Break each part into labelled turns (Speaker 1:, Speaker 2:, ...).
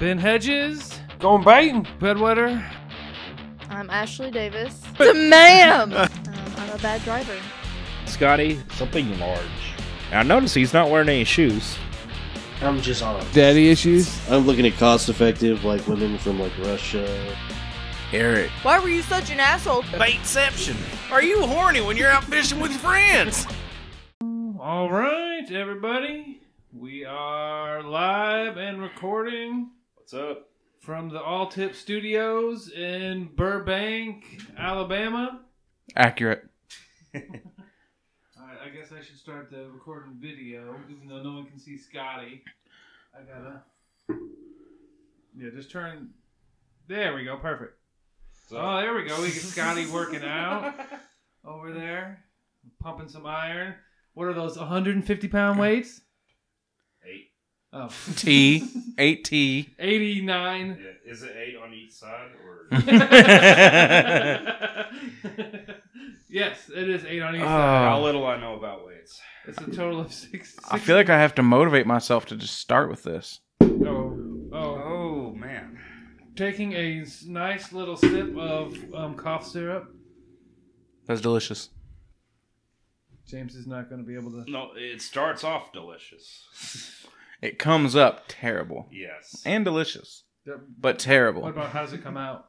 Speaker 1: Ben Hedges,
Speaker 2: Going biting.
Speaker 1: Bedwetter.
Speaker 3: I'm Ashley Davis. The ma'am! um, I'm a bad driver.
Speaker 4: Scotty, something large. And I notice he's not wearing any shoes.
Speaker 2: I'm just on.
Speaker 1: Daddy issues.
Speaker 5: I'm looking at cost effective, like women from like Russia.
Speaker 6: Eric.
Speaker 7: Why were you such an asshole?
Speaker 6: Baitception. Are you horny when you're out fishing with friends?
Speaker 1: All right, everybody. We are live and recording
Speaker 4: What's up?
Speaker 1: from the All Tip Studios in Burbank, Alabama.
Speaker 6: Accurate.
Speaker 1: All right, I guess I should start the recording video, even though no one can see Scotty. I gotta. Yeah, just turn. There we go. Perfect. Oh, there we go. We get Scotty working out over there, pumping some iron. What are those 150 pound weights?
Speaker 4: Eight.
Speaker 1: Oh,
Speaker 6: T. Eight T.
Speaker 1: 89.
Speaker 4: Is it eight on each side or?
Speaker 1: yes, it is eight on each side.
Speaker 6: Oh.
Speaker 4: little I know about weights.
Speaker 1: It's a total of six.
Speaker 6: I feel like I have to motivate myself to just start with this.
Speaker 1: Oh, oh.
Speaker 4: Oh man.
Speaker 1: Taking a s- nice little sip of um, cough syrup.
Speaker 6: That's delicious.
Speaker 1: James is not going to be able to.
Speaker 4: No, it starts off delicious.
Speaker 6: It comes up terrible
Speaker 4: yes.
Speaker 6: and delicious,
Speaker 1: Yep.
Speaker 6: but
Speaker 1: What
Speaker 6: terrible.
Speaker 1: about how does it come out?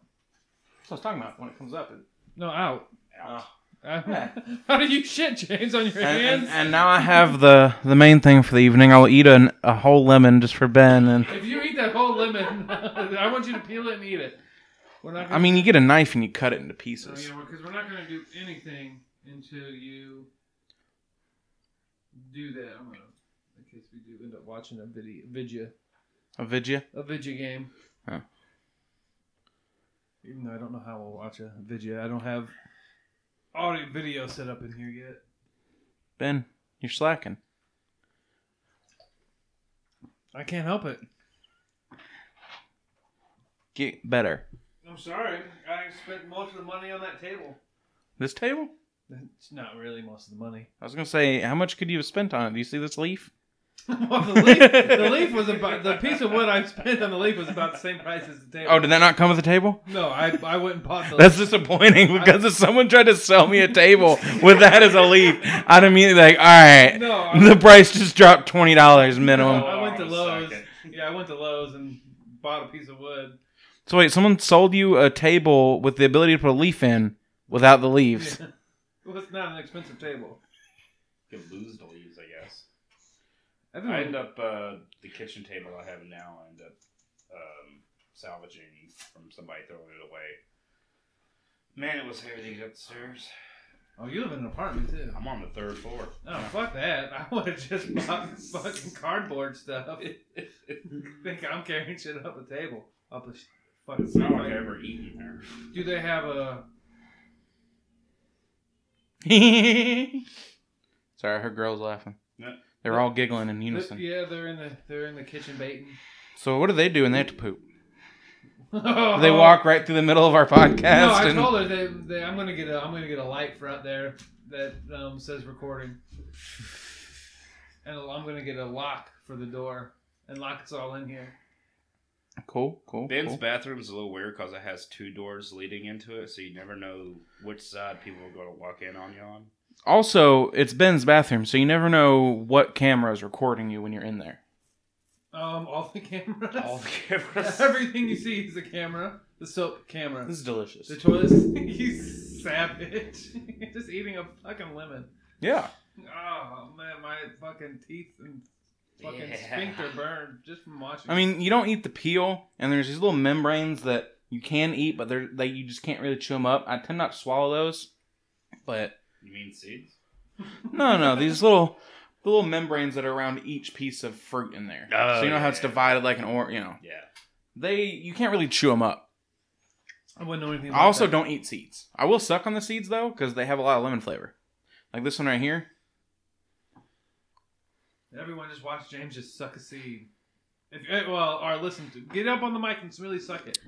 Speaker 6: I was talking about when it comes up.
Speaker 1: No, out.
Speaker 4: Out.
Speaker 1: Uh, how do you shit, James, on your
Speaker 6: And,
Speaker 1: hands?
Speaker 6: and- and now I have the the main thing for the evening. I'll eat an, a whole lemon just for Ben. And
Speaker 1: If you eat that whole lemon, I want you to peel it and eat it. We're not. Gonna,
Speaker 6: I mean, you get a knife and you cut it into
Speaker 1: so,
Speaker 6: pieces.
Speaker 1: yeah, because we're not going to do anything until you do that. I'm gonna, in case we do end up watching a video, vidya,
Speaker 6: A Oh, vidya.
Speaker 1: a vidya game.
Speaker 6: Huh.
Speaker 1: Even though I don't know how we'll watch a vidya, I don't have audio video set up in here yet.
Speaker 6: Ben, you're slacking.
Speaker 1: I can't help it.
Speaker 6: Get better.
Speaker 1: I'm sorry. I spent most of the money on that table.
Speaker 6: This table?
Speaker 1: It's not really most of the money.
Speaker 6: I was gonna say, how much could you have spent on it? Do you see this leaf?
Speaker 1: well, the leaf, the leaf was about the piece of wood I spent on the leaf was about the same price as the table.
Speaker 6: Oh, did that not come with a table?
Speaker 1: No, I I went and bought the.
Speaker 6: That's disappointing because if someone tried to sell me a table with that as a leaf, I'd immediately like, all right,
Speaker 1: no. I,
Speaker 6: the price just dropped twenty dollars minimum.
Speaker 4: Oh,
Speaker 1: I went to
Speaker 4: Hold on a
Speaker 1: Lowe's. Yeah, I went to Lowe's and bought a piece of wood.
Speaker 6: So wait, someone sold you a table with the ability to put a leaf in without the leaves.
Speaker 1: Yeah. It was not an expensive table.
Speaker 4: You can lose the leaves, I guess. I
Speaker 1: Everyone,
Speaker 4: end up uh, the kitchen table I have now. I end up um, salvaging from somebody throwing it away. Man, it was heavy to get upstairs.
Speaker 1: oh, you live in an apartment too.
Speaker 4: I'm on the third floor.
Speaker 1: Oh, fuck that! I would have just bought fucking cardboard stuff. Think I'm carrying shit up the table, up the sh- fucking.
Speaker 4: It's not like I ever eaten there.
Speaker 1: Do they have a
Speaker 6: Sorry, her girl's laughing.
Speaker 4: No.
Speaker 6: They were all giggling in unison.
Speaker 1: Yeah, they're in the they're in the kitchen baiting.
Speaker 6: So what do they do when they have to poop? They
Speaker 1: they
Speaker 6: walk right through the middle of our
Speaker 1: Uh-huh. No, I
Speaker 6: podcast. and-
Speaker 1: told her that, that I'm gonna get a I'm gonna get a light front there that um, says recording, and I'm gonna get a lock for the door and lock us all in here.
Speaker 6: cool, cool.
Speaker 4: Ben's
Speaker 6: cool.
Speaker 4: bathroom's a little weird because it has two doors leading into it, so you never know which side people are going to walk in on you on.
Speaker 6: Also, it's Ben's bathroom, so you never know what camera is recording you when you're in there.
Speaker 1: Um, all the cameras,
Speaker 4: All the cameras.
Speaker 1: everything you see is a camera. The soap camera,
Speaker 6: This is delicious.
Speaker 1: the toilet. you savage! Just eating a fucking lemon.
Speaker 6: Yeah.
Speaker 1: Oh man, my fucking teeth and fucking
Speaker 4: Yeah.
Speaker 1: sphincter burned just from watching.
Speaker 6: I mean, you don't eat the peel, and there's these little membranes that you can eat, but they're they you just can't really chew them up. I tend not to swallow those, but
Speaker 4: You mean seeds?
Speaker 6: no, no, these little the little membranes that are around each piece of fruit in there.
Speaker 4: Oh,
Speaker 6: so you know how it's
Speaker 4: yeah.
Speaker 6: divided like an or you know
Speaker 4: Yeah.
Speaker 6: they you can't really chew them up.
Speaker 1: I wouldn't know anything. About
Speaker 6: I also
Speaker 1: that.
Speaker 6: don't eat seeds. I will suck on the seeds though because they have a lot of lemon flavor. Like this one right here.
Speaker 1: Everyone just watch James just suck a seed. If eh, well, or listen to get up on the mic and really suck it.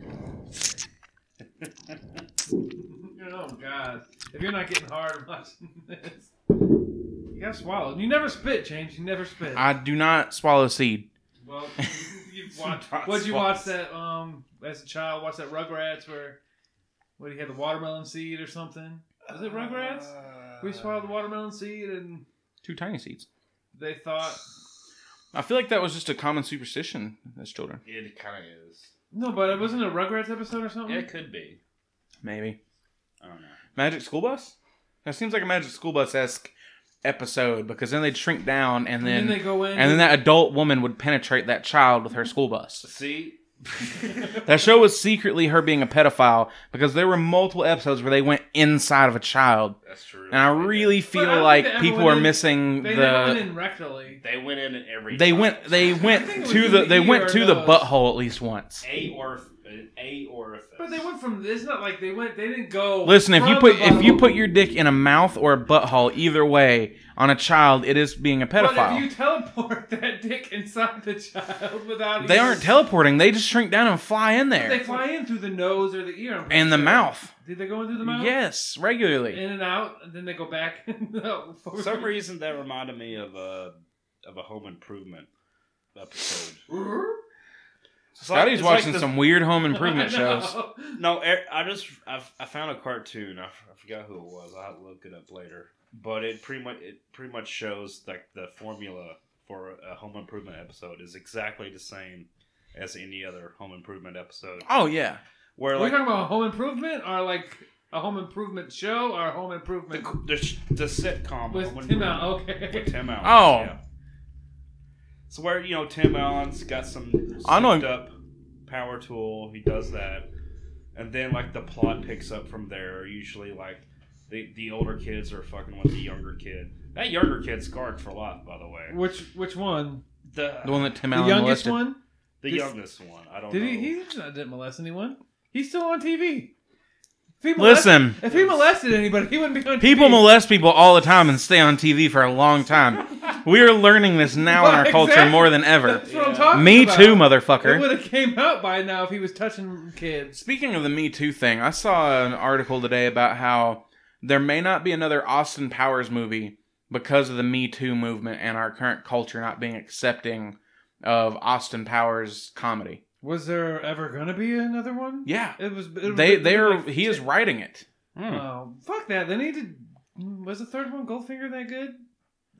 Speaker 1: oh God! If you're not getting hard watching this, you gotta swallow. You never spit, James. You never spit.
Speaker 6: I do not swallow seed.
Speaker 1: well, you you watch?
Speaker 4: Hot
Speaker 1: What'd you watch
Speaker 4: sauce.
Speaker 1: that um as a child? Watch that Rugrats where what he had the watermelon seed or something? Was it Rugrats?
Speaker 6: Uh,
Speaker 1: we swallowed the watermelon seed and
Speaker 6: Two tiny seeds.
Speaker 1: they thought
Speaker 6: I feel like that was just a common superstition as children.
Speaker 4: It kind of is.
Speaker 1: no, but it wasn't a Rugrats episode or something.
Speaker 4: Yeah, it could be.
Speaker 6: Maybe
Speaker 4: I don't know.
Speaker 6: Magic School Bus. That seems like a Magic School Bus esque episode because then they'd shrink down and
Speaker 1: and then,
Speaker 6: then
Speaker 1: they go in
Speaker 6: and then that adult woman would penetrate that child with her school bus.
Speaker 4: See,
Speaker 6: That show was secretly her being a pedophile because there were multiple episodes where they went inside of a child,
Speaker 4: that's true.
Speaker 6: and I really
Speaker 1: But I
Speaker 6: feel
Speaker 1: don't think
Speaker 6: like
Speaker 1: they
Speaker 6: people
Speaker 1: ever
Speaker 6: are
Speaker 1: went in-
Speaker 6: missing
Speaker 1: they never went
Speaker 6: the.
Speaker 1: in rectally.
Speaker 4: they went in at every.
Speaker 6: They
Speaker 4: time.
Speaker 6: went. They
Speaker 1: I think it
Speaker 6: went
Speaker 1: was
Speaker 6: to
Speaker 1: in
Speaker 6: the.
Speaker 1: the
Speaker 6: They
Speaker 1: ear
Speaker 6: went
Speaker 1: or
Speaker 6: to the
Speaker 1: nose.
Speaker 6: butthole at least once.
Speaker 4: a orf an a orifice.
Speaker 1: But they went from it's not like they went they didn't go
Speaker 6: Listen, if you
Speaker 1: from
Speaker 6: put
Speaker 1: the
Speaker 6: if you
Speaker 1: bottom.
Speaker 6: put your dick in a mouth or a butthole, either way, on a child, it is being a
Speaker 1: But if
Speaker 6: pedophile.
Speaker 1: you teleport that dick inside the child without
Speaker 6: They
Speaker 1: even-
Speaker 6: aren't teleporting. They just shrink down and fly in
Speaker 1: They
Speaker 6: there
Speaker 1: fly in through the nose or the ear I'm pretty
Speaker 6: and the
Speaker 1: sure.
Speaker 6: mouth.
Speaker 1: Did they go in through the mouth?
Speaker 6: Yes, regularly.
Speaker 1: In and out, and then they go back. no,
Speaker 4: For some reason, that reminded me of a of a Home Improvement episode. It's like-
Speaker 6: Scotty's
Speaker 4: it's like
Speaker 6: watching
Speaker 4: the-
Speaker 6: some weird home improvement shows.
Speaker 4: No, er- I just I, I found a cartoon. I, f- I forgot who it was. I'll have to look it up later. But it pretty much it pretty much shows like the formula for a Home Improvement episode is exactly the same as any other Home Improvement episode.
Speaker 6: Oh yeah,
Speaker 4: Where
Speaker 1: Are we
Speaker 4: like
Speaker 1: talking about home improvement or like a home improvement show or home
Speaker 4: the
Speaker 1: improvement
Speaker 4: the, sh- the sitcom
Speaker 1: with
Speaker 4: Home
Speaker 1: Tim
Speaker 4: Improvement.
Speaker 1: Allen?
Speaker 4: with
Speaker 1: Okay.
Speaker 4: Tim Allen.
Speaker 6: Oh.
Speaker 4: yeah. So where you know Tim Allen's got some
Speaker 6: I know-
Speaker 4: synced up power tool, he does that, and then like the plot picks up from there. Usually, like the the older kids are fucking with the younger kid. That younger kid's scarred for life, by the way.
Speaker 1: Which which one?
Speaker 4: The
Speaker 6: the one that Tim
Speaker 1: The
Speaker 6: Allen
Speaker 1: youngest
Speaker 6: molested.
Speaker 1: one?
Speaker 4: the
Speaker 1: This-
Speaker 4: youngest one, I don't
Speaker 1: Did
Speaker 4: know.
Speaker 1: he? He not, didn't molest anyone. He's still on TV. If he molested,
Speaker 6: Listen,
Speaker 1: if he molested anybody, he wouldn't be on
Speaker 6: people
Speaker 1: TV.
Speaker 6: molest people all the time and stay on TV for a long time. We are learning this now in our
Speaker 1: Well,
Speaker 6: culture
Speaker 1: exactly.
Speaker 6: more than ever.
Speaker 1: That's what I'm
Speaker 4: Yeah.
Speaker 1: talking
Speaker 6: Me
Speaker 1: about.
Speaker 6: too,
Speaker 1: It
Speaker 6: motherfucker.
Speaker 1: would have came out by now if he was touching kids.
Speaker 6: Speaking of the Me Too thing, I saw an article today about how there may not be another Austin Powers movie because of the Me Too movement and our current culture not being accepting of Austin Powers comedy.
Speaker 1: Was there ever gonna be another one?
Speaker 6: Yeah.
Speaker 1: It was. It was
Speaker 6: They
Speaker 1: it was
Speaker 6: they are
Speaker 1: like-
Speaker 6: he is writing it.
Speaker 4: Hmm.
Speaker 6: Uh,
Speaker 1: Oh, fuck that. They need to. Was the third one Goldfinger that good?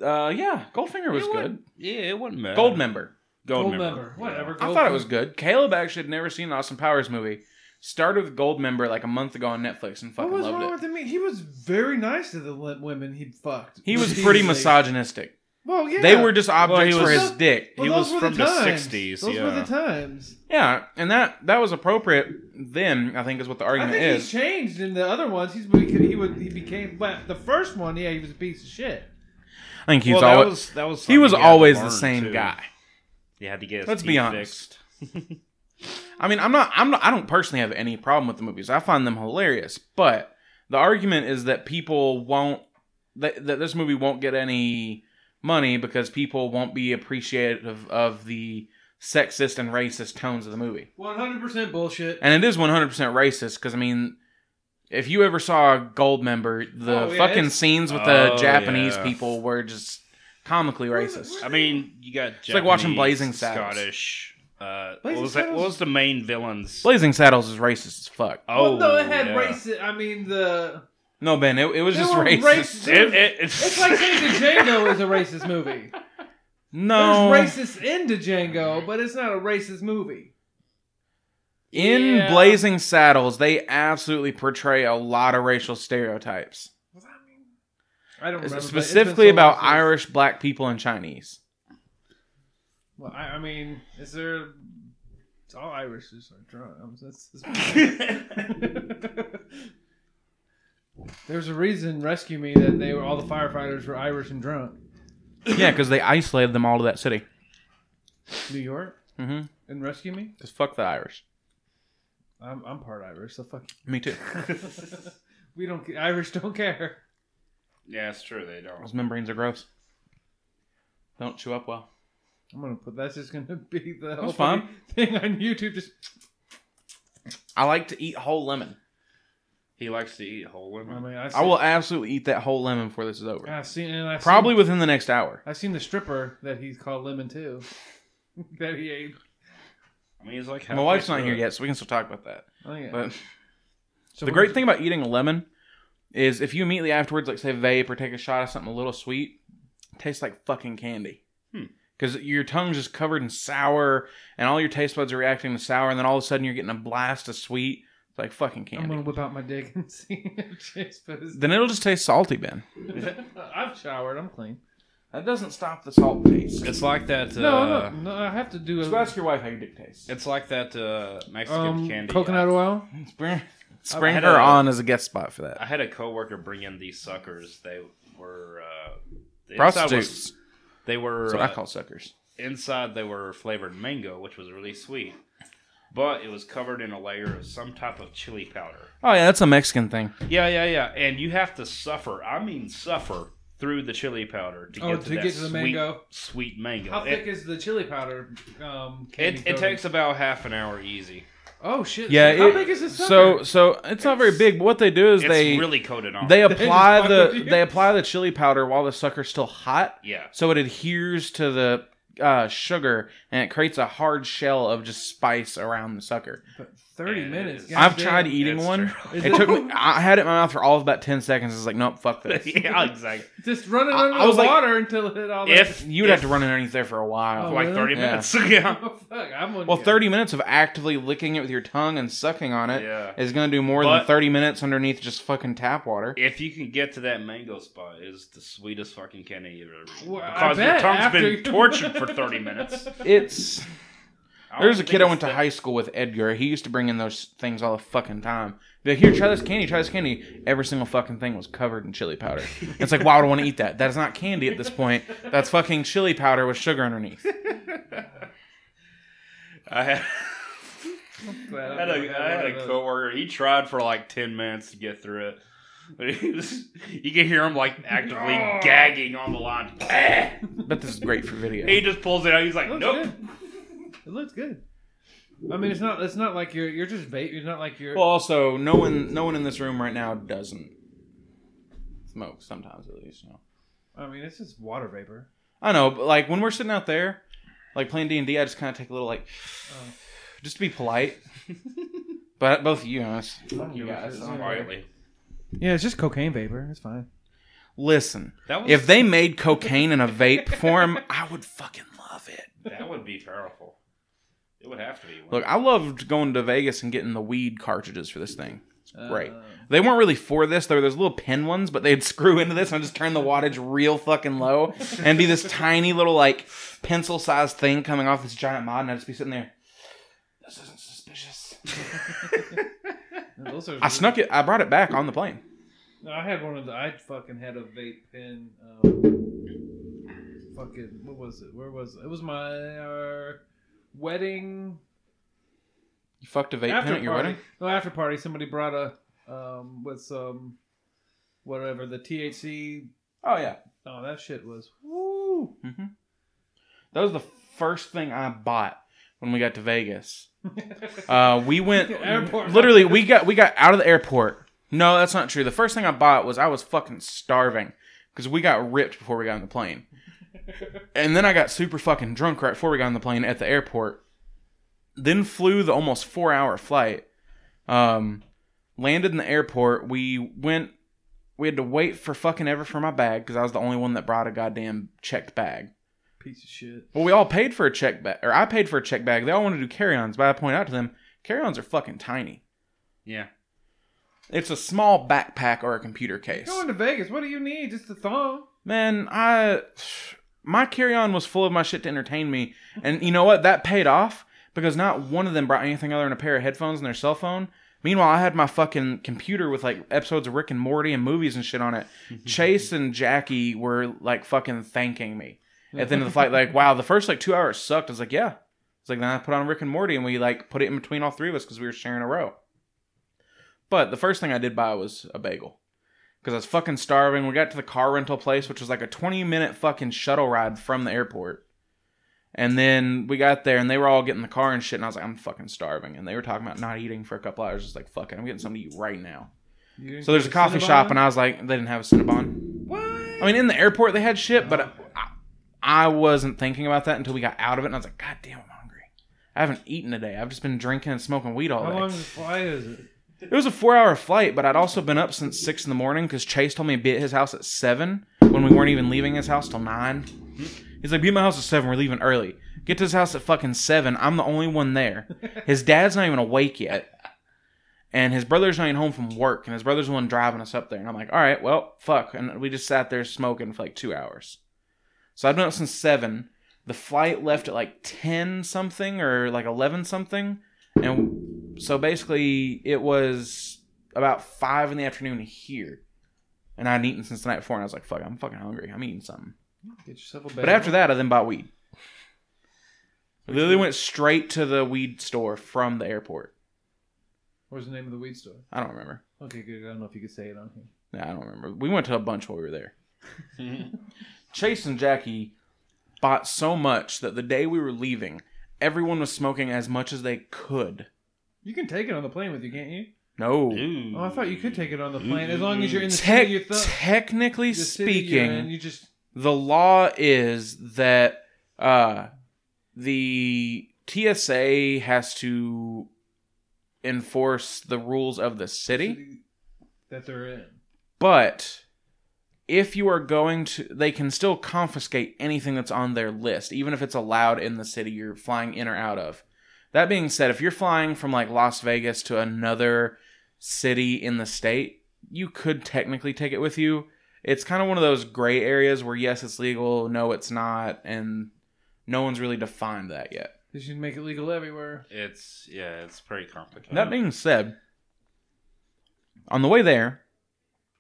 Speaker 6: Uh yeah, Goldfinger was
Speaker 4: It wasn't
Speaker 6: good.
Speaker 4: Yeah, it wasn't bad.
Speaker 6: Gold member.
Speaker 1: Goldmember. Whatever.
Speaker 6: I thought it was good. Caleb actually had never seen an Austin Powers movie. Started with Gold Member like a month ago on Netflix and
Speaker 1: What
Speaker 6: fucking
Speaker 1: was
Speaker 6: loved
Speaker 1: wrong
Speaker 6: it.
Speaker 1: with him? He was very nice to the li- women he fucked.
Speaker 6: He was pretty
Speaker 1: Repeatedly.
Speaker 6: misogynistic.
Speaker 1: Well, yeah.
Speaker 6: They were just objects
Speaker 4: he
Speaker 6: for
Speaker 1: was-
Speaker 6: his dick.
Speaker 1: Well,
Speaker 4: he
Speaker 1: those
Speaker 4: was
Speaker 1: were
Speaker 4: from
Speaker 1: the
Speaker 4: the
Speaker 1: times.
Speaker 4: 60s,
Speaker 1: Those were
Speaker 4: yeah.
Speaker 1: the times.
Speaker 6: Yeah, and that that was appropriate then. I think is what the
Speaker 1: I
Speaker 6: argument
Speaker 1: think
Speaker 6: is.
Speaker 1: he changed in the other ones. He's he, could- he would he became but the first one, yeah, he was a piece of shit.
Speaker 6: I think he's
Speaker 4: Well, that
Speaker 6: always
Speaker 4: was, that was
Speaker 6: he was
Speaker 4: something had to
Speaker 6: always the
Speaker 4: learn,
Speaker 6: same
Speaker 4: too.
Speaker 6: guy.
Speaker 4: You had to get. His
Speaker 6: Let's be
Speaker 4: teeth
Speaker 6: honest.
Speaker 4: Fixed.
Speaker 6: I mean, I'm not, I'm not, I don't personally have any problem with the movies. I find them hilarious, but the argument is that people won't that, that this movie won't get any money because people won't be appreciative of the sexist and racist tones of the movie.
Speaker 1: One hundred percent bullshit.
Speaker 6: And it is 100% racist because I mean, if you ever saw Gold Member, the
Speaker 1: Oh, yeah,
Speaker 6: fucking
Speaker 1: it's-
Speaker 6: scenes with the
Speaker 4: Oh,
Speaker 6: Japanese
Speaker 4: yeah.
Speaker 6: people were just comically
Speaker 1: Where's-
Speaker 6: racist.
Speaker 1: where's-
Speaker 4: I mean, you got Japanese,
Speaker 6: It's like watching Blazing Saddles.
Speaker 4: Scottish. Uh, what
Speaker 1: Blazing
Speaker 4: was that? What
Speaker 1: Saddles-
Speaker 4: was the main villains? Oh,
Speaker 6: Blazing Saddles is racist as fuck.
Speaker 1: well, no, it had
Speaker 4: yeah.
Speaker 1: racist. I mean, the
Speaker 6: No, Ben, it, it was
Speaker 1: They
Speaker 6: just
Speaker 1: were
Speaker 6: racist.
Speaker 1: racist.
Speaker 4: It, it, it's,
Speaker 1: it's like saying Django is a racist movie.
Speaker 6: No.
Speaker 1: There's racist in Django, but it's not a racist movie.
Speaker 6: In
Speaker 1: Yeah.
Speaker 6: Blazing Saddles, they absolutely portray a lot of racial stereotypes,
Speaker 1: I don't remember but it's been
Speaker 6: specifically
Speaker 1: so
Speaker 6: about
Speaker 1: long since-
Speaker 6: Irish, black people, and Chinese.
Speaker 1: Well, I, I mean, is there? It's all Irish just are drunk. I'm just- There's a reason Rescue Me that they were all the firefighters were Irish and drunk.
Speaker 6: yeah, because they isolated them all to that city.
Speaker 1: New York
Speaker 6: Mm-hmm.
Speaker 1: and Rescue Me.
Speaker 6: Just fuck the Irish.
Speaker 1: I'm I'm part Irish, so fuck.
Speaker 6: Me too.
Speaker 1: you. we don't ca- Irish don't care.
Speaker 4: yeah, it's true. They
Speaker 6: Those
Speaker 4: don't.
Speaker 6: membranes are gross. Don't chew up well.
Speaker 1: I'm gonna put that's just gonna be the
Speaker 6: That's
Speaker 1: whole
Speaker 6: fine.
Speaker 1: thing on YouTube. Just
Speaker 6: I like to eat whole lemon.
Speaker 4: He likes to eat whole
Speaker 1: I
Speaker 4: women.
Speaker 1: mean, I've
Speaker 6: I will
Speaker 1: seen-
Speaker 6: absolutely eat that whole lemon before this is over.
Speaker 1: I've seen and I've
Speaker 6: Probably
Speaker 1: seen-
Speaker 6: within the next hour.
Speaker 1: I've seen the stripper that he's called Lemon too. that he ate.
Speaker 4: I mean, he's like
Speaker 6: My
Speaker 4: halfway
Speaker 6: wife's not
Speaker 4: through
Speaker 6: here
Speaker 4: it.
Speaker 6: yet, so we can still talk about that.
Speaker 1: Oh yeah.
Speaker 6: But
Speaker 1: So
Speaker 6: the
Speaker 1: what
Speaker 6: great
Speaker 1: is-
Speaker 6: thing about eating a lemon is if you immediately afterwards, like say vape or take a shot of something a little sweet, it tastes like fucking candy.
Speaker 4: Hmm.
Speaker 6: Because your tongue's just covered in sour, and all your taste buds are reacting to sour, and then all of a sudden you're getting a blast of sweet. It's like fucking
Speaker 1: I'm
Speaker 6: candy.
Speaker 1: gonna whip out my dick and see if Chase puts.
Speaker 6: Then it'll just taste salty, Ben.
Speaker 1: I've showered. I'm clean.
Speaker 6: That doesn't stop the salt taste.
Speaker 4: It's like that. Uh,
Speaker 1: No, no, no, I have to do
Speaker 6: So
Speaker 1: a
Speaker 6: ask your wife how your dick tastes.
Speaker 4: It's like that uh, Mexican
Speaker 1: um,
Speaker 4: candy.
Speaker 1: coconut
Speaker 4: I,
Speaker 1: oil.
Speaker 6: It's bring
Speaker 4: I had
Speaker 6: her
Speaker 4: a-
Speaker 6: on as a guest spot for
Speaker 4: I
Speaker 6: that.
Speaker 4: had a coworker bring in these suckers. They were uh, the inside was-
Speaker 6: Prostitutes.
Speaker 4: they were
Speaker 6: That's what I
Speaker 4: uh,
Speaker 6: call suckers.
Speaker 4: inside they were flavored mango, which was really sweet, but it was covered in a layer of some type of chili powder.
Speaker 6: Oh yeah, that's a Mexican thing.
Speaker 4: Yeah, yeah, yeah. And you have to suffer. I mean, suffer through the chili powder to get
Speaker 1: Oh,
Speaker 4: to,
Speaker 1: to
Speaker 4: that
Speaker 1: get to the
Speaker 4: sweet,
Speaker 1: mango.
Speaker 4: Sweet mango.
Speaker 1: How
Speaker 4: it,
Speaker 1: thick is the chili powder? Um, candy
Speaker 4: it, it
Speaker 1: coating?
Speaker 4: takes about half an hour easy.
Speaker 1: Oh shit!
Speaker 6: Yeah,
Speaker 1: So how
Speaker 6: it-
Speaker 1: big is this?
Speaker 6: So
Speaker 1: sucker?
Speaker 6: so it's not very big, but what they do is
Speaker 4: It's
Speaker 6: they
Speaker 4: really coated on.
Speaker 6: they
Speaker 1: Oh. just
Speaker 6: apply
Speaker 1: fuck with
Speaker 6: the
Speaker 1: you.
Speaker 6: they apply the chili powder while the sucker's still hot,
Speaker 4: yeah.
Speaker 6: so it adheres to the uh, sugar and it creates a hard shell of just spice around the sucker.
Speaker 1: But thirty
Speaker 4: Yeah, it
Speaker 1: minutes.
Speaker 4: is.
Speaker 1: God
Speaker 6: I've
Speaker 1: damn.
Speaker 6: tried eating
Speaker 4: It's
Speaker 6: one.
Speaker 4: true.
Speaker 1: Is
Speaker 6: It took me. I had it in my mouth for all of about ten seconds. I was like, nope, fuck this.
Speaker 4: yeah, exactly.
Speaker 1: just running
Speaker 6: I-
Speaker 1: under
Speaker 6: I was
Speaker 1: the
Speaker 6: like-
Speaker 1: water until it hit all. that-
Speaker 4: If
Speaker 6: You would have
Speaker 4: if-
Speaker 6: to run underneath there for a
Speaker 1: Oh,
Speaker 6: while.
Speaker 4: for like
Speaker 1: really?
Speaker 4: thirty
Speaker 6: Yeah.
Speaker 4: minutes. Yeah.
Speaker 1: Oh, fuck, I'm on
Speaker 6: Well,
Speaker 1: you.
Speaker 6: thirty minutes of actively licking it with your tongue and sucking on it
Speaker 4: yeah.
Speaker 6: is going to do more
Speaker 4: But-
Speaker 6: than thirty minutes underneath just fucking tap water.
Speaker 4: If you can get to that mango spot, it is the sweetest fucking candy you've ever eaten.
Speaker 1: Well, I
Speaker 4: because your
Speaker 1: bet
Speaker 4: tongue's
Speaker 1: after
Speaker 4: been
Speaker 1: you-
Speaker 4: tortured for thirty minutes.
Speaker 6: It's
Speaker 4: I
Speaker 6: There's a
Speaker 4: don't
Speaker 6: kid
Speaker 4: think
Speaker 6: I
Speaker 4: it's
Speaker 6: went to
Speaker 4: that-
Speaker 6: high school with, Edgar. He used to bring in those things all the fucking time. Be like, here, try this candy, try this candy. Every single fucking thing was covered in chili powder. it's like, why would I want to eat that? That is not candy at this point. That's fucking chili powder with sugar underneath.
Speaker 4: I had, I
Speaker 1: Glad
Speaker 4: had
Speaker 1: I'm not
Speaker 4: a, I had
Speaker 1: one of
Speaker 4: a
Speaker 1: those.
Speaker 4: coworker. He tried for like ten minutes to get through it. But he was, you can hear him like actively gagging on the line.
Speaker 6: But this is great for video.
Speaker 4: he just pulls it out. He's like,
Speaker 1: It looks
Speaker 4: nope.
Speaker 1: good. It looks good. I mean, it's not. It's not like you're. You're just vape. You're not like you're.
Speaker 6: Well, also, no one, no one in this room right now doesn't smoke. Sometimes, at least, you know.
Speaker 1: I mean, it's just water vapor.
Speaker 6: I know, but like when we're sitting out there, like playing D and D, I just kind of take a little like,
Speaker 1: Oh.
Speaker 6: just to be polite. but both of you, honest, fuck you
Speaker 1: give a
Speaker 6: guys.
Speaker 1: shit.
Speaker 6: I'm alright.
Speaker 4: Quietly.
Speaker 1: Yeah, it's just cocaine vapor. It's fine.
Speaker 6: Listen,
Speaker 4: That was,
Speaker 6: if they made cocaine in a vape form, I would fucking love it.
Speaker 4: that would be powerful. It would have to be. wouldn't
Speaker 6: Look, I loved going to Vegas and getting the weed cartridges for this thing. Right.
Speaker 1: Uh,
Speaker 6: They weren't really for this. There were those little pen ones, but they'd screw into this and just turn the wattage real fucking low and be this tiny little like pencil sized thing coming off this giant mod, and I'd just be sitting there. This isn't suspicious.
Speaker 1: those are-
Speaker 6: I snuck it. I brought it back on the plane.
Speaker 1: No, I had one of the. I fucking had a vape pen. Um, fucking. What was it? Where was it? It was my uh, wedding.
Speaker 6: You fucked a vape
Speaker 1: after
Speaker 6: pen at your
Speaker 1: party.
Speaker 6: wedding?
Speaker 1: No, after party. Somebody brought a um with some whatever the THC.
Speaker 6: Oh yeah.
Speaker 1: Oh, that shit was.
Speaker 6: Woo. hmm That was the first thing I bought when we got to Vegas. Uh, we went
Speaker 1: Airport.
Speaker 6: literally. We got we got out of the airport. No, that's not true. The first thing I bought was I was fucking starving because we got ripped before we got on the plane, and then I got super fucking drunk right before we got on the plane at the airport. Then flew the almost four hour flight. Um, landed in the airport. We went. We had to wait for fucking ever for my bag because I was the only one that brought a goddamn checked bag.
Speaker 1: Piece of shit.
Speaker 6: Well, we all paid for a check bag, or I paid for a check bag. They all wanted to do carry-ons, but I point out to them, carry-ons are fucking tiny.
Speaker 4: it? Yeah.
Speaker 6: It's a small backpack or a computer case.
Speaker 1: Going to Vegas. What do you need? Just a thong.
Speaker 6: Man, I my carry-on was full of my shit to entertain me, and you know what? That paid off because not one of them brought anything other than a pair of headphones and their cell phone. Meanwhile, I had my fucking computer with like episodes of Rick and Morty and movies and shit on it. Chase and Jackie were like fucking thanking me at the end of the flight, like, wow, the first like two hours sucked. I was like, yeah. It's like then I put on Rick and Morty and we like put it in between all three of us because we were sharing a row. But the first thing I did buy was a bagel because I was fucking starving. We got to the car rental place, which was like a 20 minute fucking shuttle ride from the airport. And then we got there and they were all getting in the car and shit. And I was like, I'm fucking starving. And they were talking about not eating for a couple hours. Just like, fuck it, I'm getting something to eat right now.
Speaker 1: You didn't
Speaker 6: So there's a
Speaker 1: get
Speaker 6: coffee shop,
Speaker 1: Cinnabon?
Speaker 6: and I was like, they didn't have a Cinnabon.
Speaker 1: What?
Speaker 6: I mean, in the airport they had shit, but I, I wasn't thinking about that until we got out of it, and I was like, God damn, I'm hungry. I haven't eaten today. I've just been drinking and smoking weed all
Speaker 8: How
Speaker 6: day.
Speaker 8: long of a flight is it?
Speaker 6: It was a four hour flight, but I'd also been up since six in the morning because Chase told me to be at his house at seven when we weren't even leaving his house till nine. He's like, be at my house at seven, we're leaving early. Get to his house at fucking seven. I'm the only one there. His dad's not even awake yet. And his brother's not even home from work, and his brother's the one driving us up there. And I'm like, all right, well, fuck. And we just sat there smoking for like two hours. So I've been up since seven. The flight left at like 10 something or like 11 something. And so basically it was about five in the afternoon here and i hadn't eaten since the night before and i was like fuck i'm fucking hungry i'm eating something
Speaker 8: Get yourself a bag.
Speaker 6: but after that i then bought weed I literally went straight to the weed store from the airport
Speaker 8: What was the name of the weed store?
Speaker 6: i don't remember
Speaker 8: Okay, good. I don't know if you could say it on here.
Speaker 6: no, i don't remember we went to a bunch while we were there
Speaker 4: Mm-hmm.
Speaker 6: chase and jackie bought so much that the day we were leaving everyone was smoking as much as they could
Speaker 8: You can take it on the plane with you, can't you?
Speaker 6: no
Speaker 8: Oh, I thought you could take it on the plane as long as you're in the
Speaker 6: Tec-
Speaker 8: city. You're th-
Speaker 6: technically
Speaker 8: the city you're
Speaker 6: speaking
Speaker 8: in, you just
Speaker 6: the law is that uh, the TSA has to enforce the rules of the city,
Speaker 8: that they're in.
Speaker 6: but if you are going to, they can still confiscate anything that's on their list, even if it's allowed in the city you're flying in or out of. That being said, if you're flying from like Las Vegas to another city in the state, you could technically take it with you. It's kind of one of those gray areas where yes, it's legal, no, it's not, and no one's really defined that yet.
Speaker 8: They should make it legal everywhere.
Speaker 4: It's yeah, it's pretty complicated.
Speaker 6: That being said, on the way there,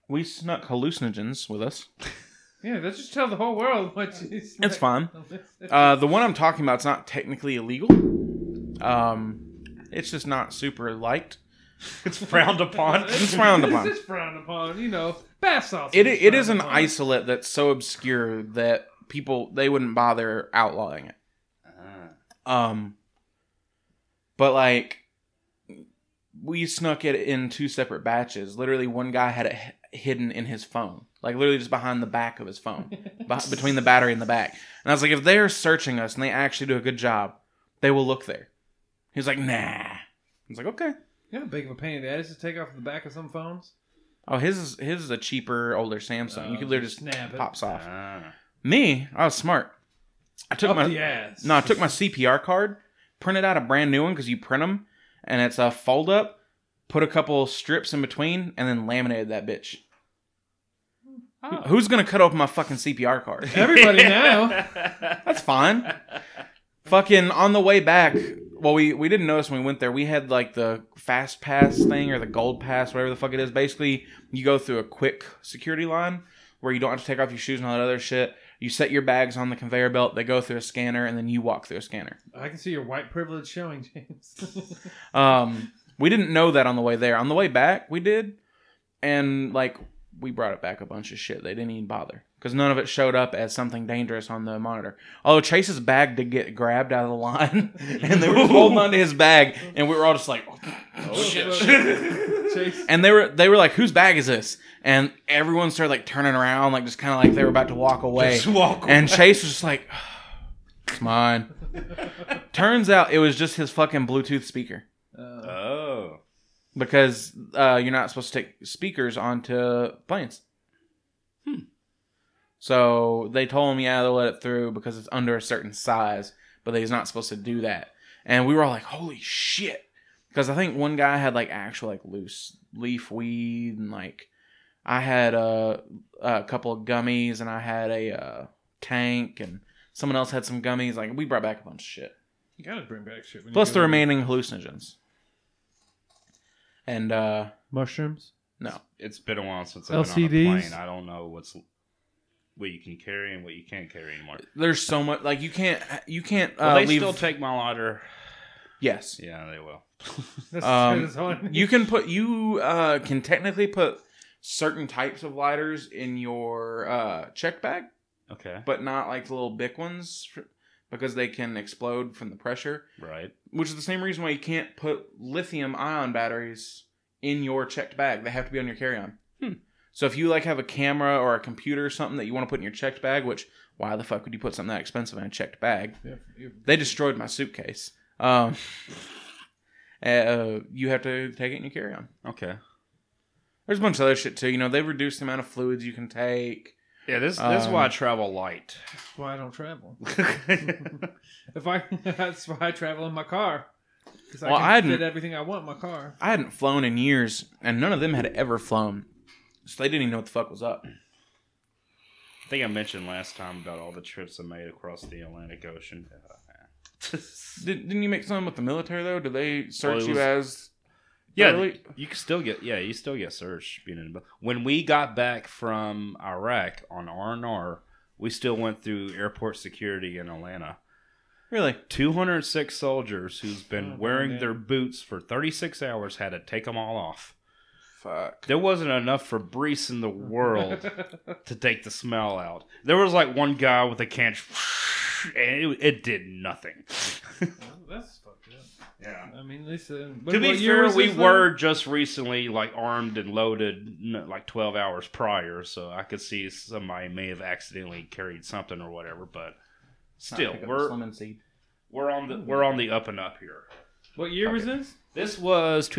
Speaker 6: we snuck hallucinogens with us.
Speaker 8: Yeah, let's just tell the whole world what you.
Speaker 6: It's fine. Uh, the one I'm talking about is not technically illegal. Um, it's just not super liked.
Speaker 4: it's frowned upon.
Speaker 6: It's frowned upon.
Speaker 8: It's frowned upon. You know, bath salts.
Speaker 6: It
Speaker 8: are
Speaker 6: it is an
Speaker 8: frowned upon.
Speaker 6: isolate that's so obscure that people they wouldn't bother outlawing it.
Speaker 4: Ah.
Speaker 6: Um, but like we snuck it in two separate batches. Literally, one guy had it h- hidden in his phone, like literally just behind the back of his phone, beh- between the battery and the back. And I was like, if they're searching us and they actually do a good job, they will look there. He was like, nah. I was like, okay.
Speaker 8: You know how big of a pain that is to take off the back of some phones.
Speaker 6: Oh, his is, his is a cheaper, older Samsung. you
Speaker 8: Uh,
Speaker 6: could literally just
Speaker 8: snap it
Speaker 6: pops off.
Speaker 4: Ah.
Speaker 6: Me, I was smart. I took
Speaker 8: up
Speaker 6: my
Speaker 8: the ass.
Speaker 6: No, I took my CPR card, printed out a brand new one because you print them, and it's a fold up. Put a couple strips in between, and then laminated that bitch.
Speaker 8: Oh.
Speaker 6: Who's gonna cut open my fucking CPR card?
Speaker 8: Everybody
Speaker 4: ah.
Speaker 8: now.
Speaker 6: That's fine. fucking on the way back, well, we we didn't notice when we went there. We had like the fast pass thing or the gold pass, whatever the fuck it is. Basically, you go through a quick security line where you don't have to take off your shoes and all that other shit. You set your bags on the conveyor belt. They go through a scanner, and then you walk through a scanner.
Speaker 8: I can see your white privilege showing, James.
Speaker 6: Um, we didn't know that on the way there. On the way back, we did, and like we brought it back a bunch of shit. They didn't even bother because none of it showed up as something dangerous on the monitor. Although Chase's bag did get grabbed out of the line, and they were holding onto his bag, and we were all just like,
Speaker 8: oh shit! Chase,
Speaker 6: and they were they were like, whose bag is this? And everyone started like turning around, like just kind of like they were about to walk away.
Speaker 4: Just walk
Speaker 6: And Chase was just like, it's mine. Turns out it was just his fucking Bluetooth speaker
Speaker 8: uh,
Speaker 4: Oh.
Speaker 6: because uh, you're not supposed to take speakers onto planes. So they told him, yeah, they'll let it through because it's under a certain size, but that he's not supposed to do that. And we were all like, holy shit. Because I think one guy had like actual like loose leaf weed and like I had a, a couple of gummies and I had a uh, tank and someone else had some gummies. Like we brought back a bunch of shit
Speaker 8: you gotta bring back shit. when you
Speaker 6: plus
Speaker 8: go
Speaker 6: the
Speaker 1: Mm-hmm.
Speaker 8: to-
Speaker 6: remaining hallucinogens. And uh
Speaker 8: mushrooms.
Speaker 6: no,
Speaker 4: It's been a while since I've been on a
Speaker 8: LCDs?
Speaker 4: plane. I don't know what's what you can carry and what you can't carry anymore.
Speaker 6: there's so much like you can't you can't uh,
Speaker 4: Will they
Speaker 6: leave.
Speaker 4: still take my lauder?
Speaker 6: yes,
Speaker 4: Yeah, they will.
Speaker 8: That's,
Speaker 6: Um,
Speaker 8: that's all I need.
Speaker 6: you can put you uh can technically put certain types of lighters in your uh check bag,
Speaker 4: Okay.
Speaker 6: but not like the little big ones for, because they can explode from the pressure.
Speaker 4: Right.
Speaker 6: Which is the same reason why you can't put lithium ion batteries in your checked bag. They have to be on your carry on.
Speaker 4: Hmm.
Speaker 6: So if you like have a camera or a computer or something that you want to put in your checked bag, which why the fuck would you put something that expensive in a checked bag?
Speaker 8: Yeah, you-
Speaker 6: They destroyed my suitcase. Um, uh, you have to take it and you carry on.
Speaker 4: Okay.
Speaker 6: There's a bunch of other shit too. You know, they reduce the amount of fluids you can take.
Speaker 4: Yeah, this this is why I
Speaker 6: Um,
Speaker 4: travel light.
Speaker 1: That's why I don't travel. If I that's why I travel in my car. Because
Speaker 6: Well,
Speaker 1: I
Speaker 6: I
Speaker 1: can
Speaker 6: didn't-
Speaker 1: fit everything I want in my car.
Speaker 6: I hadn't flown in years, and none of them had ever flown, so they didn't even know what the fuck was up.
Speaker 4: I think I mentioned last time about all the trips I made across the Atlantic Ocean.
Speaker 6: Did, didn't you make something with the military though? Did they search
Speaker 4: Well, it
Speaker 6: you
Speaker 4: was-
Speaker 6: as?
Speaker 4: yeah,
Speaker 6: thoroughly?
Speaker 4: you can still get yeah, you still get searched being in. When we got back from Iraq on R and R, we still went through airport security in Atlanta.
Speaker 6: really?
Speaker 4: 206 soldiers who's been
Speaker 1: Oh,
Speaker 4: wearing
Speaker 1: man.
Speaker 4: their boots for 36 hours had to take them all off.
Speaker 6: Fuck.
Speaker 4: There wasn't enough for Brees in the world to take the smell out. There was like one guy with a can, and it, it did nothing.
Speaker 1: Well, that's fucked up.
Speaker 4: yeah.
Speaker 1: I mean, they said.
Speaker 4: to be fair, we were just recently like armed and loaded n- like 12 hours prior, so I could see somebody may have accidentally carried something or whatever, but still, we're
Speaker 6: lemon seed.
Speaker 4: we're on the we're on the up and up here.
Speaker 1: What year was
Speaker 4: Okay.
Speaker 1: this?
Speaker 4: This was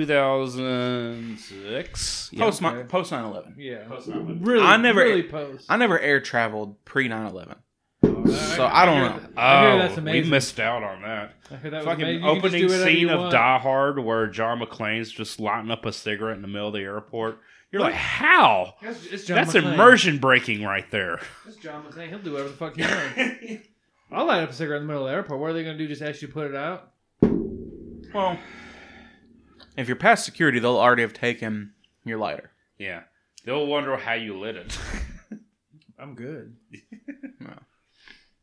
Speaker 4: 2006. Yeah.
Speaker 6: Post
Speaker 1: okay.
Speaker 6: post 9/11.
Speaker 1: Yeah.
Speaker 4: Post nine.
Speaker 1: Oh, Really,
Speaker 6: I never-
Speaker 1: really post.
Speaker 6: I never air traveled pre 9/11.
Speaker 1: Uh,
Speaker 6: So I don't
Speaker 1: hear
Speaker 6: know.
Speaker 1: that- I hear that's
Speaker 4: Oh, we
Speaker 1: amazing.
Speaker 4: missed out on that.
Speaker 1: I hear that was amazing.
Speaker 4: Fucking
Speaker 1: You can just do
Speaker 4: opening
Speaker 1: whatever you
Speaker 4: scene of
Speaker 1: want.
Speaker 4: Die Hard where John McClane's just lighting up a cigarette in the middle of the airport. You're like, how?
Speaker 1: That's, it's John
Speaker 4: That's
Speaker 1: McClane.
Speaker 4: immersion breaking right there.
Speaker 1: That's John McClane. He'll do whatever the fuck he wants. I'll light up a cigarette in the middle of the airport. What are they going to do? Just ask you to put it out?
Speaker 6: Well, if you're past security, they'll already have taken your lighter.
Speaker 4: Yeah. They'll wonder how you lit it.
Speaker 1: I'm good.
Speaker 6: No.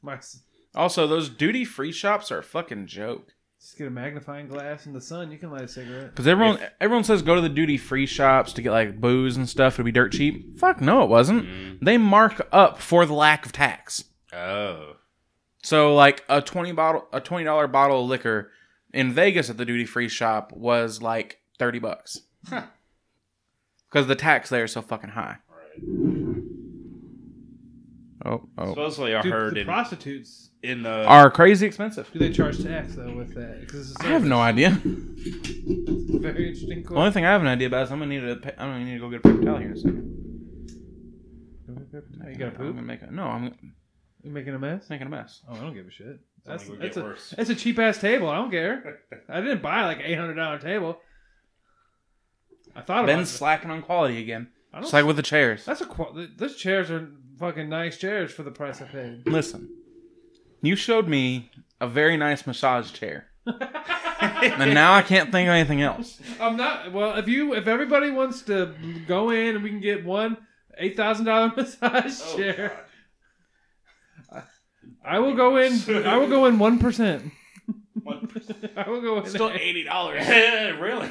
Speaker 1: My, s-
Speaker 6: Also, those duty free shops are a fucking joke.
Speaker 1: just get a magnifying glass in the sun. You can light a cigarette.
Speaker 6: Because everyone, everyone says go to the duty free shops to get like booze and stuff. It'll be dirt cheap. Fuck no, it wasn't.
Speaker 4: Mm.
Speaker 6: They mark up for the lack of tax.
Speaker 4: Oh.
Speaker 6: So like a twenty bottle, a twenty dollar bottle of liquor in Vegas at the duty free shop was like thirty bucks. Because the tax there is so fucking high. Oh, oh.
Speaker 4: Supposedly, I
Speaker 1: Dude,
Speaker 4: heard
Speaker 1: the
Speaker 4: in,
Speaker 1: prostitutes,
Speaker 4: in the.
Speaker 6: Are crazy expensive.
Speaker 1: do they charge tax, though, with that? Because it's a
Speaker 6: I have no idea.
Speaker 1: service. very interesting
Speaker 6: The only
Speaker 1: question.
Speaker 6: thing I have an idea about is I'm gonna need a pa- I'm gonna need to go get a paper towel here in a second.
Speaker 1: You got to
Speaker 6: I'm
Speaker 1: poop?
Speaker 6: gonna make a, no, I'm
Speaker 1: You making a mess?
Speaker 6: making a mess.
Speaker 1: Oh, I don't give a shit. That's,
Speaker 4: only gonna
Speaker 1: that's,
Speaker 4: get
Speaker 1: a,
Speaker 4: worse.
Speaker 1: that's a cheap ass table. I don't care. I didn't buy like an eight hundred dollar table. I thought about
Speaker 6: Ben's
Speaker 1: it.
Speaker 6: slacking on quality again.
Speaker 1: I don't
Speaker 6: It's like with the chairs.
Speaker 1: That's a qual- th- those chairs are fucking nice chairs for the price I paid.
Speaker 6: Listen, you showed me a very nice massage chair, and now I can't think of anything else.
Speaker 1: I'm not well. If you if everybody wants to go in and we can get one eight thousand dollar massage chair, I will go in. I will go in one percent. I will go in. eight.
Speaker 4: dollars. really?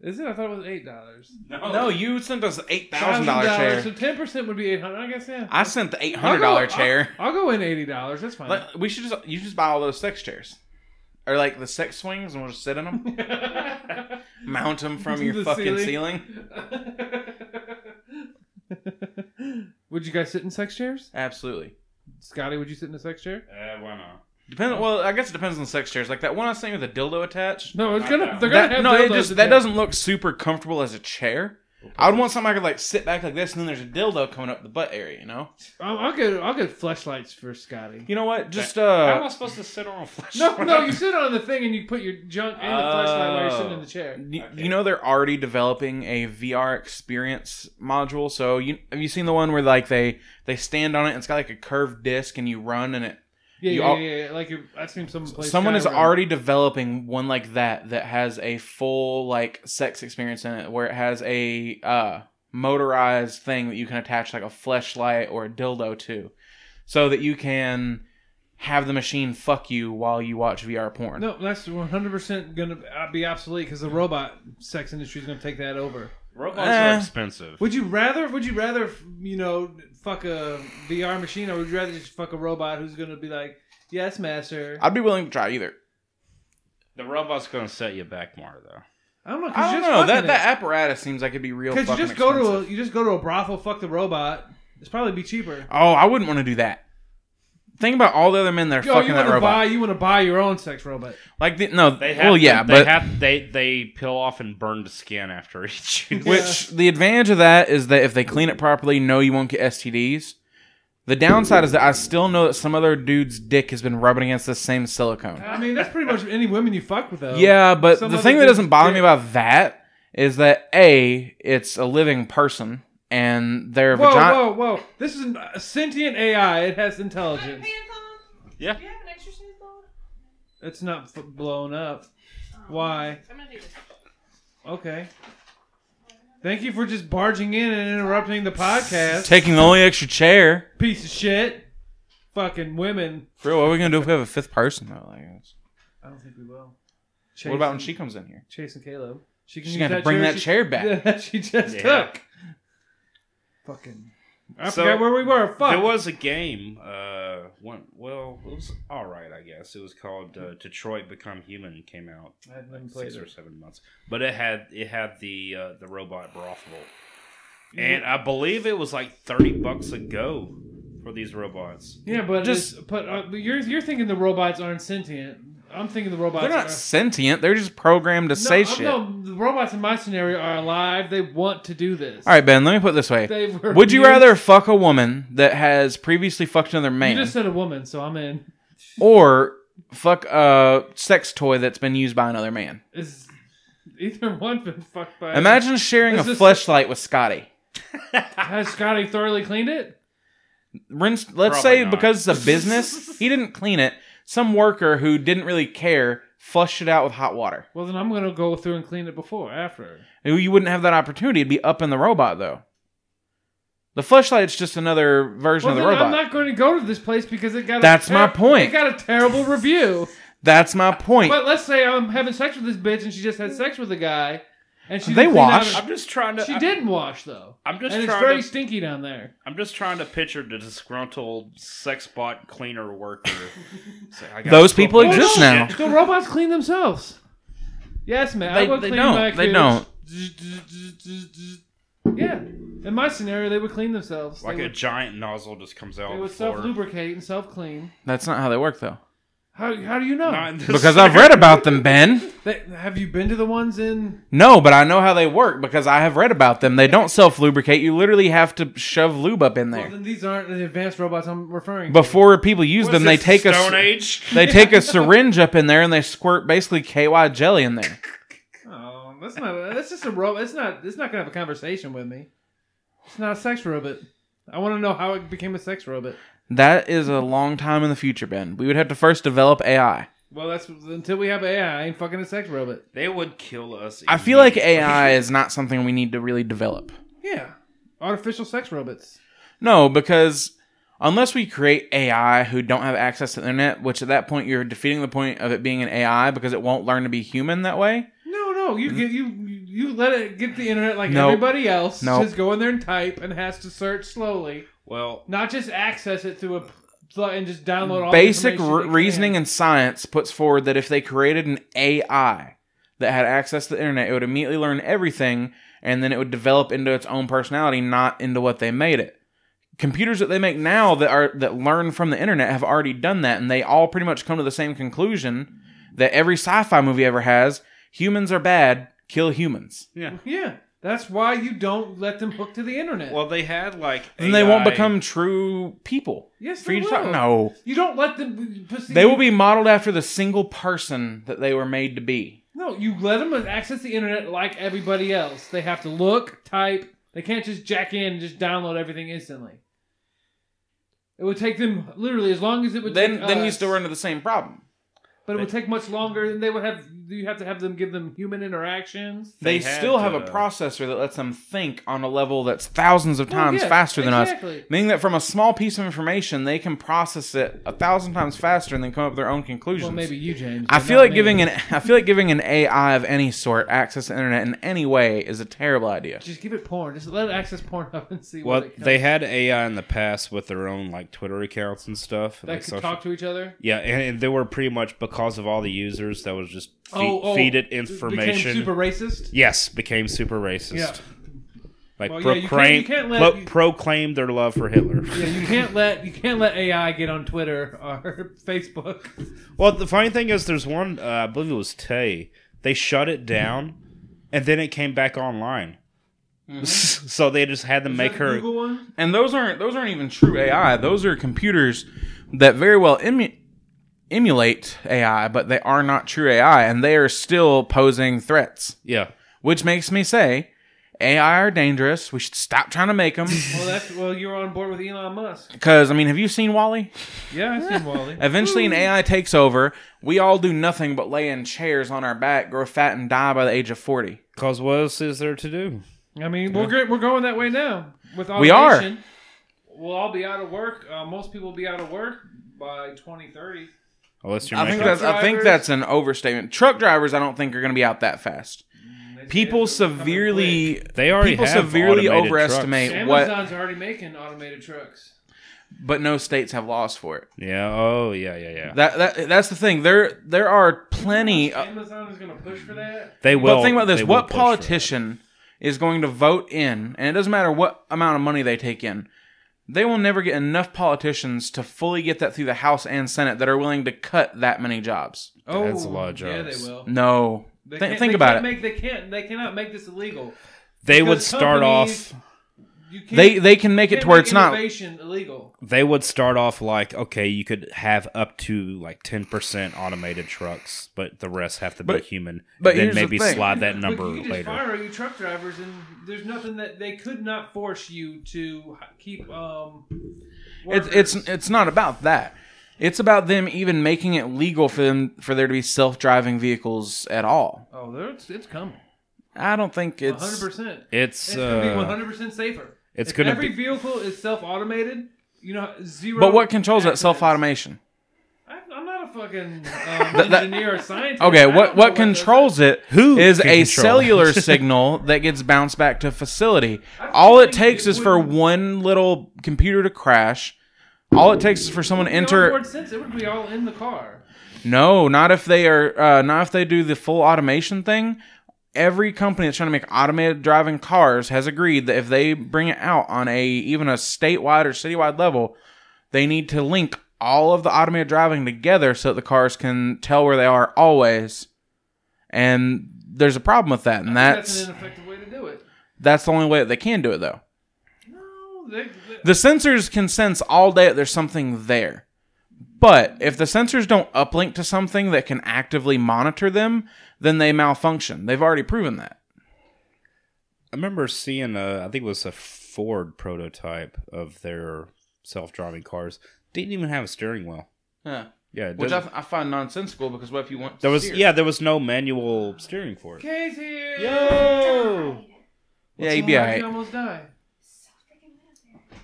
Speaker 1: Is it? I thought it was eight dollars.
Speaker 4: No.
Speaker 6: No, you sent us eight thousand dollar
Speaker 1: So
Speaker 6: chair.
Speaker 1: ten percent would be eight hundred. I guess yeah.
Speaker 6: I sent the eight
Speaker 1: I'll
Speaker 6: hundred
Speaker 1: go-
Speaker 6: dollar chair.
Speaker 1: I'll, I'll go in eighty dollars. That's fine.
Speaker 6: Let- we should just you just buy all those sex chairs, or like the sex swings, and we'll just sit in them, mount them from
Speaker 1: To
Speaker 6: your
Speaker 1: the
Speaker 6: fucking
Speaker 1: ceiling.
Speaker 6: ceiling.
Speaker 1: would you guys sit in sex chairs?
Speaker 6: Absolutely.
Speaker 1: Scotty, would you sit in a sex chair?
Speaker 4: Uh, why not?
Speaker 6: Depend. Well, I guess it depends on the sex chairs. Like that one I sent you with the dildo attached.
Speaker 1: No, it's
Speaker 4: Not
Speaker 1: gonna.
Speaker 4: that
Speaker 1: They're gonna
Speaker 6: That-
Speaker 1: have
Speaker 6: no, it
Speaker 1: dildos
Speaker 6: just
Speaker 1: in
Speaker 6: that
Speaker 1: there.
Speaker 6: doesn't look super comfortable as a chair. I would want something I could like sit back like this, and then there's a dildo coming up the butt area. You know.
Speaker 1: I'll, I'll get. I'll get flashlights for Scotty.
Speaker 6: You know what? Just
Speaker 4: How am I
Speaker 6: uh,
Speaker 4: supposed to sit on a flesh?
Speaker 1: No, no, you sit on the thing and you put your junk in the flashlight while you're sitting in the chair.
Speaker 6: y-
Speaker 4: Okay.
Speaker 6: you know they're already developing a VR experience module. So you have you seen the one where like they they stand on it and it's got like a curved disc and you run and it.
Speaker 1: Yeah,
Speaker 6: You
Speaker 1: yeah,
Speaker 6: all-
Speaker 1: yeah, yeah, Like you're. I've seen someone play.
Speaker 6: someone is
Speaker 1: Skyrim.
Speaker 6: already developing one like that that has a full like sex experience in it where it has a uh motorized thing that you can attach like a fleshlight or a dildo to so that you can have the machine fuck you while you watch VR porn.
Speaker 1: No, that's 100 percent gonna be obsolete because the robot sex industry is gonna take that over.
Speaker 4: Robots
Speaker 6: Eh.
Speaker 4: are expensive.
Speaker 1: Would you rather? Would you rather? You know, fuck a VR machine, or would you rather just fuck a robot who's gonna be like, "Yes, master."
Speaker 6: I'd be willing to try either.
Speaker 4: The robot's gonna set you back more though.
Speaker 1: I don't know. 'cause you're
Speaker 6: I
Speaker 1: just
Speaker 6: don't know.
Speaker 1: fucking
Speaker 6: That
Speaker 1: it.
Speaker 6: that apparatus seems like it'd be real
Speaker 1: Because
Speaker 6: fucking
Speaker 1: you just
Speaker 6: expensive.
Speaker 1: go to a, you just go to a brothel, fuck the robot. It's probably be cheaper.
Speaker 6: Oh, I wouldn't want to do that. think about all the other men that are
Speaker 1: Yo, you
Speaker 6: fucking
Speaker 1: want
Speaker 6: that
Speaker 1: to
Speaker 6: robot.
Speaker 1: buy? You want to buy your own sex robot?
Speaker 6: Like the, no,
Speaker 4: They have
Speaker 6: well,
Speaker 4: to-
Speaker 6: yeah,
Speaker 4: they
Speaker 6: but
Speaker 4: have they they peel off and burn the skin after each use.
Speaker 6: which the advantage of that is that if they clean it properly, no, you won't get STDs. The downside is that I still know that some other dude's dick has been rubbing against the same silicone.
Speaker 1: I mean, that's pretty much any women you fuck with, though.
Speaker 6: Yeah, but
Speaker 1: Some
Speaker 6: the
Speaker 1: other
Speaker 6: thing that
Speaker 1: dude's
Speaker 6: doesn't bother me
Speaker 1: dick.
Speaker 6: about that is that a it's a living person and their
Speaker 1: Whoa,
Speaker 6: vagina.
Speaker 1: whoa, whoa! This is an- a sentient AI. It has intelligence.
Speaker 4: Yeah.
Speaker 9: Do you have an extra shoes ball?
Speaker 1: It's not f- blown up. Why?
Speaker 9: I'm gonna do this.
Speaker 1: Okay. Thank you for just barging in and interrupting the podcast.
Speaker 6: Taking the only extra chair.
Speaker 1: piece of shit. Fucking women.
Speaker 6: For real, what are we gonna do if we have a fifth person though? Like, it's-
Speaker 1: I don't think we will.
Speaker 6: what about when she comes in here?
Speaker 1: chasing Caleb? She
Speaker 6: She's
Speaker 1: use
Speaker 6: gonna have to bring that
Speaker 1: she-
Speaker 6: chair back.
Speaker 1: that she just
Speaker 4: Yeah.
Speaker 1: took. Fucking. I
Speaker 4: I So-
Speaker 1: forgot
Speaker 4: forgot
Speaker 1: where
Speaker 4: where
Speaker 1: we were. Fuck.
Speaker 4: There was a game. Uh, one. Well, it was all right, I guess. It was called uh, Detroit Become Human. Came out
Speaker 1: I haven't
Speaker 4: like
Speaker 1: even played
Speaker 4: six or
Speaker 1: it.
Speaker 4: seven months, but it had it had the uh, the robot brothel, and I believe it was like thirty bucks a go for these robots.
Speaker 1: Yeah, but
Speaker 6: Just-
Speaker 1: just but uh, but you're you're thinking the robots aren't sentient. I'm thinking the robots.
Speaker 6: They're not
Speaker 1: are,
Speaker 6: sentient. They're just programmed
Speaker 1: no,
Speaker 6: to say
Speaker 1: uh,
Speaker 6: shit. All
Speaker 1: No, the robots in my scenario are alive. They want to do this.
Speaker 6: right, Ben. Let me put it this way:
Speaker 1: They were
Speaker 6: Would you
Speaker 1: used-
Speaker 6: rather fuck a woman that has previously fucked another
Speaker 1: You
Speaker 6: man,
Speaker 1: just said a woman, so I'm in.
Speaker 6: or fuck a sex toy that's been used by another man?
Speaker 1: Is either one been fucked by?
Speaker 6: Imagine sharing
Speaker 1: This
Speaker 6: a
Speaker 1: is-
Speaker 6: fleshlight with Scotty.
Speaker 1: Has Scotty thoroughly cleaned it?
Speaker 6: Rinse, let's
Speaker 4: Probably
Speaker 6: say
Speaker 4: not.
Speaker 6: because it's a business, he didn't clean it. Some worker who didn't really care flushed it out with hot water.
Speaker 1: Well, then I'm gonna go through and clean it before, after.
Speaker 6: You wouldn't have that opportunity. It'd be up in the robot though. The fleshlight's just another version
Speaker 1: Well,
Speaker 6: of
Speaker 1: then
Speaker 6: the robot.
Speaker 1: I'm not going to go to this place because it got.
Speaker 6: That's
Speaker 1: a
Speaker 6: my point.
Speaker 1: It got a terrible review.
Speaker 6: That's my point.
Speaker 1: but let's say I'm having sex with this bitch and she just had sex with a guy, and she
Speaker 6: They
Speaker 1: didn't clean out
Speaker 6: wash.
Speaker 1: her-
Speaker 4: I'm just trying to.
Speaker 1: she
Speaker 4: I,
Speaker 1: didn't wash though,
Speaker 4: am just
Speaker 1: and it's
Speaker 4: trying
Speaker 1: very
Speaker 4: to.
Speaker 1: stinky down there.
Speaker 4: I'm just trying to picture the disgruntled sex bot cleaner worker. Say, I got
Speaker 6: Those
Speaker 4: so
Speaker 6: people
Speaker 4: much
Speaker 6: exist
Speaker 4: shit.
Speaker 6: now.
Speaker 1: The robots clean themselves. Yes, man. I
Speaker 6: They-
Speaker 1: would
Speaker 6: they
Speaker 1: clean
Speaker 6: don't.
Speaker 1: My
Speaker 6: They
Speaker 1: cooch.
Speaker 6: don't.
Speaker 1: Yeah. In my scenario, they would clean themselves.
Speaker 4: Like
Speaker 1: they
Speaker 4: a
Speaker 1: would,
Speaker 4: giant nozzle just comes out.
Speaker 1: they
Speaker 4: on the
Speaker 1: would
Speaker 4: floor.
Speaker 1: self-lubricate and self-clean.
Speaker 6: That's not how they work though.
Speaker 1: How, how do you know?
Speaker 4: Not in this
Speaker 6: Because I've read about them, Ben.
Speaker 1: They, have you been to the ones in?
Speaker 6: No, but I know how they work because I have read about them. They don't self lubricate. You literally have to shove lube up in
Speaker 1: Well,
Speaker 6: there.
Speaker 1: then these aren't the advanced robots I'm referring to.
Speaker 6: Before people use
Speaker 4: What is
Speaker 6: them, they
Speaker 4: this,
Speaker 6: take a
Speaker 4: Stone
Speaker 6: s-
Speaker 4: Age.
Speaker 6: they take a syringe up in there and they squirt basically KY jelly in there.
Speaker 1: Oh, that's not. That's just a robot. It's not. It's not gonna have a conversation with me. It's not a sex robot. I want to know how it became a sex robot.
Speaker 6: That is a long time in the future, Ben. We would have to first develop AI.
Speaker 1: Well, that's until we have AI. I ain't fucking a sex robot.
Speaker 4: They would kill us.
Speaker 6: I feel like
Speaker 4: immediately.
Speaker 6: AI is not something we need to really develop.
Speaker 1: Yeah, artificial sex robots.
Speaker 6: No, because unless we create AI who don't have access to the internet, which at that point you're defeating the point of it being an AI because it won't learn to be human that way.
Speaker 1: No, no. You get you you let it get the internet like
Speaker 6: Mm-hmm. Nope.
Speaker 1: everybody else.
Speaker 6: Nope.
Speaker 1: Just go in there and type and has to search slowly,
Speaker 4: Well,
Speaker 1: not just access it through a pl- and just download all
Speaker 6: Basic
Speaker 1: re-
Speaker 6: re- reasoning and science puts forward that if they created an AI that had access to the internet, it would immediately learn everything and then it would develop into its own personality, not into what they made it. Computers that they make now that are that learn from the internet have already done that and they all pretty much come to the same conclusion that every sci-fi movie ever has, humans are bad, kill humans.
Speaker 1: yeah, that's why you don't let them hook to the internet.
Speaker 4: well, they had like.
Speaker 6: And they won't
Speaker 4: AI
Speaker 6: become true people.
Speaker 1: yes,
Speaker 6: For
Speaker 1: they
Speaker 6: you to
Speaker 1: will.
Speaker 6: talk, no.
Speaker 1: You don't let them. Proceed.
Speaker 6: They will be modeled after the single person that they were made to be.
Speaker 1: No, you let them access the internet like everybody else. They have to look, type. They can't just jack in and just download everything instantly. It would take them literally as long as it would.
Speaker 6: then
Speaker 1: take
Speaker 6: then
Speaker 1: us,
Speaker 6: you still run into the same problem.
Speaker 1: But it would take much longer, and they would have. You have to have them give them human interactions.
Speaker 6: They,
Speaker 4: They had
Speaker 6: still have a
Speaker 4: to-
Speaker 6: processor that lets them think on a level that's thousands of
Speaker 1: Well,
Speaker 6: times
Speaker 1: Oh, yeah,
Speaker 6: faster than us.
Speaker 1: exactly.
Speaker 6: Meaning that from a small piece of information, they can process it a thousand times faster and then come up with their own conclusions.
Speaker 1: Well, maybe you, James.
Speaker 6: I
Speaker 1: but
Speaker 6: feel
Speaker 1: not
Speaker 6: like
Speaker 1: me.
Speaker 6: giving an I feel like giving an AI of any sort access to the internet in any way is a terrible idea.
Speaker 1: Just give it porn. Just let it access porn up and see what
Speaker 4: Well,
Speaker 1: it comes.
Speaker 4: they had AI in the past with their own like Twitter accounts and stuff.
Speaker 1: that
Speaker 4: like,
Speaker 1: could
Speaker 4: social-
Speaker 1: talk to each other.
Speaker 4: Yeah, and, and they were pretty much because of all the users that was just fe-
Speaker 1: Oh, oh,
Speaker 4: feed it
Speaker 1: Became
Speaker 4: information.
Speaker 1: super racist.
Speaker 4: yes, became super racist.
Speaker 1: Yeah.
Speaker 4: Like
Speaker 1: Well, yeah, you can't-
Speaker 4: proclaim
Speaker 1: you can't let-
Speaker 4: pro-
Speaker 1: you-
Speaker 4: proclaim their love for Hitler.
Speaker 1: Yeah, you can't let you can't let AI get on Twitter or Facebook.
Speaker 4: Well, the funny thing is, there's one. Uh, I believe it was Tay. They shut it down, and then it came back online. so they just had to make
Speaker 1: Mm-hmm. Is that the
Speaker 4: her.
Speaker 1: Google one?
Speaker 6: and those aren't those aren't even true AI. Those are computers that very well emu- emulate AI, but they are not true AI, and they are still posing threats.
Speaker 4: Yeah,
Speaker 6: Which makes me say, AI are dangerous. We should stop trying to make them.
Speaker 1: Well, that's well, you're on board with Elon Musk.
Speaker 6: Because I mean, have you seen Wally?
Speaker 1: Yeah, I seen Wally.
Speaker 6: Eventually, an AI takes over. We all do nothing but lay in chairs on our back, grow fat, and die by the age of forty.
Speaker 4: cause what else is there to do?
Speaker 1: I mean, we're gr- we're going that way now with
Speaker 6: We are.
Speaker 1: automation. We'll all be out of work. Uh, most people will be out of work by 2030.
Speaker 4: Unless you're
Speaker 6: I think
Speaker 4: making.
Speaker 6: that's I think
Speaker 1: drivers-
Speaker 6: that's an overstatement. Truck drivers, I don't think are going to be out that fast.
Speaker 1: They say
Speaker 6: People
Speaker 1: it's coming quick.
Speaker 6: severely
Speaker 4: they already
Speaker 6: people
Speaker 4: have
Speaker 6: severely
Speaker 4: automated trucks.
Speaker 6: overestimate what,
Speaker 1: Amazon's already making automated trucks.
Speaker 6: but no states have laws for it.
Speaker 4: Yeah. Oh, yeah, yeah, yeah.
Speaker 6: That, that that's the thing. There there are plenty. Of,
Speaker 1: Amazon is going to push for that.
Speaker 4: They will.
Speaker 6: but think about
Speaker 4: they
Speaker 6: this:
Speaker 4: will
Speaker 6: what
Speaker 4: push for that.
Speaker 6: politician is going to vote in, and it doesn't matter what amount of money they take in, they will never get enough politicians to fully get that through the House and Senate that are willing to cut that many jobs.
Speaker 1: Oh,
Speaker 4: That's a lot of
Speaker 1: Yeah, they
Speaker 4: jobs.
Speaker 1: will.
Speaker 6: No,
Speaker 1: They
Speaker 6: Think-
Speaker 1: can't-
Speaker 6: think
Speaker 1: they
Speaker 6: about
Speaker 1: can't
Speaker 6: it.
Speaker 1: Make, they can't. They cannot make this illegal.
Speaker 4: They would
Speaker 1: Because
Speaker 4: start
Speaker 1: companies
Speaker 4: off.
Speaker 1: You can't,
Speaker 6: They they can make it
Speaker 1: can't
Speaker 6: to where it's not.
Speaker 1: innovation illegal.
Speaker 4: They would start off like okay, you could have up to like ten percent automated trucks, but the rest have to be
Speaker 6: But-
Speaker 4: human.
Speaker 6: but
Speaker 4: and then
Speaker 6: here's the
Speaker 4: maybe
Speaker 6: thing.
Speaker 4: slide that
Speaker 1: But
Speaker 4: number
Speaker 1: you just
Speaker 4: later.
Speaker 1: fire all you truck drivers, and there's nothing that they could not force you to h- keep. Um,
Speaker 6: It's it's
Speaker 1: workers.
Speaker 6: it's not about that. It's about them even making it legal for them for there to be self driving vehicles at all.
Speaker 1: oh, there- it's it's coming.
Speaker 6: I don't think
Speaker 1: One
Speaker 6: it's.
Speaker 1: hundred percent.
Speaker 4: It's,
Speaker 1: It's gonna be one
Speaker 4: uh,
Speaker 1: hundred percent safer.
Speaker 4: it's
Speaker 1: If
Speaker 4: gonna
Speaker 1: every
Speaker 4: be-
Speaker 1: vehicle is self automated. You know zero.
Speaker 6: But what controls that
Speaker 1: accidents.
Speaker 6: self automation?
Speaker 1: I- I'm not a fucking um,
Speaker 6: Th- that-
Speaker 1: engineer or scientist. I
Speaker 6: Okay,
Speaker 1: don't
Speaker 6: what
Speaker 1: know
Speaker 6: what
Speaker 1: does it.
Speaker 6: controls it
Speaker 4: Who
Speaker 6: is
Speaker 4: can
Speaker 6: a
Speaker 4: control
Speaker 6: cellular
Speaker 4: it?
Speaker 6: signal that gets bounced back to facility.
Speaker 1: I
Speaker 6: All it
Speaker 1: think
Speaker 6: takes
Speaker 1: it
Speaker 6: is for
Speaker 1: wouldn't-
Speaker 6: one little computer to crash. All it takes is for someone to
Speaker 1: Enter.
Speaker 6: enter.
Speaker 1: It would be all in the car.
Speaker 6: No, not if they are. Uh, not if they do the full automation thing. Every company that's trying to make automated driving cars has agreed that if they bring it out on a even a statewide or citywide level, they need to link all of the automated driving together so that the cars can tell where they are always. And there's a problem with that, and
Speaker 1: That's,
Speaker 6: that's
Speaker 1: an ineffective way to do it.
Speaker 6: that's the only way that they can do it though.
Speaker 1: No, they, they,
Speaker 6: The sensors can sense all day that there's something there. But if the sensors don't uplink to something that can actively monitor them, then they malfunction. They've already proven that.
Speaker 4: I remember seeing a, I think it was a Ford prototype of their self-driving cars. Didn't even have a steering wheel. Yeah, it
Speaker 6: Which I,
Speaker 4: doesn't-
Speaker 6: I find nonsensical because what if you want
Speaker 4: there was
Speaker 6: steer?
Speaker 4: yeah, there was no manual steering for it.
Speaker 1: Kay's here.
Speaker 4: Yo,
Speaker 6: yeah, you'd be all
Speaker 1: You
Speaker 6: right.
Speaker 1: almost die.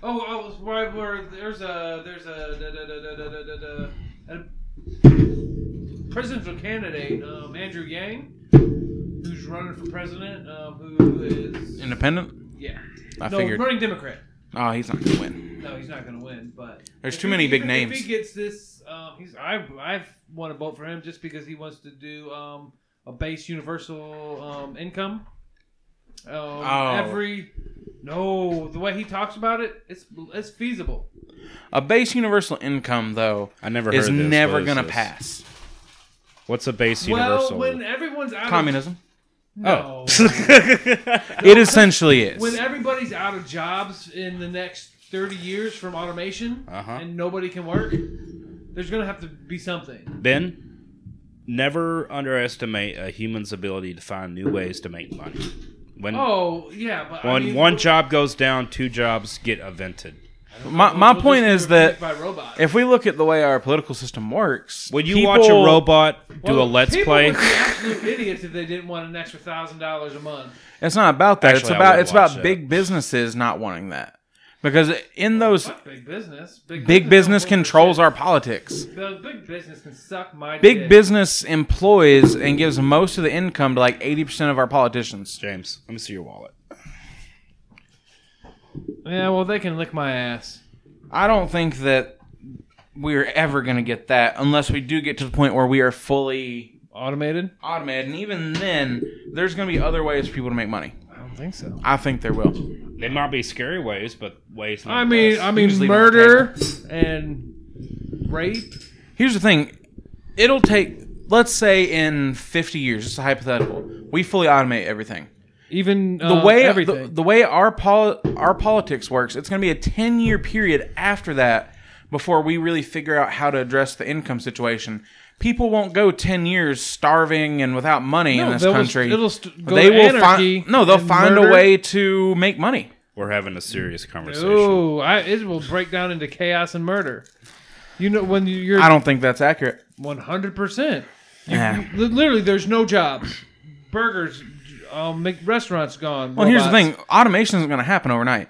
Speaker 1: Oh, I was right where there's a there's a da, da, da, da, da, da, da, da, a presidential candidate um, Andrew Yang, who's running for president, um, who is
Speaker 6: Independent?
Speaker 1: yeah,
Speaker 6: I
Speaker 1: no
Speaker 6: figured.
Speaker 1: running Democrat.
Speaker 6: Oh, he's not going to win.
Speaker 1: No, he's not going to win. But
Speaker 6: There's
Speaker 1: if
Speaker 6: too
Speaker 1: he-
Speaker 6: many
Speaker 1: if-
Speaker 6: big
Speaker 1: if
Speaker 6: names.
Speaker 1: he gets this, um, he's I I want to vote for him just because he wants to do um, a base universal um, income. Um,
Speaker 6: Oh.
Speaker 1: Every no, the way he talks about it, it's it's feasible.
Speaker 6: A base universal income, though,
Speaker 4: I never heard
Speaker 6: is
Speaker 4: of this. What
Speaker 6: never
Speaker 4: is
Speaker 6: going to
Speaker 4: this?
Speaker 6: pass.
Speaker 4: What's a base
Speaker 1: Well,
Speaker 4: universal?
Speaker 1: when everyone's out
Speaker 6: Communism.
Speaker 1: of
Speaker 4: oh,
Speaker 1: no,
Speaker 6: It essentially is.
Speaker 1: when everybody's out of jobs in the next thirty years from automation
Speaker 4: Uh-huh.
Speaker 1: and nobody can work, there's going to have to be something.
Speaker 4: Ben, never underestimate a human's ability to find new ways to make money. When
Speaker 1: Oh yeah, but I
Speaker 4: when
Speaker 1: mean,
Speaker 4: one job goes down, two jobs get invented.
Speaker 6: my my
Speaker 1: We'll
Speaker 6: point
Speaker 1: just
Speaker 6: is
Speaker 1: be
Speaker 6: that
Speaker 1: replaced by robots.
Speaker 6: if we look at the way our political system works,
Speaker 4: When you watch a
Speaker 6: people-
Speaker 4: robot do a
Speaker 1: Well,
Speaker 4: let's
Speaker 1: people
Speaker 4: play,
Speaker 1: Would be absolute idiots if they didn't want an extra thousand dollars a month.
Speaker 6: It's not about that. it's
Speaker 4: Actually, I
Speaker 6: about
Speaker 4: would
Speaker 6: it's about
Speaker 4: watch that.
Speaker 6: big businesses not wanting that because in those
Speaker 1: Fuck big business. Big,
Speaker 6: big business
Speaker 1: don't want
Speaker 6: controls
Speaker 1: shit.
Speaker 6: our politics.
Speaker 1: The big business can suck my
Speaker 6: Big
Speaker 1: dick.
Speaker 6: business employs and gives most of the income to like eighty percent of our politicians.
Speaker 4: James, let me see your wallet.
Speaker 1: Yeah, well, they can lick my ass.
Speaker 6: I don't think that we're ever going to get that unless we do get to the point where we are fully
Speaker 1: Automated?
Speaker 6: automated, and even then, there's going to be other ways for people to make money.
Speaker 1: I don't think so.
Speaker 6: I think there will.
Speaker 4: They might be scary ways, but ways.
Speaker 1: I mean, I mean,
Speaker 6: Usually
Speaker 1: murder and rape.
Speaker 6: Here's the thing. It'll take let's say in 50 years, just a hypothetical. We fully automate everything.
Speaker 1: Even
Speaker 6: The way
Speaker 1: Uh, everything.
Speaker 6: the, the way our pol- our politics works, it's going to be a 10-year period after that before we really figure out how to address the income situation. People won't go 10 years starving and without money in this
Speaker 1: they'll-
Speaker 6: country.
Speaker 1: it'll st- go
Speaker 6: they
Speaker 1: to
Speaker 6: will
Speaker 1: anarchy
Speaker 6: find No, they'll
Speaker 1: and
Speaker 6: find
Speaker 1: murder.
Speaker 6: a way to make money.
Speaker 4: we're having a serious conversation.
Speaker 1: Oh, I, it will break down into chaos and murder. You know when you- you're
Speaker 6: I don't think that's accurate. Eh.
Speaker 1: one hundred percent.
Speaker 6: Yeah.
Speaker 1: Literally, there's no jobs. Burgers, um, make restaurants gone.
Speaker 6: Well, here's the
Speaker 1: robots.
Speaker 6: thing: automation isn't going to happen overnight.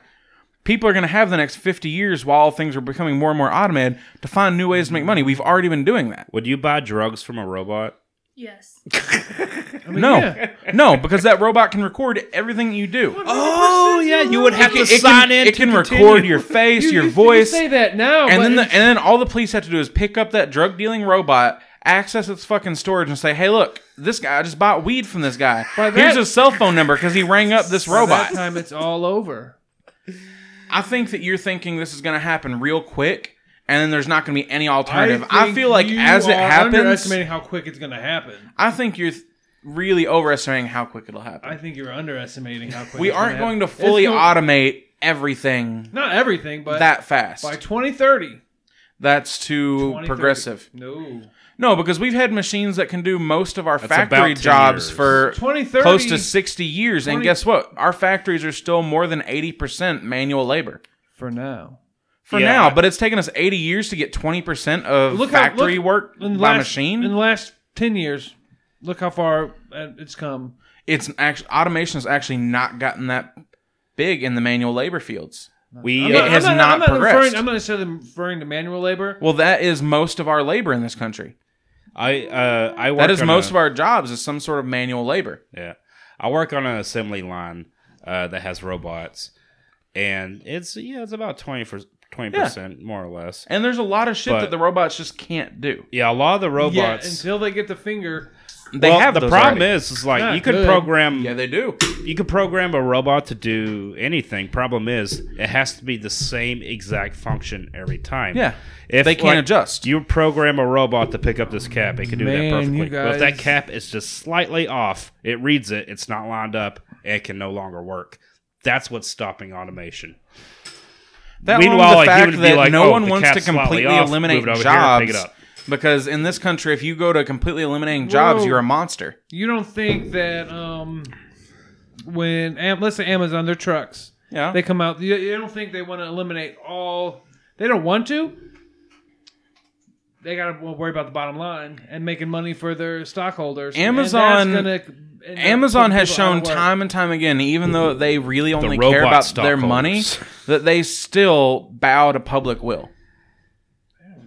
Speaker 6: People are going to have the next 50 years while things are becoming more and more automated to find new ways to make money. We've already been doing that.
Speaker 4: Would you buy drugs from a robot?
Speaker 10: Yes.
Speaker 1: I mean,
Speaker 6: no,
Speaker 1: yeah.
Speaker 6: no, because that robot can record everything you do.
Speaker 4: Oh yeah, you would have
Speaker 6: It can, it can record your face,
Speaker 1: You-
Speaker 6: your
Speaker 1: you- you
Speaker 6: voice,
Speaker 1: say that now,
Speaker 6: and then the,
Speaker 1: but
Speaker 6: and then all the police have to do is pick up that drug dealing robot, access its fucking storage, and say, "Hey, look, this guy I just bought weed from this guy.
Speaker 1: By that-
Speaker 6: Here's his cell phone number because he rang up this
Speaker 1: by
Speaker 6: robot."
Speaker 1: That time it's all over.
Speaker 6: I think that you're thinking this is going to happen real quick, and then there's not going to be any alternative. I,
Speaker 1: think
Speaker 6: feel like
Speaker 1: you
Speaker 6: as it
Speaker 1: are
Speaker 6: happens,
Speaker 1: underestimating how quick it's going to happen.
Speaker 6: I think you're th- really overestimating how quick it'll happen.
Speaker 1: I think you're underestimating how quick.
Speaker 6: we
Speaker 1: it's gonna
Speaker 6: aren't going to
Speaker 1: happen. It's
Speaker 6: fully
Speaker 1: gonna-
Speaker 6: automate everything
Speaker 1: Not everything, but
Speaker 6: that fast.
Speaker 1: by 2030.
Speaker 6: That's too
Speaker 1: 2030.
Speaker 6: progressive.
Speaker 1: No.
Speaker 6: No, because we've had machines that can do most of our
Speaker 4: That's about
Speaker 6: factory
Speaker 4: 10
Speaker 6: jobs
Speaker 4: years.
Speaker 6: for
Speaker 1: 2030.
Speaker 6: close to 60 years, and
Speaker 1: 20
Speaker 6: guess what? Our factories are still more than 80% manual labor.
Speaker 1: for now.
Speaker 6: For
Speaker 4: Yeah.
Speaker 6: now, but it's taken us 80 years to get 20% of
Speaker 1: Look how-
Speaker 6: factory
Speaker 1: look-
Speaker 6: work by
Speaker 1: In the last,
Speaker 6: machine.
Speaker 1: In the last 10 years, look how far uh, it's come.
Speaker 6: it's actually automation has actually not gotten that big in the manual labor fields.
Speaker 4: We
Speaker 1: I'm
Speaker 6: It has
Speaker 1: I'm I'm
Speaker 6: not progressed.
Speaker 1: Referring, I'm not necessarily referring to manual labor.
Speaker 6: Well, that is most of our labor in this country.
Speaker 4: I uh I work
Speaker 6: That is
Speaker 4: on
Speaker 6: most
Speaker 4: a,
Speaker 6: of our jobs is some sort of manual labor.
Speaker 4: Yeah. I work on an assembly line uh, that has robots, and it's yeah, it's about twenty for twenty percent more or less.
Speaker 6: And there's a lot of shit
Speaker 4: But-
Speaker 6: that the robots just can't do.
Speaker 4: Yeah, a lot of the
Speaker 1: Yeah,
Speaker 4: robots.
Speaker 1: until they get the finger.
Speaker 6: They
Speaker 4: well,
Speaker 6: have
Speaker 4: the
Speaker 6: those
Speaker 4: problem
Speaker 6: already.
Speaker 4: is, is like
Speaker 1: Not
Speaker 4: you could
Speaker 1: good.
Speaker 4: program
Speaker 6: yeah, they do.
Speaker 4: you could program a robot to do anything. Problem is, it has to be the same exact function every time.
Speaker 6: Yeah.
Speaker 4: if
Speaker 6: They can't
Speaker 4: like,
Speaker 6: adjust.
Speaker 4: You program a robot to pick up this cap, it can do
Speaker 1: Man,
Speaker 4: that perfectly.
Speaker 1: you
Speaker 4: But if that
Speaker 1: guys-
Speaker 4: cap is just slightly off, it reads it, it's not lined up, and it can no longer work. That's what's stopping automation.
Speaker 6: That
Speaker 4: Meanwhile,
Speaker 6: along with
Speaker 4: like,
Speaker 6: the
Speaker 4: he
Speaker 6: fact
Speaker 4: would be
Speaker 6: that
Speaker 4: like,
Speaker 6: no
Speaker 4: "Oh,
Speaker 6: one
Speaker 4: the
Speaker 6: wants to
Speaker 4: cat's slightly
Speaker 6: completely
Speaker 4: off, move it
Speaker 6: eliminate
Speaker 4: over here, pick
Speaker 6: jobs
Speaker 4: it up.
Speaker 6: because in this country, if you go to completely eliminating jobs,
Speaker 1: Whoa.
Speaker 6: you're a monster.
Speaker 1: You don't think that um, when, Am- let's say Amazon, their trucks,
Speaker 6: Yeah,
Speaker 1: they come out, you, you don't think they want to eliminate all, they don't want to. They got to worry about the bottom line and making money for their stockholders. And that's
Speaker 6: Amazon-
Speaker 1: gonna- and that's
Speaker 6: Amazon
Speaker 1: putting
Speaker 6: has
Speaker 1: people out
Speaker 6: shown
Speaker 1: of work.
Speaker 6: time and time again, even though they really only
Speaker 4: robot
Speaker 6: care about their
Speaker 4: stockholders.
Speaker 6: money, that they still bow to public will.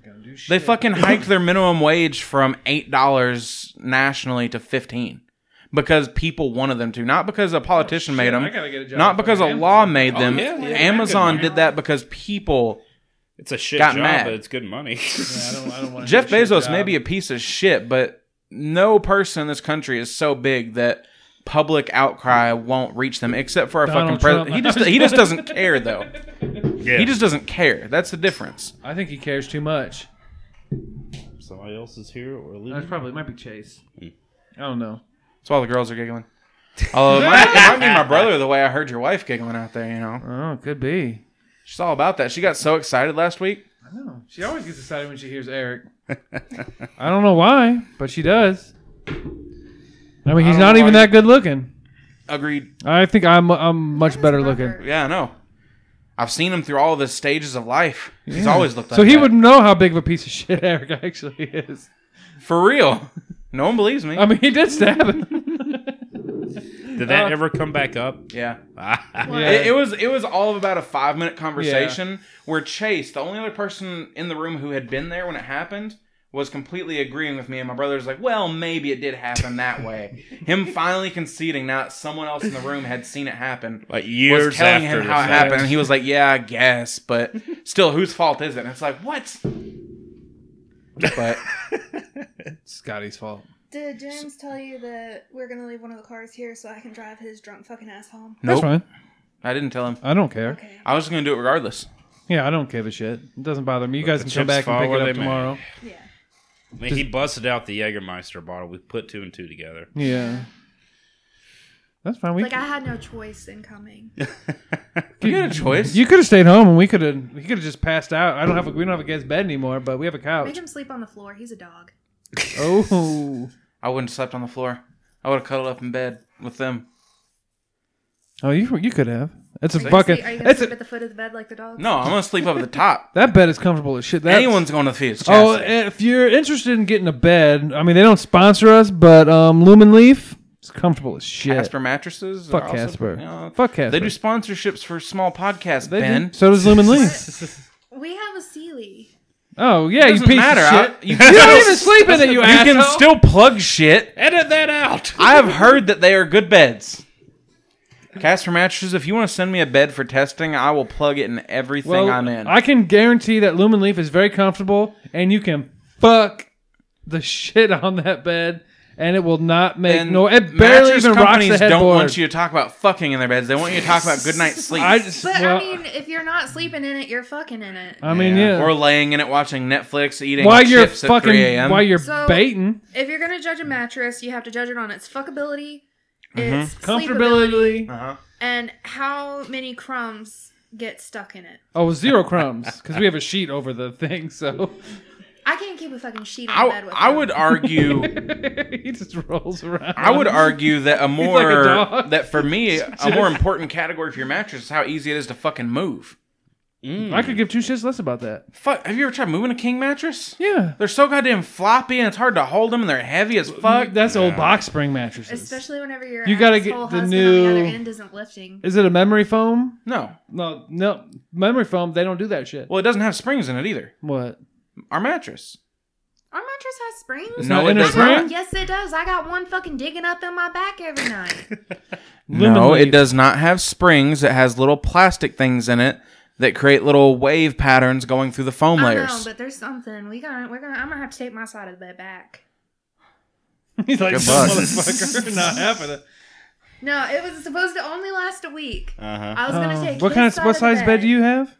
Speaker 1: Gonna do
Speaker 6: They
Speaker 1: shit.
Speaker 6: fucking hiked their minimum wage from eight dollars nationally to fifteen because people wanted them to, not because a politician
Speaker 1: Oh,
Speaker 6: made
Speaker 1: Shit,
Speaker 6: them,
Speaker 1: I gotta get a job
Speaker 6: not because a
Speaker 1: fucking
Speaker 6: law
Speaker 1: Amazon. Oh,
Speaker 6: made them.
Speaker 4: yeah, yeah,
Speaker 6: Amazon did that because people.
Speaker 4: It's a shit
Speaker 6: Got
Speaker 4: job,
Speaker 6: mad.
Speaker 4: but it's good money.
Speaker 1: Yeah, I don't, I don't wanna
Speaker 6: Jeff
Speaker 1: do a shit
Speaker 6: Bezos
Speaker 1: job.
Speaker 6: may be a piece of shit, but no person in this country is so big that public outcry won't reach them, except for our
Speaker 1: Donald
Speaker 6: fucking president.
Speaker 1: Trump.
Speaker 6: He just he just doesn't care though.
Speaker 4: yeah.
Speaker 6: He just doesn't care. That's the difference.
Speaker 1: I think he cares too much.
Speaker 4: Somebody else is here or leaving.
Speaker 1: That's probably might be Chase.
Speaker 6: Hmm.
Speaker 1: I don't know.
Speaker 6: That's why all the girls are giggling. Although it might, it might be my brother the way I heard your wife giggling out there. You know,
Speaker 1: Oh, it could be.
Speaker 6: she's all about that. She got so excited last week.
Speaker 1: I know. She always gets excited when she hears Eric. I don't know why, but she does. I mean, he's
Speaker 6: don't
Speaker 1: not
Speaker 6: know
Speaker 1: even
Speaker 6: why.
Speaker 1: that good looking.
Speaker 6: Agreed.
Speaker 1: I think I'm I'm much better looking.
Speaker 6: Yeah, I know. I've seen him through all the stages of life. He's always looked like
Speaker 1: So he
Speaker 6: that.
Speaker 1: would know how big of a piece of shit Eric actually is.
Speaker 6: for real. No one believes me.
Speaker 1: I mean, he did stab him.
Speaker 4: Did
Speaker 6: Uh,
Speaker 4: that ever come back up?
Speaker 6: yeah.
Speaker 1: Yeah.
Speaker 6: It, it was it was all of about a five minute conversation where Chase, the only other person in the room who had been there when it happened, was completely agreeing with me, and my brother's like, "Well, maybe it did happen that way." Him finally conceding now that someone else in the room had seen it happen
Speaker 4: like years
Speaker 6: was telling
Speaker 4: after
Speaker 6: him
Speaker 4: the
Speaker 6: how it
Speaker 4: fact.
Speaker 6: happened, and he was like, "Yeah, I guess, but still, whose fault is it?" And it's like, "What?" But
Speaker 1: Scotty's fault.
Speaker 10: Did James tell you that we're gonna leave one of the cars here so I can drive his drunk fucking ass home?
Speaker 1: That's
Speaker 6: nope.
Speaker 1: fine.
Speaker 6: I didn't tell him.
Speaker 1: I don't care.
Speaker 6: I was going to do it regardless.
Speaker 1: Yeah, I don't give a shit. It doesn't bother me. You
Speaker 4: Let
Speaker 1: guys
Speaker 4: the
Speaker 1: can come
Speaker 4: chips
Speaker 1: back and
Speaker 4: fall
Speaker 1: pick
Speaker 4: where
Speaker 1: it
Speaker 4: they
Speaker 1: up
Speaker 4: may.
Speaker 1: tomorrow.
Speaker 10: Yeah.
Speaker 4: I mean, he busted out the Jägermeister bottle. We put two and two together.
Speaker 1: Yeah. That's fine. We
Speaker 10: Like I had no choice in coming.
Speaker 6: You had a choice.
Speaker 1: You could have stayed home, and we could have. We could have just passed out. I don't have. A, we don't have a guest bed anymore, but we have a
Speaker 10: Make
Speaker 1: couch.
Speaker 10: him sleep on the floor. He's a dog.
Speaker 1: Oh,
Speaker 6: I wouldn't have slept on the floor. I would have cuddled up in bed with them.
Speaker 1: oh, you you could have. It's a
Speaker 10: Are you gonna
Speaker 1: fucking.
Speaker 10: sleep- are you gonna
Speaker 1: It's
Speaker 10: sleep
Speaker 1: a,
Speaker 10: at the foot of the bed like the dog?
Speaker 6: No, I'm going to sleep up at the top.
Speaker 1: that bed is comfortable as shit. That's,
Speaker 6: Anyone's going to the feet. It's
Speaker 1: Oh,
Speaker 6: chastity.
Speaker 1: if you're interested in getting a bed, I mean, they don't sponsor us, but um, Lumen Leaf is comfortable as shit.
Speaker 6: Casper mattresses. are
Speaker 1: Fuck
Speaker 6: also-
Speaker 1: Casper.
Speaker 6: you know,
Speaker 1: Fuck Casper.
Speaker 6: They do sponsorships for small podcasts,
Speaker 1: They do.
Speaker 6: Ben.
Speaker 1: So does Lumen Leaf.
Speaker 10: We have a Sealy.
Speaker 1: Oh yeah, you
Speaker 6: doesn't
Speaker 1: piece
Speaker 6: matter.
Speaker 1: of shit.
Speaker 6: I-
Speaker 1: you,
Speaker 6: you-
Speaker 1: don't even sleep in it, you,
Speaker 6: You
Speaker 1: asshole.
Speaker 6: can still plug shit.
Speaker 4: Edit that out.
Speaker 6: I have heard that they are good beds. Casper mattresses. If you want to send me a bed for testing, I will plug it in everything
Speaker 1: well,
Speaker 6: I'm in.
Speaker 1: I can guarantee that Lumen Leaf is very comfortable, and you can fuck the shit on that bed, and it will not make
Speaker 6: And
Speaker 1: no. It barely
Speaker 6: mattress
Speaker 1: even rocks the
Speaker 6: companies
Speaker 1: headboard.
Speaker 6: don't want you to talk about fucking in their beds. They want you to talk about good night sleep.
Speaker 1: I just,
Speaker 10: But
Speaker 1: well, Uh,
Speaker 10: I mean, if you're not sleeping in it, you're fucking in it.
Speaker 1: I mean, yeah.
Speaker 6: Or laying in it watching Netflix, eating
Speaker 1: while you're
Speaker 6: chips at 3
Speaker 1: fucking,
Speaker 6: a.m.
Speaker 1: while you're
Speaker 10: So-
Speaker 1: baiting,
Speaker 10: if you're gonna judge a mattress, you have to judge it on its fuckability, its comfortability,
Speaker 1: Mm-hmm. comfortability.
Speaker 6: uh-huh.
Speaker 10: and how many crumbs get stuck in it.
Speaker 1: Oh, zero crumbs because we have a sheet over the thing, so
Speaker 10: I can't keep a fucking sheet on
Speaker 6: I,
Speaker 10: bed with
Speaker 6: I
Speaker 10: me.
Speaker 6: would argue.
Speaker 1: he just rolls around.
Speaker 6: I would argue that a more
Speaker 1: like a dog.
Speaker 6: that for me a more important category for your mattress is how easy it is to fucking move.
Speaker 1: I could give two shits less about that.
Speaker 6: Fuck, have you ever tried moving a king mattress?
Speaker 1: Yeah,
Speaker 6: They're so goddamn floppy and it's hard to hold them and they're heavy as fuck.
Speaker 1: that's old box spring mattresses.
Speaker 10: Especially whenever your
Speaker 1: You gotta get
Speaker 10: asshole
Speaker 1: the
Speaker 10: husband
Speaker 1: new-
Speaker 10: on the other end isn't lifting.
Speaker 1: Is it a memory foam?
Speaker 6: No.
Speaker 1: No, no memory foam. They don't do that shit.
Speaker 6: Well, it doesn't have springs in it either.
Speaker 1: What?
Speaker 6: Our mattress.
Speaker 10: Our mattress has springs.
Speaker 1: not
Speaker 6: no, it
Speaker 1: in a
Speaker 6: does
Speaker 1: spring?
Speaker 6: not.
Speaker 10: Yes, it does. I got one fucking digging up in my back every night.
Speaker 6: No,
Speaker 1: Lumen
Speaker 6: it
Speaker 1: leaf.
Speaker 6: does not have springs. It has little plastic things in it that create little wave patterns going through the foam
Speaker 10: I
Speaker 6: layers.
Speaker 10: know, but there's something we gonna we're gonna I'm gonna have to take my side of the bed back.
Speaker 1: He's like,
Speaker 6: Good
Speaker 1: "This
Speaker 6: luck."
Speaker 1: motherfucker, not happening.
Speaker 10: No, it was supposed to only last a week.
Speaker 4: Uh-huh.
Speaker 10: I was gonna
Speaker 1: Uh,
Speaker 10: take
Speaker 1: what
Speaker 10: his
Speaker 1: kind of
Speaker 10: side
Speaker 1: what
Speaker 10: the
Speaker 1: size bed do you have?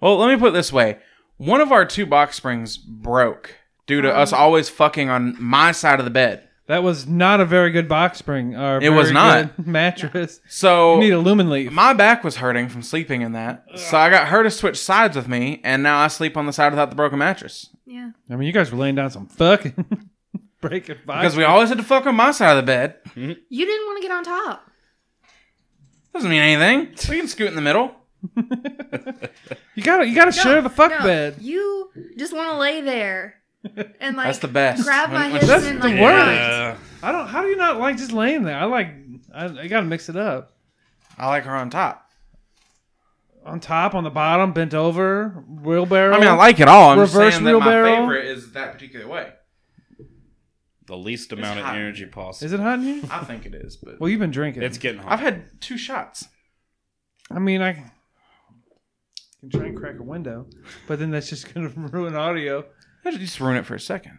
Speaker 6: Well, let me put it this way: one of our two box springs broke due to
Speaker 10: Oh.
Speaker 6: us always fucking on my side of the bed.
Speaker 1: That was not a very good box spring. Or
Speaker 6: It was
Speaker 1: very
Speaker 6: not.
Speaker 1: good mattress.
Speaker 6: So
Speaker 1: You need a lumen leaf.
Speaker 6: my back was hurting from sleeping in that, so I got her to switch sides with me, and now I sleep on the side without the broken mattress
Speaker 10: Yeah.
Speaker 1: I mean, you guys were laying down some fucking breaking box.
Speaker 6: because we always had to fuck on my side of the bed.
Speaker 10: You didn't want to get on top.
Speaker 6: Doesn't mean anything. We can scoot in the middle.
Speaker 1: you gotta, you gotta share the fuck
Speaker 10: no,
Speaker 1: bed.
Speaker 10: You just want to lay there and like
Speaker 6: That's the best.
Speaker 10: grab my
Speaker 6: When-
Speaker 10: hips
Speaker 1: that's
Speaker 10: and
Speaker 1: the
Speaker 10: like
Speaker 1: worst.
Speaker 10: grunt.
Speaker 4: Yeah.
Speaker 1: I don't. How do you not like just laying there? I like. I, I gotta mix it up.
Speaker 6: I like her on top.
Speaker 1: On top, on the bottom, bent over, wheelbarrow.
Speaker 6: I mean, I like it all. I'm
Speaker 1: Reverse
Speaker 6: just saying that my
Speaker 1: wheelbarrow?
Speaker 6: favorite is that particular way.
Speaker 4: The least amount of
Speaker 6: hot.
Speaker 4: energy possible.
Speaker 1: Is it hot in here?
Speaker 6: I think it is, but
Speaker 1: Well, you've been drinking.
Speaker 4: It's getting hot.
Speaker 6: I've had two shots.
Speaker 1: I mean, I can try and crack a window, but then that's just gonna ruin audio.
Speaker 6: I should just ruin it for a second.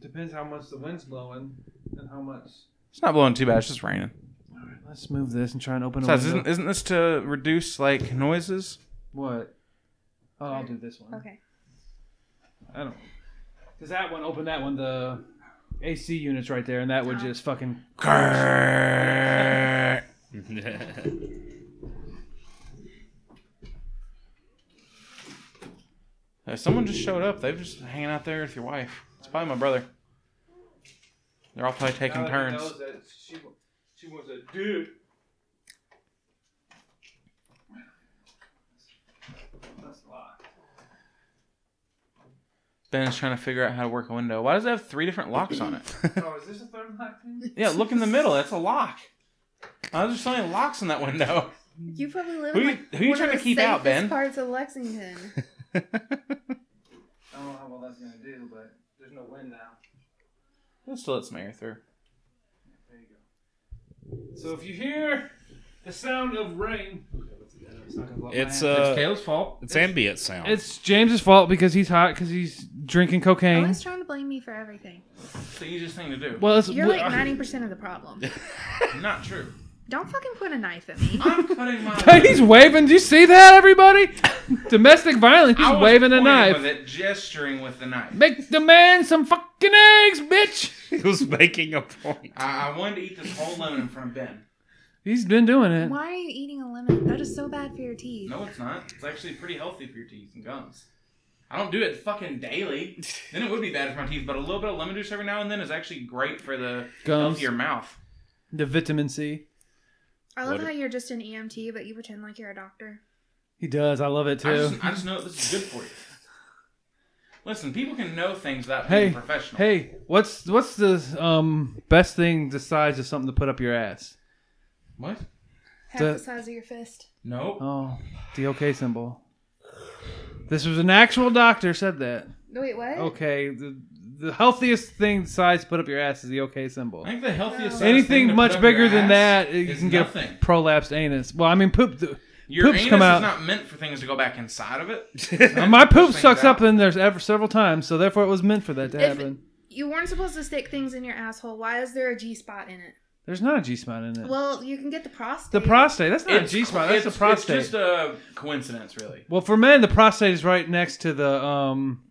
Speaker 1: Depends how much the wind's blowing and how much.
Speaker 6: It's not blowing too bad. It's just raining.
Speaker 1: Let's move this and try and open a
Speaker 6: Besides,
Speaker 1: window.
Speaker 6: isn't, isn't this to reduce like noises?
Speaker 1: What? Oh, I'll do this one.
Speaker 10: Okay.
Speaker 1: I don't. Cause that one opened that one the AC units right there, and that would just fucking
Speaker 6: Uh, someone just showed up. They're just hanging out there with your wife. It's probably my brother. They're all probably taking turns.
Speaker 1: she, was a dude. That's a lot.
Speaker 6: Ben is trying to figure out how to work a window. Why does it have three different locks on it?
Speaker 1: Oh, is this a third lock thing?
Speaker 6: yeah, look in the middle. That's a lock. Why there's so many locks in that window?
Speaker 10: You probably live
Speaker 6: Who
Speaker 10: in
Speaker 6: you-
Speaker 10: like
Speaker 6: who you
Speaker 10: one
Speaker 6: trying
Speaker 10: of
Speaker 6: to
Speaker 10: the
Speaker 6: keep out,
Speaker 10: safest
Speaker 6: Ben?
Speaker 10: parts of Lexington.
Speaker 1: I don't know how well that's gonna do, but there's no wind now.
Speaker 6: It still lets some air through.
Speaker 1: There you go. So if you hear the sound of rain, it's not gonna blow my
Speaker 4: It's,
Speaker 1: hand.
Speaker 4: uh,
Speaker 6: it's Caleb's fault.
Speaker 4: it's ambient sound.
Speaker 1: it's James's fault because he's hot because he's drinking cocaine.
Speaker 10: Always trying to blame me for everything.
Speaker 6: It's the easiest thing to do.
Speaker 1: Well, it's,
Speaker 10: You're like ninety percent of the problem.
Speaker 6: Not true.
Speaker 10: Don't fucking put a knife at me.
Speaker 6: I'm cutting my.
Speaker 1: He's waving. Do you see that, everybody? Domestic violence.
Speaker 6: I
Speaker 1: He's
Speaker 6: was
Speaker 1: waving a
Speaker 6: pointing
Speaker 1: knife.
Speaker 6: With it, gesturing with the knife.
Speaker 1: Make the man some fucking eggs, bitch.
Speaker 4: He was making a point.
Speaker 6: I, I wanted to eat this whole lemon in front of Ben.
Speaker 1: He's been doing it.
Speaker 10: Why are you eating a lemon? That is so bad for your teeth.
Speaker 6: No, it's not. It's actually pretty healthy for your teeth and gums. I don't do it fucking daily. Then it would be bad for my teeth, but a little bit of lemon juice every now and then is actually great for the health
Speaker 1: Gums.
Speaker 6: of your mouth.
Speaker 1: The vitamin C.
Speaker 10: I love
Speaker 4: What-
Speaker 10: how you're just an EMT, but you pretend like you're a doctor.
Speaker 1: He does. I love it too.
Speaker 6: I just, I just know this is good for you. Listen, people can know things without
Speaker 1: Hey,
Speaker 6: being professional.
Speaker 1: hey, what's what's the um best thing the size of something to put up your ass?
Speaker 6: What?
Speaker 10: Half
Speaker 1: The-
Speaker 10: the size of your fist.
Speaker 6: No.
Speaker 1: Oh, the OK symbol. This was an actual doctor said that.
Speaker 10: No, Wait, what?
Speaker 1: Okay, the, the healthiest thing size to put up your ass is the OK symbol.
Speaker 6: I think the healthiest. size thing to
Speaker 1: Anything
Speaker 6: put
Speaker 1: much
Speaker 6: up your
Speaker 1: bigger than
Speaker 6: ass
Speaker 1: that, you
Speaker 6: is
Speaker 1: can
Speaker 6: nothing.
Speaker 1: get prolapsed anus. Well, I mean poop.
Speaker 6: Your
Speaker 1: poops
Speaker 6: anus
Speaker 1: come out. Uh,
Speaker 6: is not meant for things to go back inside of it.
Speaker 1: my poop
Speaker 6: Things
Speaker 1: sucks up
Speaker 6: out.
Speaker 1: in there ever several times, so therefore it was meant for that to
Speaker 10: If-
Speaker 1: happen.
Speaker 10: You weren't supposed to stick things in your asshole. Why is there a G spot in it?
Speaker 1: There's not a G spot in it.
Speaker 10: Well, you can get the prostate.
Speaker 1: the prostate. That's not
Speaker 6: It's-
Speaker 1: a G spot. That's
Speaker 6: it's-
Speaker 1: the prostate.
Speaker 6: It's just a coincidence, really.
Speaker 1: Well, for men, the prostate is right next to the um.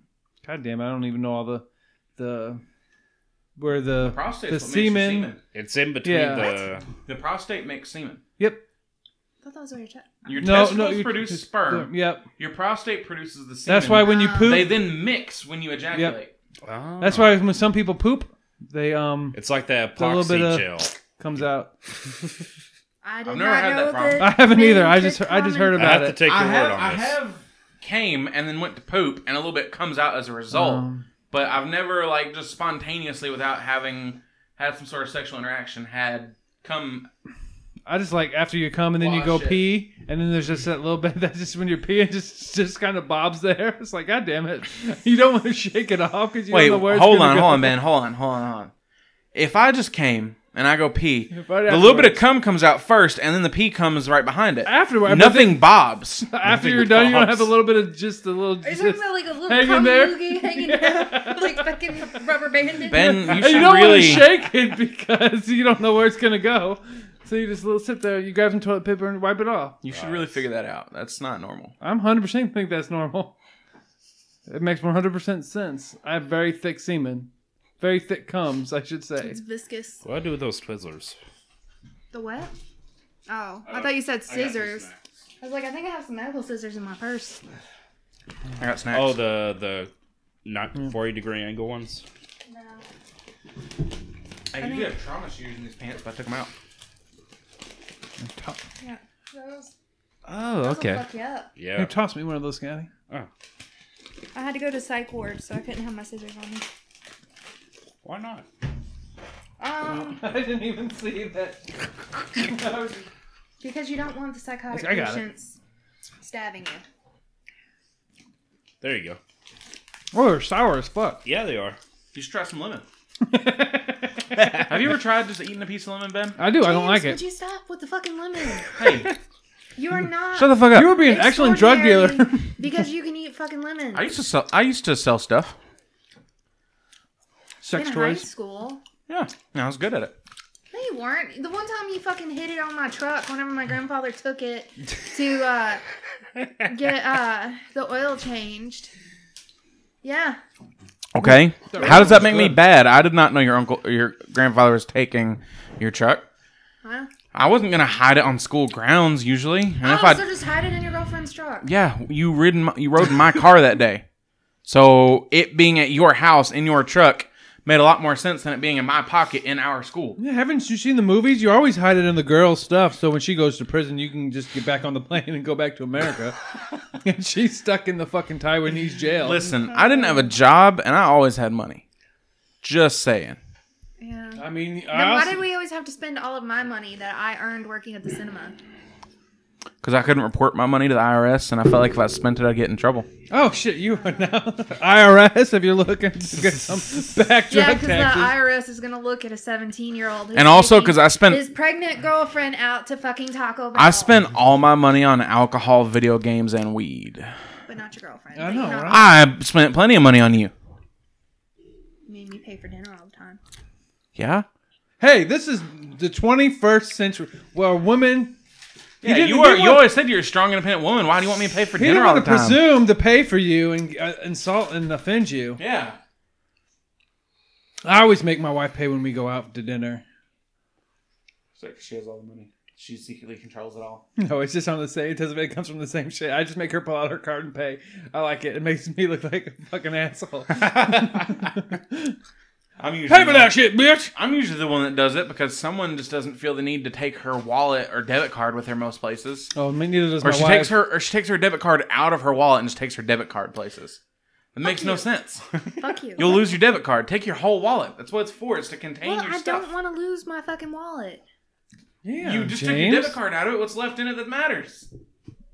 Speaker 1: God damn, it, I don't even know all the the where the,
Speaker 6: Prostate.
Speaker 1: the
Speaker 6: what makes you
Speaker 1: semen.
Speaker 6: semen.
Speaker 4: It's in between
Speaker 1: Yeah.
Speaker 4: the.
Speaker 6: The prostate makes semen.
Speaker 1: Yep.
Speaker 10: I thought that was what you're talking
Speaker 6: Your
Speaker 1: no,
Speaker 6: testicles
Speaker 1: no, you-
Speaker 6: produce
Speaker 1: just-
Speaker 6: sperm.
Speaker 1: Yep.
Speaker 6: Your prostate produces the semen.
Speaker 1: That's why when you
Speaker 10: Wow.
Speaker 1: poop,
Speaker 6: they then mix when you ejaculate.
Speaker 4: Oh.
Speaker 1: that's why when some people poop, they um
Speaker 4: It's like that
Speaker 1: a little
Speaker 4: epoxy
Speaker 1: bit of-
Speaker 4: gel.
Speaker 1: comes out.
Speaker 10: I did
Speaker 6: I've never
Speaker 10: not
Speaker 6: had that
Speaker 10: know
Speaker 6: problem.
Speaker 1: I haven't
Speaker 10: Thing
Speaker 1: either. I
Speaker 10: could
Speaker 1: just I just heard
Speaker 10: come
Speaker 4: I
Speaker 1: about
Speaker 4: have to
Speaker 1: it.
Speaker 4: take your
Speaker 6: I have,
Speaker 4: word on
Speaker 6: I
Speaker 4: this.
Speaker 6: have came and then went to poop, and a little bit comes out as a result.
Speaker 1: Um,
Speaker 6: but I've never like just spontaneously without having had some sort of sexual interaction had come.
Speaker 1: I just like after you come and then you
Speaker 6: Wash
Speaker 1: go
Speaker 6: it.
Speaker 1: pee, and then there's just that little bit that just when you're peeing just just kind of bobs there. It's like God damn it, you don't want to shake it off because you
Speaker 6: Wait,
Speaker 1: don't know where it's
Speaker 6: hold
Speaker 1: gonna
Speaker 6: on,
Speaker 1: go.
Speaker 6: hold on, man, hold on, hold on, hold on. If I just came and I go pee,
Speaker 1: Right
Speaker 6: the little bit of
Speaker 1: afterwards.
Speaker 6: cum comes out first, and then the pee comes right behind it.
Speaker 1: Afterward, but
Speaker 6: Nothing bobs.
Speaker 1: After
Speaker 4: Nothing
Speaker 1: you're done, you don't have a
Speaker 4: bobs.
Speaker 1: little bit of just a little.
Speaker 10: Are you
Speaker 1: Just,
Speaker 10: talking about like a little
Speaker 1: Hanging
Speaker 10: cum
Speaker 1: there?
Speaker 10: loogie hanging
Speaker 1: Yeah.
Speaker 10: down, like fucking rubber banded?
Speaker 6: Ben, you
Speaker 1: And
Speaker 6: should
Speaker 1: you don't
Speaker 6: really.
Speaker 1: want to shake it because you don't know where it's gonna go. So you just little sit there, you grab some toilet paper and wipe it off.
Speaker 6: You should really figure that out. That's not normal.
Speaker 1: I'm 100% think that's normal. It makes 100% sense. I have very thick semen, very thick cums, I should say.
Speaker 10: It's viscous.
Speaker 4: What do I do with those Twizzlers?
Speaker 10: The what? Oh,
Speaker 6: Uh,
Speaker 10: I thought you said scissors. I, was like, I think I have some medical scissors in my purse.
Speaker 6: I got snacks.
Speaker 4: Oh, the the not forty degree angle ones.
Speaker 10: No.
Speaker 6: Hey, you do have trauma shoes in these pants, but I took them out.
Speaker 10: Yeah. Those,
Speaker 1: Oh,
Speaker 10: those will fuck you up.
Speaker 4: Yeah. Oh,
Speaker 1: toss me one of those, Scotty.
Speaker 10: I had to go to psych ward, so I couldn't have my scissors on me.
Speaker 4: Why not?
Speaker 10: Um,
Speaker 1: I didn't even see that.
Speaker 10: because you don't want the psychotic
Speaker 1: I got it.
Speaker 10: patients stabbing you.
Speaker 4: There you go.
Speaker 1: oh, they're sour as fuck.
Speaker 4: Yeah, they are.
Speaker 6: You should try some lemon.
Speaker 1: I
Speaker 6: Have you ever tried just eating a piece of lemon, Ben?
Speaker 1: do. I don't like
Speaker 10: James,
Speaker 1: it.
Speaker 10: Would you stop with the fucking lemon?
Speaker 6: Hey,
Speaker 10: You are not.
Speaker 1: Shut the fuck up. You would be an excellent drug dealer.
Speaker 10: extraordinary because you can eat fucking lemon.
Speaker 6: I used to sell. I used to sell stuff.
Speaker 1: Sex
Speaker 10: in high
Speaker 1: toys.
Speaker 10: school.
Speaker 6: Yeah, and I was good at it.
Speaker 10: No, you weren't. The one time you fucking hit it on my truck whenever my grandfather took it to uh, get uh, the oil changed. Yeah.
Speaker 6: Okay.
Speaker 1: That
Speaker 6: How does that
Speaker 1: was
Speaker 6: make me
Speaker 1: good.
Speaker 6: bad? I did not know your uncle, your grandfather was taking your truck.
Speaker 10: Huh?
Speaker 6: I wasn't gonna hide it on school grounds usually. And if
Speaker 10: oh,
Speaker 6: I,
Speaker 10: so just hide it in your girlfriend's truck.
Speaker 6: yeah, you ridden, my, you rode in my car that day, so it being at your house in your truck made a lot more sense than it being in my pocket in our school.
Speaker 1: Yeah, haven't you seen the movies? You always hide it in the girl's stuff, so when she goes to prison, you can just get back on the plane and go back to America. and she's stuck in the fucking Taiwanese jail.
Speaker 6: Listen, I didn't have a job, and I always had money. Just saying.
Speaker 10: Yeah.
Speaker 1: I mean,
Speaker 10: Then
Speaker 1: I
Speaker 10: why
Speaker 1: also,
Speaker 10: did we always have to spend all of my money that I earned working at the cinema?
Speaker 6: because I couldn't report my money to the IRS, and I felt like if I spent it, I'd get in trouble.
Speaker 1: oh shit, you are now IRS if you're looking to get some back
Speaker 10: Yeah,
Speaker 1: drug
Speaker 10: because the
Speaker 1: taxes.
Speaker 10: IRS is gonna look at a 17 year old.
Speaker 6: And also 'cause I spent-
Speaker 10: his pregnant girlfriend out to fucking Taco Bell.
Speaker 6: I spent all my money on alcohol, video games, and weed.
Speaker 10: but not your girlfriend.
Speaker 1: I
Speaker 10: But, you
Speaker 1: know, right?
Speaker 6: I spent plenty of money on you.
Speaker 10: I mean, you pay for dinner all the time.
Speaker 6: Yeah,
Speaker 1: Hey, this is the 21st century where women.
Speaker 6: Yeah,
Speaker 1: didn't-
Speaker 6: you, were.
Speaker 1: didn't
Speaker 6: You
Speaker 1: want-
Speaker 6: always said you're a strong, independent woman. Why do you want me to pay for
Speaker 1: He
Speaker 6: dinner
Speaker 1: didn't
Speaker 6: all
Speaker 1: want
Speaker 6: the
Speaker 1: to
Speaker 6: time?
Speaker 1: presume to pay for you and uh, insult and offend you.
Speaker 6: yeah.
Speaker 1: I always make my wife pay when we go out to dinner.
Speaker 6: she has all the money. She secretly controls it all.
Speaker 1: No, it's just on the same. It doesn't. It comes from the same shit. I just make her pull out her card and pay. I like it. It makes me look like a fucking asshole.
Speaker 6: I'm usually
Speaker 1: pay for that shit, bitch.
Speaker 6: I'm usually the one that does it because someone just doesn't feel the need to take her wallet or debit card with her most places.
Speaker 1: Oh, me neither does
Speaker 6: Or
Speaker 1: my
Speaker 6: she
Speaker 1: wife.
Speaker 6: takes her or she takes her debit card out of her wallet and just takes her debit card places. It makes no sense.
Speaker 10: Fuck you.
Speaker 6: You'll lose your debit card. Take your whole wallet. That's what it's for. It's to contain
Speaker 10: well,
Speaker 6: your
Speaker 10: I
Speaker 6: stuff.
Speaker 10: don't want to lose my fucking wallet.
Speaker 1: yeah,
Speaker 6: you just
Speaker 1: James.
Speaker 6: took your debit card out of it. What's left in it that matters?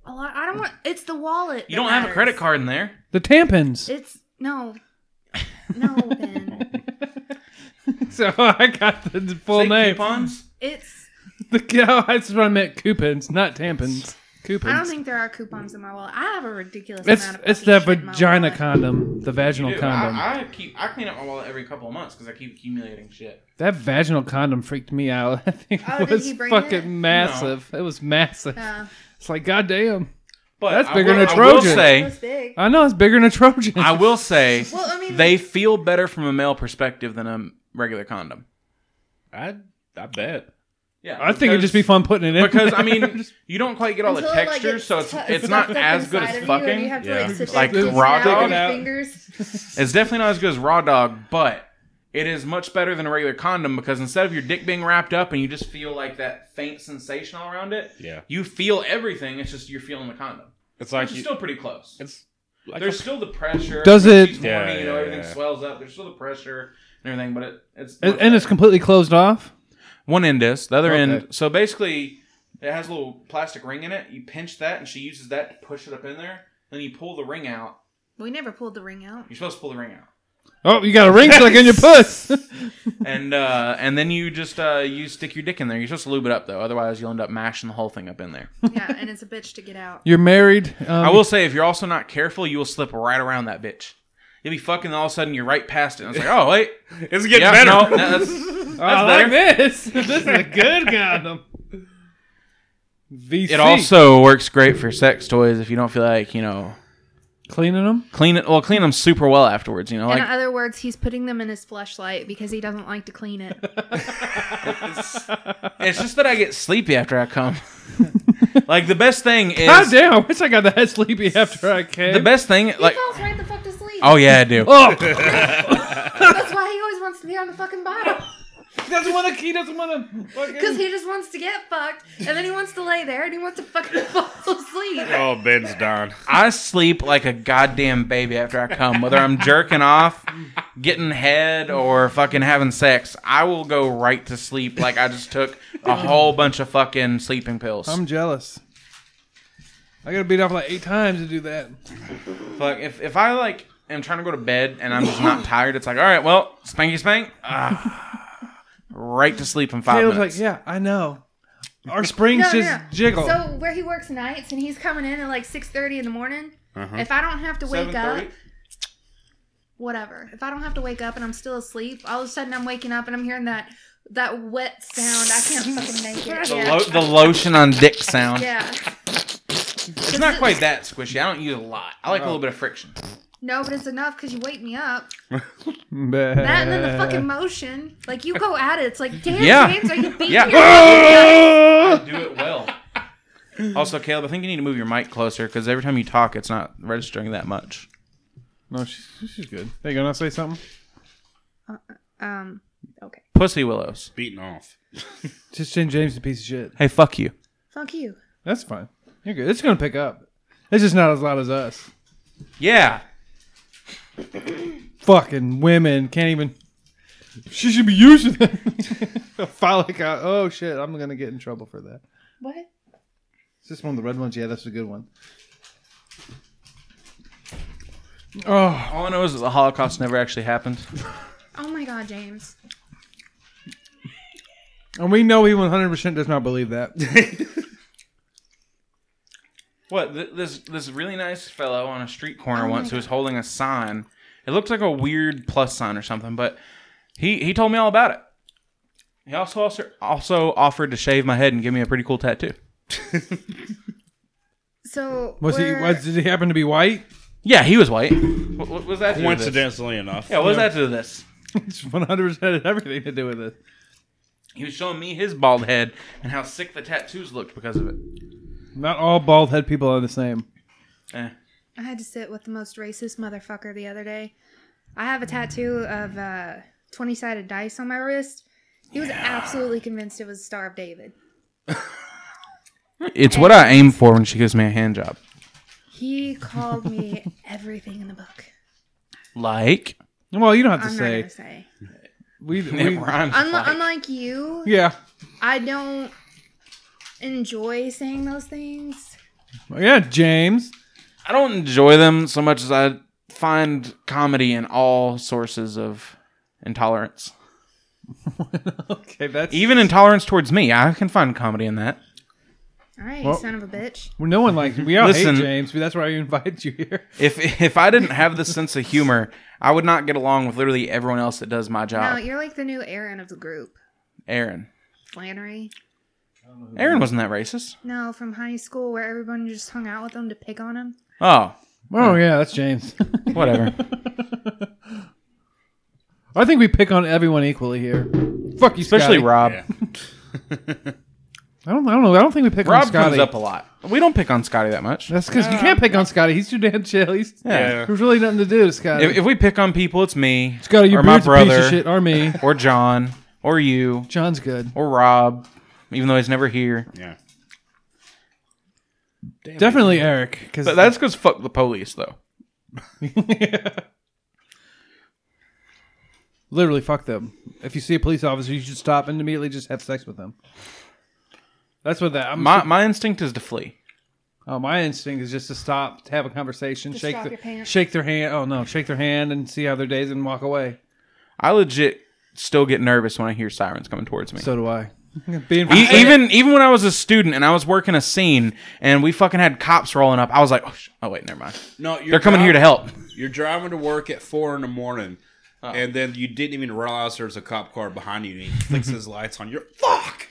Speaker 10: A lot. I don't want. It's the wallet.
Speaker 6: You
Speaker 10: that
Speaker 6: don't have a
Speaker 10: matters.
Speaker 6: credit card in there.
Speaker 1: The tampons.
Speaker 10: It's no, no. Ben,
Speaker 1: so I got the full
Speaker 6: Say
Speaker 1: name.
Speaker 6: coupons.
Speaker 10: it's.
Speaker 1: The, oh, that's what I meant. Coupons, not tampons. Coupons.
Speaker 10: I don't think there are coupons in my wallet. I have a ridiculous
Speaker 1: it's
Speaker 10: amount of.
Speaker 1: it's
Speaker 10: fucking
Speaker 1: the
Speaker 10: shit in my
Speaker 1: vagina
Speaker 10: wallet.
Speaker 1: condom, the vaginal
Speaker 6: Dude,
Speaker 1: condom.
Speaker 6: I, I keep I clean up my wallet every couple of months because I keep accumulating shit.
Speaker 1: That vaginal condom freaked me out. I think
Speaker 10: Oh,
Speaker 1: it
Speaker 10: did
Speaker 1: was
Speaker 10: he bring
Speaker 1: fucking
Speaker 10: it?
Speaker 1: massive. It was massive.
Speaker 10: Uh,
Speaker 1: It's like goddamn.
Speaker 6: But
Speaker 1: That's
Speaker 6: I
Speaker 1: bigger
Speaker 6: will-
Speaker 1: than a
Speaker 6: I will
Speaker 1: Trojan.
Speaker 6: say,
Speaker 10: it's big.
Speaker 1: I know it's bigger than a Trojan.
Speaker 6: I will say,
Speaker 10: Well, I mean,
Speaker 6: they feel better from a male perspective than a regular condom.
Speaker 4: I I bet.
Speaker 6: Yeah,
Speaker 1: I think it'd just be fun putting it in
Speaker 6: because I
Speaker 1: there.
Speaker 6: mean you don't quite get all
Speaker 10: until
Speaker 6: the
Speaker 10: it, like,
Speaker 6: textures,
Speaker 10: gets
Speaker 6: so it's
Speaker 10: tu-
Speaker 6: it's not
Speaker 10: tucked up
Speaker 6: as good
Speaker 10: inside
Speaker 6: as
Speaker 10: of you and you
Speaker 6: fucking.
Speaker 10: have to,
Speaker 4: Yeah.
Speaker 10: sit there
Speaker 6: Like
Speaker 10: and squeeze it
Speaker 6: raw
Speaker 10: out with
Speaker 6: dog.
Speaker 10: your
Speaker 1: Out.
Speaker 10: fingers.
Speaker 6: It's definitely not as good as raw dog, but it is much better than a regular condom because instead of your dick being wrapped up and you just feel like that faint sensation all around it,
Speaker 4: Yeah,
Speaker 6: you feel everything. It's just you're feeling the condom,
Speaker 4: it's like
Speaker 6: which is
Speaker 4: you,
Speaker 6: still pretty close.
Speaker 4: it's like
Speaker 6: There's
Speaker 4: a-
Speaker 6: still the pressure.
Speaker 1: Does
Speaker 6: She's
Speaker 1: it-
Speaker 6: horny,
Speaker 4: Yeah,
Speaker 6: you know,
Speaker 4: yeah,
Speaker 6: everything
Speaker 4: yeah.
Speaker 6: swells up. There's still the pressure and everything, but it, it's
Speaker 1: and, and it's completely closed off.
Speaker 6: One end is the other
Speaker 1: Okay.
Speaker 6: end. So basically, it has a little plastic ring in it. You pinch that, and she uses that to push it up in there. Then you pull the ring out.
Speaker 10: We never pulled the ring out.
Speaker 6: You're supposed to pull the ring out,
Speaker 1: Oh, you got a ring stuck in your puss.
Speaker 6: and uh, and then you just uh, you stick your dick in there. You're supposed to lube it up though, otherwise you'll end up mashing the whole thing up in there.
Speaker 10: Yeah, and it's a bitch to get out.
Speaker 1: You're married. Um,
Speaker 6: I will say, if you're also not careful, you will slip right around that bitch. You'll be fucking, and all of a sudden you're right past it. And it's like, oh wait,
Speaker 4: it's getting
Speaker 6: yeah,
Speaker 4: better.
Speaker 6: no, no, that's-
Speaker 1: I like this. This is a good condom. VC.
Speaker 6: it also works great for sex toys if you don't feel like you know
Speaker 1: cleaning them.
Speaker 6: clean it. Well, clean them super well afterwards. You know, like
Speaker 10: in other words, he's putting them in his fleshlight because he doesn't like to clean it.
Speaker 6: It's just that I get sleepy after I come. like the best thing
Speaker 1: God
Speaker 6: is
Speaker 1: damn! I wish I got that sleepy after I came.
Speaker 6: the best thing. Like
Speaker 10: he falls right the fuck to sleep.
Speaker 6: oh yeah, I do.
Speaker 1: Oh,
Speaker 10: That's why he always wants to be on the fucking bottom.
Speaker 1: he doesn't want to. He doesn't want to.
Speaker 10: Because he just wants to get fucked, and then he wants to lay there, and he wants to fucking fall asleep.
Speaker 4: Oh, Ben's done.
Speaker 6: I sleep like a goddamn baby after I come. Whether I'm jerking off, getting head, or fucking having sex, I will go right to sleep. Like I just took a whole bunch of fucking sleeping pills.
Speaker 1: I'm jealous. I gotta beat off like eight times to do that.
Speaker 6: Fuck if if I like am trying to go to bed and I'm just not tired, it's like all right, well, spanky spank, Ah. right to sleep in five
Speaker 1: Caleb's
Speaker 6: minutes.
Speaker 1: like, yeah, I know. Our springs
Speaker 10: No, no,
Speaker 1: just
Speaker 10: no.
Speaker 1: jiggle.
Speaker 10: So where he works nights, and he's coming in at like six thirty in the morning.
Speaker 6: Uh-huh.
Speaker 10: If I don't have to wake up,
Speaker 6: 7:30?
Speaker 10: whatever. If I don't have to wake up and I'm still asleep, all of a sudden I'm waking up and I'm hearing that that wet sound. I can't fucking make it.
Speaker 6: The,
Speaker 10: Yeah.
Speaker 6: lo- the lotion on dick sound.
Speaker 10: yeah.
Speaker 6: It's not quite that squishy. I don't use a lot. I like a little bit of friction.
Speaker 10: No, but it's enough because you wake me up.
Speaker 1: Bah.
Speaker 10: That and then the fucking motion. Like you go at it. It's like, damn,
Speaker 6: Yeah.
Speaker 10: James, are you beating
Speaker 6: Yeah.
Speaker 10: your
Speaker 6: Do it well. Also, Caleb, I think you need to move your mic closer because every time you talk, it's not registering that much.
Speaker 1: No, she's, she's good. They gonna say something?
Speaker 10: Um.
Speaker 6: Pussy Willows.
Speaker 4: Beating off.
Speaker 1: Just send James a piece of shit.
Speaker 6: Hey, fuck you.
Speaker 10: Fuck you.
Speaker 1: That's fine. You're good. It's gonna pick up. It's just not as loud as us.
Speaker 6: Yeah.
Speaker 1: Fucking women can't even. She should be using them. Phallic out. Oh shit! I'm gonna get in trouble for that.
Speaker 10: What?
Speaker 1: Is this one of the red ones? Yeah, that's a good one. Oh,
Speaker 6: All I know is that the Holocaust never actually happened.
Speaker 10: Oh my god, James.
Speaker 1: and we know he 100% does not believe that.
Speaker 6: What? Th- this this really nice fellow on a street corner
Speaker 10: Oh
Speaker 6: once
Speaker 10: my
Speaker 6: who was holding a sign. It looked like a weird plus sign or something, but he he told me all about it. He also, also also offered to shave my head and give me a pretty cool tattoo.
Speaker 10: So
Speaker 1: Was he?
Speaker 10: we're-
Speaker 1: Was did he happen to be white?
Speaker 6: Yeah, he was white. What, what was that? to this?
Speaker 4: Coincidentally enough.
Speaker 6: Yeah, what was that to this?
Speaker 1: It's one hundred percent had everything to do with it.
Speaker 6: He was showing me his bald head and how sick the tattoos looked because of it.
Speaker 1: Not all bald head people are the same.
Speaker 6: Eh.
Speaker 10: I had to sit with the most racist motherfucker the other day. I have a tattoo of uh, 20 sided dice on my wrist. He was absolutely convinced it was the Star of David.
Speaker 6: It's what I aim for when she gives me a hand job.
Speaker 10: He called me everything in the book.
Speaker 6: Like
Speaker 1: Well, you don't have to
Speaker 10: I'm not
Speaker 1: say.
Speaker 10: gonna say.
Speaker 1: We, we
Speaker 6: it rhymes.
Speaker 10: Unli-
Speaker 6: like.
Speaker 10: unlike you,
Speaker 1: yeah,
Speaker 10: I don't enjoy saying those things.
Speaker 1: yeah, James.
Speaker 6: I don't enjoy them so much as I find comedy in all sources of intolerance.
Speaker 1: okay, that's
Speaker 6: Even intolerance towards me, I can find comedy in that.
Speaker 10: All right,
Speaker 1: Well-
Speaker 10: you son of a bitch.
Speaker 1: Well, no one likes. We all
Speaker 6: Listen.
Speaker 1: hate James. But that's why I invited you here.
Speaker 6: If if I didn't have this sense of humor, I would not get along with literally everyone else that does my
Speaker 10: No,
Speaker 6: job.
Speaker 10: you're like the new Aaron of the group.
Speaker 6: Aaron.
Speaker 10: Flannery.
Speaker 6: Aaron wasn't that racist.
Speaker 10: No, from high school where everyone just hung out with him to pick on him.
Speaker 6: Oh,
Speaker 1: Oh yeah, that's James.
Speaker 6: whatever.
Speaker 1: I think we pick on everyone equally here. Fuck you, Scotty.
Speaker 6: Especially Rob.
Speaker 1: I don't. I don't know. I don't think we pick on
Speaker 6: Rob
Speaker 1: Scotty.
Speaker 6: comes up a lot. We don't pick on Scotty that much.
Speaker 1: That's because you can't pick on Scotty. He's too damn chill. He's
Speaker 6: Yeah.
Speaker 1: There's really nothing to do to Scotty.
Speaker 6: If, if we pick on people, it's me
Speaker 1: Scotty, your
Speaker 6: or my
Speaker 1: beard's a piece
Speaker 6: brother.
Speaker 1: of shit. Or me.
Speaker 6: or John or you
Speaker 1: John's good.
Speaker 6: or Rob, even though he's never here.
Speaker 4: Yeah.
Speaker 1: Definitely Eric. Because
Speaker 6: But that's because fuck the police, though.
Speaker 1: literally fuck them. If you see a police officer, you should stop and immediately just have sex with them. That's what that. I'm
Speaker 6: My my instinct is to flee.
Speaker 1: Oh, my instinct is just to stop, to have a conversation,
Speaker 10: Just
Speaker 1: shake
Speaker 10: drop
Speaker 1: the,
Speaker 10: your pants.
Speaker 1: shake their hand. Oh no, shake their hand and see how their days and walk away.
Speaker 6: I legit still get nervous when I hear sirens coming towards me.
Speaker 1: So do I. Being
Speaker 6: E- even even when I was a student and I was working a scene and we fucking had cops rolling up, I was like, oh, sh- oh wait, never mind.
Speaker 4: No, you're
Speaker 6: They're coming here to help.
Speaker 4: You're driving to work at four in the morning, and then you didn't even realize there's a cop car behind you. And he flicks his lights on. You're fuck.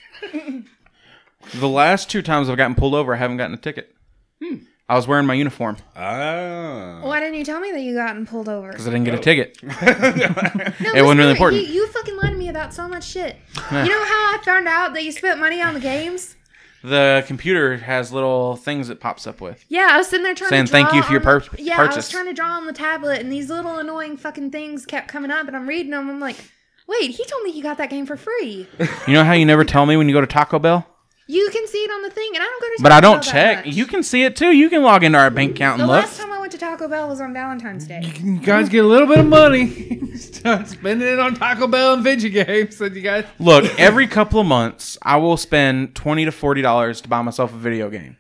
Speaker 6: The last two times I've gotten pulled over, I haven't gotten a ticket.
Speaker 1: Hmm.
Speaker 6: I was wearing my uniform
Speaker 4: Ah.
Speaker 10: Why didn't you tell me that you gotten pulled over?
Speaker 6: because I didn't get a ticket.
Speaker 10: No,
Speaker 6: It wasn't really
Speaker 10: listen,
Speaker 6: important.
Speaker 10: You, you fucking lied to me about so much shit. You know how I found out that you spent money on the games?
Speaker 6: The computer has little things it pops up with.
Speaker 10: Yeah, I was sitting there trying
Speaker 6: Saying
Speaker 10: to draw
Speaker 6: thank you for your
Speaker 10: on the-
Speaker 6: purp-
Speaker 10: Yeah, I
Speaker 6: purchase.
Speaker 10: was trying to draw on the tablet, and these little annoying fucking things kept coming up, and I'm reading them. I'm like, wait, he told me he got that game for free.
Speaker 6: You know how you never tell me when you go to Taco Bell?
Speaker 10: You can see it on the thing, and I don't go to.
Speaker 6: But I
Speaker 10: Taco
Speaker 6: don't
Speaker 10: Bell that
Speaker 6: check.
Speaker 10: much.
Speaker 6: You can see it too. You can log into our bank account
Speaker 10: The
Speaker 6: and look.
Speaker 10: last time I went to Taco Bell was on Valentine's Day.
Speaker 1: you guys get a little bit of money, start spending it on Taco Bell and video games. And you guys,
Speaker 6: Look, every couple of months, I will spend twenty to forty dollars to buy myself a video game.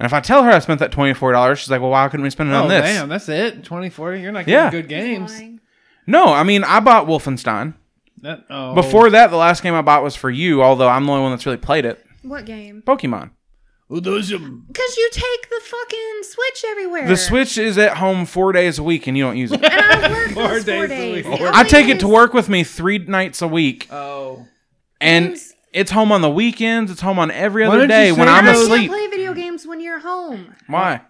Speaker 6: And if I tell her I spent that twenty to forty dollars, she's like, "Well, why couldn't we spend it
Speaker 1: oh
Speaker 6: on this?"
Speaker 1: damn, that's it. Twenty four. You're not getting
Speaker 6: Yeah.
Speaker 1: good games.
Speaker 10: Lying.
Speaker 6: No, I mean, I bought Wolfenstein.
Speaker 1: That, oh.
Speaker 6: Before that, the last game I bought was for you. Although I'm the only one that's really played it.
Speaker 10: What game?
Speaker 6: Pokemon.
Speaker 10: Because you take the fucking Switch everywhere.
Speaker 6: The Switch is at home four days a week, and you don't use it.
Speaker 10: And I work those four
Speaker 1: days a
Speaker 10: days.
Speaker 1: week.
Speaker 10: The
Speaker 6: I
Speaker 10: only
Speaker 6: take it to
Speaker 10: days-
Speaker 6: work with me three nights a week,
Speaker 1: oh,
Speaker 6: and
Speaker 10: Games-
Speaker 6: it's home on the weekends. It's home on every
Speaker 1: Why
Speaker 6: other
Speaker 1: don't you
Speaker 6: day when
Speaker 1: say
Speaker 6: I'm
Speaker 1: no?
Speaker 10: How do you
Speaker 6: asleep.
Speaker 10: play video games when you're home?
Speaker 6: Why?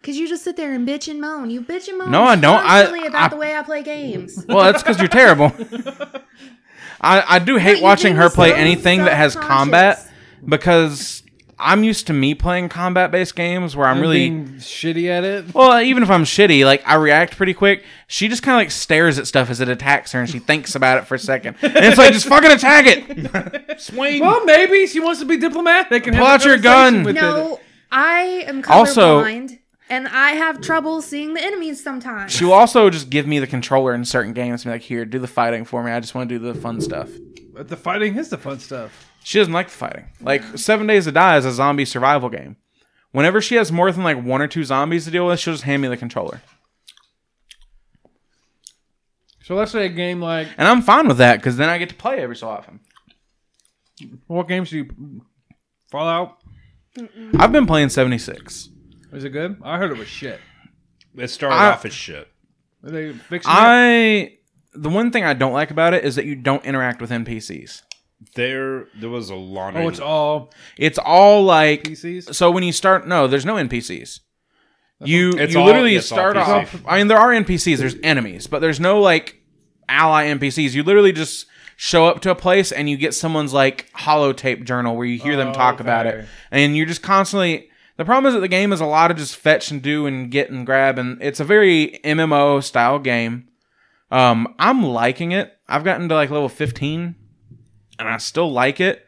Speaker 10: Because you just sit there and bitch and moan. You bitch and moan.
Speaker 6: No, I don't. I-
Speaker 10: constantly about
Speaker 6: I-
Speaker 10: the way I play games.
Speaker 6: Well, that's because you're terrible. I, I do hate
Speaker 10: you
Speaker 6: watching
Speaker 10: do
Speaker 6: her
Speaker 10: so
Speaker 6: play anything that has
Speaker 10: self-conscious.
Speaker 6: combat because I'm used to me playing combat based games where I'm
Speaker 1: I'm
Speaker 6: really.
Speaker 1: being shitty at it.
Speaker 6: well, even if I'm shitty, like I react pretty quick. She just kind of like stares at stuff as it attacks her, and she thinks about it for a second, and it's like just fucking attack it. Swing.
Speaker 1: Well, maybe she wants to be diplomatic and
Speaker 6: Pull
Speaker 1: have
Speaker 6: out
Speaker 1: a
Speaker 6: your
Speaker 1: conversation
Speaker 6: gun.
Speaker 1: With it.
Speaker 10: no, I am colorblind,
Speaker 6: Also-
Speaker 10: and I have trouble seeing the enemies sometimes.
Speaker 6: She will also just give me the controller in certain games and be like, "Here, do the fighting for me. I just want to do the fun stuff."
Speaker 1: But the fighting is the fun stuff.
Speaker 6: She doesn't like the fighting. Like Seven Days to Die is a zombie survival game. Whenever she has more than like one or two zombies to deal with, she'll just hand me the controller,
Speaker 1: So let's say a game like
Speaker 6: and I'm fine with that because then I get to play every so often.
Speaker 1: what game should you Fallout?
Speaker 6: I've been playing 76.
Speaker 1: Is it good? I heard it was shit.
Speaker 4: It started
Speaker 6: I-
Speaker 4: off as shit.
Speaker 1: Are they fixing it?
Speaker 6: I the one thing I don't like about it is that you don't interact with NPCs.
Speaker 4: There, there was a lot.
Speaker 1: Oh, it's all
Speaker 6: It's all like
Speaker 1: PCs.
Speaker 6: so when you start no, there's no NPCs. You
Speaker 4: It's
Speaker 6: you
Speaker 4: all-
Speaker 6: literally
Speaker 4: it's all
Speaker 6: start
Speaker 4: PC.
Speaker 6: off. I mean, there are NPCs. There's enemies, but there's no like ally NPCs. You literally just show up to a place and you get someone's like holotape journal where you hear them
Speaker 1: Oh,
Speaker 6: talk about
Speaker 1: okay.
Speaker 6: it, and you're just constantly. The problem is that the game is a lot of just fetch and do and get and grab, and it's a very MMO style game. Um, I'm liking it. I've gotten to like level 15, and I still like it.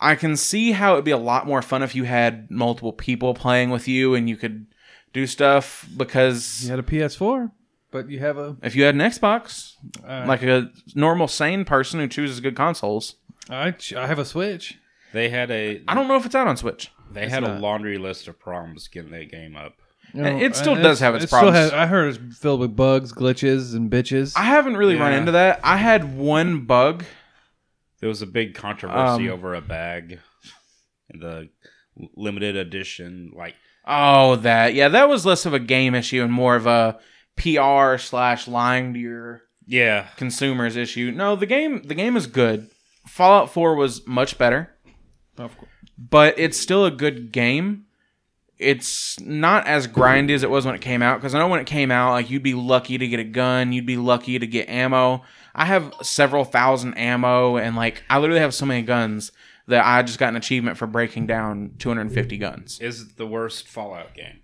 Speaker 6: I can see how it'd be a lot more fun if you had multiple people playing with you and you could do stuff because
Speaker 1: You had a PS4, but you have a
Speaker 6: if you had an Xbox,
Speaker 1: uh,
Speaker 6: like a normal sane person who chooses good consoles,
Speaker 1: I, ch- I have a Switch.
Speaker 4: They had a.
Speaker 6: I don't know if it's out on Switch.
Speaker 4: They
Speaker 6: It's
Speaker 4: had a
Speaker 6: not.
Speaker 4: laundry list of problems getting that game up.
Speaker 1: You
Speaker 6: It- it still
Speaker 1: and
Speaker 6: does have its
Speaker 1: it still
Speaker 6: problems.
Speaker 1: has- I heard it's filled with bugs, glitches, and bitches.
Speaker 6: I haven't really run
Speaker 1: Yeah.
Speaker 6: into that. I had one bug.
Speaker 4: There was a big controversy
Speaker 6: Um,
Speaker 4: over a bag, the limited edition. Like
Speaker 6: Oh, that yeah, that was less of a game issue and more of a PR slash lying to your
Speaker 4: yeah,
Speaker 6: consumers issue. No, the game the game is good. Fallout 4 was much better.
Speaker 1: of course.
Speaker 6: but it's still a good game. It's not as grindy as it was when it came out because I know when it came out, like you'd be lucky to get a gun, you'd be lucky to get ammo. I have several thousand ammo, and like I literally have so many guns that I just got an achievement for breaking down 250 guns.
Speaker 4: is it the worst Fallout game?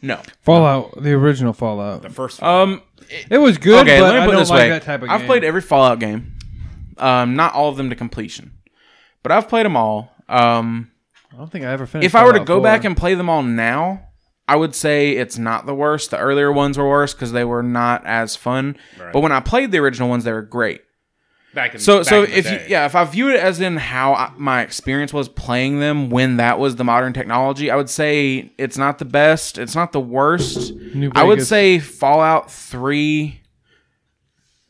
Speaker 6: No,
Speaker 1: Fallout, the original Fallout.
Speaker 4: The first one.
Speaker 6: um,
Speaker 1: It was good,
Speaker 6: okay,
Speaker 1: but
Speaker 6: let me
Speaker 1: I
Speaker 6: put it
Speaker 1: don't
Speaker 6: this
Speaker 1: like
Speaker 6: way:
Speaker 1: that type of
Speaker 6: I've
Speaker 1: game.
Speaker 6: played every Fallout game, um, not all of them to completion, but I've played them all. Um,
Speaker 1: I don't think I ever finished.
Speaker 6: if I were to
Speaker 1: Fallout
Speaker 6: go
Speaker 1: 4.
Speaker 6: back and play them all now, I would say it's not the worst. The earlier ones were worse because they were not as fun.
Speaker 4: Right.
Speaker 6: But when I played the original ones, they were great.
Speaker 4: back in
Speaker 6: So,
Speaker 4: back
Speaker 6: so
Speaker 4: in the
Speaker 6: if you,
Speaker 4: day.
Speaker 6: yeah, if I view it as in how I, my experience was playing them when that was the modern technology, I would say it's not the best. It's not the worst.
Speaker 1: New
Speaker 6: I would
Speaker 1: Vegas.
Speaker 6: say Fallout Three.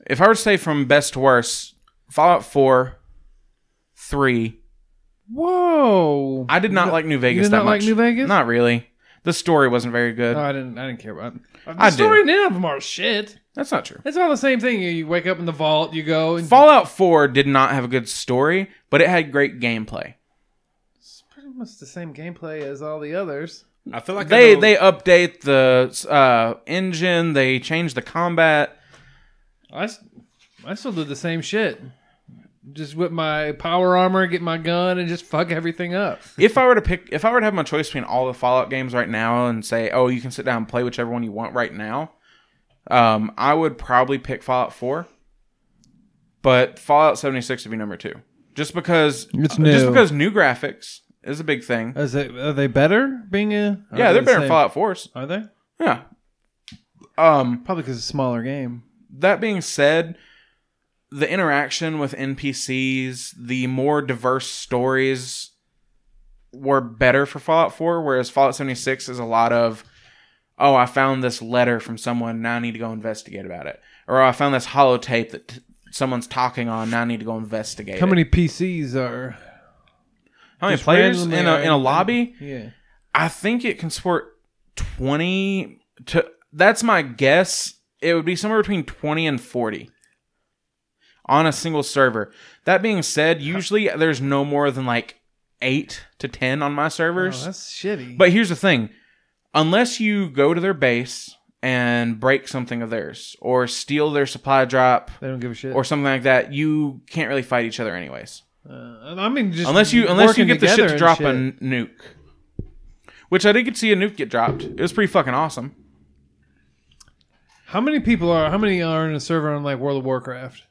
Speaker 6: If I were to say from best to worst, Fallout Four, Three.
Speaker 1: whoa,
Speaker 6: I did not like New Vegas
Speaker 1: did
Speaker 6: that
Speaker 1: not like
Speaker 6: much.
Speaker 1: New Vegas?
Speaker 6: Not really. The story wasn't very good.
Speaker 1: No, I didn't. I didn't care about. It. The
Speaker 6: I did.
Speaker 1: story and of them are shit.
Speaker 6: That's not true.
Speaker 1: It's all the same thing. You- You wake up in the vault, you go and
Speaker 6: Fallout 4 did not have a good story, but it had great gameplay.
Speaker 1: It's pretty much the same gameplay as all the others.
Speaker 4: I feel like
Speaker 6: They
Speaker 4: I know-
Speaker 6: they update the uh, engine, they change the combat.
Speaker 1: I, s- I still do the same shit. Just whip my power armor, get my gun, and just fuck everything up.
Speaker 6: If I were to pick, if I were to have my choice between all the Fallout games right now and say, oh, you can sit down and play whichever one you want right now, um, I would probably pick Fallout 4. But Fallout 76 would be number two, just because uh,
Speaker 1: It's
Speaker 6: just
Speaker 1: new.
Speaker 6: because new graphics is a big thing.
Speaker 1: Is it, are they better being a? or
Speaker 6: yeah,
Speaker 1: are
Speaker 6: they're
Speaker 1: they the
Speaker 6: better than
Speaker 1: same?
Speaker 6: Fallout 4s.
Speaker 1: Are they?
Speaker 6: Yeah. Um,
Speaker 1: Probably because it's a smaller game.
Speaker 6: that being said, the interaction with NPCs, the more diverse stories were better for Fallout 4, whereas Fallout 76 is a lot of, oh, I found this letter from someone, now I need to go investigate about it. Or oh, I found this holotape that t- someone's talking on, now I need to go investigate.
Speaker 1: How
Speaker 6: it.
Speaker 1: many PCs are?
Speaker 6: How many
Speaker 1: just
Speaker 6: players in
Speaker 1: randomly
Speaker 6: a,
Speaker 1: are-
Speaker 6: in a lobby?
Speaker 1: Yeah.
Speaker 6: I think it can support 20 to that's my guess. It would be somewhere between 20 and 40 on a single server. That being said, usually there's no more than like 8 to 10 on my
Speaker 1: Oh,
Speaker 6: servers.
Speaker 1: that's shitty.
Speaker 6: but here's the thing. Unless you go to their base and break something of theirs or steal their supply drop
Speaker 1: they don't give a shit.
Speaker 6: or something like that, you can't really fight each other anyways.
Speaker 1: uh, I mean, just
Speaker 6: unless you unless you
Speaker 1: working
Speaker 6: get the
Speaker 1: together
Speaker 6: shit to
Speaker 1: and
Speaker 6: drop a
Speaker 1: shit.
Speaker 6: n- nuke, which I did get to see a nuke get dropped. It was pretty fucking awesome.
Speaker 1: How many people are? How many are in a server on like World of Warcraft?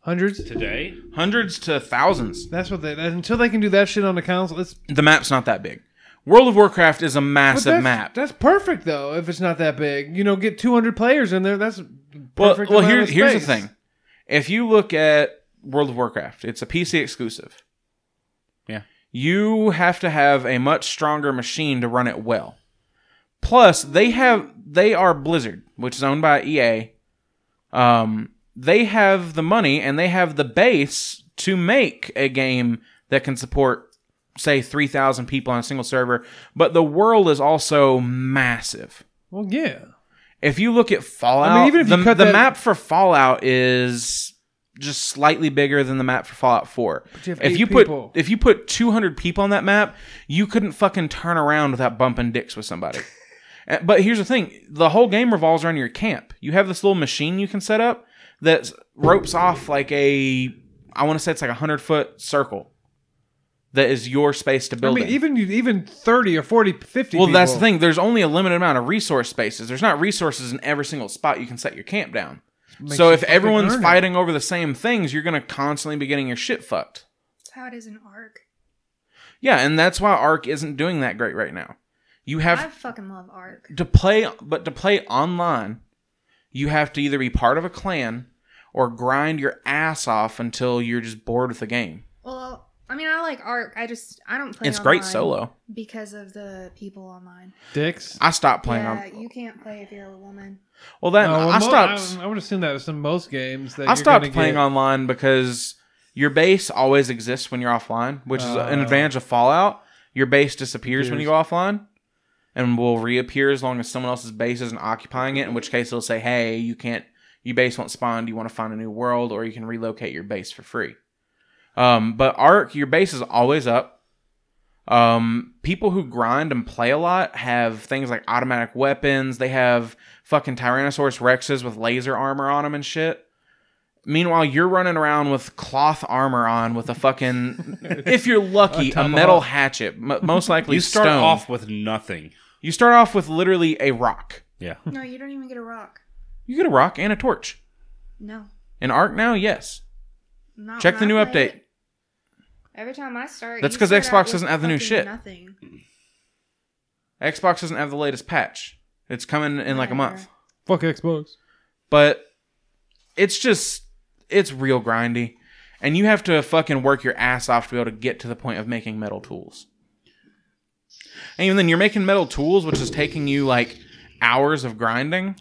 Speaker 1: Hundreds.
Speaker 4: today.
Speaker 6: Hundreds to thousands.
Speaker 1: That's what they. Until they can do that shit on the console, it's
Speaker 6: The map's not that big. World of Warcraft is a
Speaker 1: But
Speaker 6: massive
Speaker 1: that's,
Speaker 6: map.
Speaker 1: That's perfect though. If it's not that big, you know, get 200 players in there. That's
Speaker 6: Well,
Speaker 1: perfect
Speaker 6: well,
Speaker 1: amount
Speaker 6: here,
Speaker 1: of
Speaker 6: here's the
Speaker 1: space.
Speaker 6: thing. If you look at World of Warcraft, it's a PC exclusive.
Speaker 4: Yeah.
Speaker 6: You have to have a much stronger machine to run it well. Plus, they have they are Blizzard, which is owned by EA. Um, they have the money and they have the base to make a game that can support say 3000 people on a single server, but the world is also massive
Speaker 1: Well, yeah.
Speaker 6: If you look at Fallout,
Speaker 1: I mean, even if
Speaker 6: the,
Speaker 1: you cut
Speaker 6: the
Speaker 1: that-
Speaker 6: map for Fallout is just slightly bigger than the map for Fallout 4.
Speaker 1: you have
Speaker 6: if
Speaker 1: eight
Speaker 6: you
Speaker 1: people.
Speaker 6: put if you put 200 people on that map, you couldn't fucking turn around without bumping dicks with somebody. Uh, but here's the thing, the whole game revolves around your camp. You have this little machine you can set up that ropes off like a I want to say it's like a 100 foot circle. That is your space to
Speaker 1: I
Speaker 6: build.
Speaker 1: mean,
Speaker 6: in.
Speaker 1: even even thirty or 40, 50
Speaker 6: Well, that's the
Speaker 1: people.
Speaker 6: thing. There's only a limited amount of resource spaces. There's not resources in every single spot you can set your camp down.
Speaker 1: Makes
Speaker 6: so
Speaker 1: you
Speaker 6: if
Speaker 1: fucking
Speaker 6: everyone's
Speaker 1: earn it.
Speaker 6: fighting over the same things, you're gonna constantly be getting your shit fucked.
Speaker 10: That's how it is in Ark.
Speaker 6: Yeah, and that's why Ark isn't doing that great right now. You have
Speaker 10: I fucking love Ark.
Speaker 6: to play, but to play online, you have to either be part of a clan or grind your ass off until you're just bored with the game.
Speaker 10: Well, I mean, I like Ark. I just I don't play.
Speaker 6: It's great
Speaker 10: online
Speaker 6: solo.
Speaker 10: because of the people online.
Speaker 1: dicks.
Speaker 6: I stopped playing
Speaker 10: yeah,
Speaker 6: on.
Speaker 10: you can't play if you're a woman.
Speaker 6: Well, that
Speaker 1: No,
Speaker 6: I
Speaker 1: mo-
Speaker 6: stopped.
Speaker 1: I, I would assume that was in most games. That
Speaker 6: I
Speaker 1: you're
Speaker 6: stopped
Speaker 1: gonna
Speaker 6: playing
Speaker 1: get-
Speaker 6: online because your base always exists when you're offline, which is an
Speaker 1: Oh.
Speaker 6: advantage of Fallout. Your base disappears when you go
Speaker 1: Disappears.
Speaker 6: offline and will reappear as long as someone else's base isn't occupying it, in which case it'll say, hey, you can't, your base won't spawn. Do you want to find a new world or you can relocate your base for free? Um, but Ark, your base is always up. Um, people who grind and play a lot have things like automatic weapons. They have fucking Tyrannosaurus Rexes with laser armor on them and shit. Meanwhile, you're running around with cloth armor on with a fucking, if you're lucky, a, metal hatchet, m- most likely
Speaker 4: You start
Speaker 6: stone.
Speaker 4: off with nothing.
Speaker 6: You start off with literally a rock.
Speaker 4: Yeah.
Speaker 10: No, you don't even get a rock.
Speaker 6: You get a rock and a torch.
Speaker 10: No,
Speaker 6: In Ark now, yes.
Speaker 10: not
Speaker 6: Check
Speaker 10: when
Speaker 6: the
Speaker 10: I
Speaker 6: new
Speaker 10: play
Speaker 6: update.
Speaker 10: it. Every time I start,
Speaker 6: That's
Speaker 10: you
Speaker 6: 'cause
Speaker 10: start out
Speaker 6: Xbox
Speaker 10: with
Speaker 6: doesn't have the new
Speaker 10: fucking
Speaker 6: shit.
Speaker 10: Nothing.
Speaker 6: Xbox doesn't have the latest patch. It's coming in like a month.
Speaker 1: Fuck Xbox.
Speaker 6: but it's just it's real grindy and you have to fucking work your ass off to be able to get to the point of making metal tools and even then you're making metal tools which is taking you like hours of grinding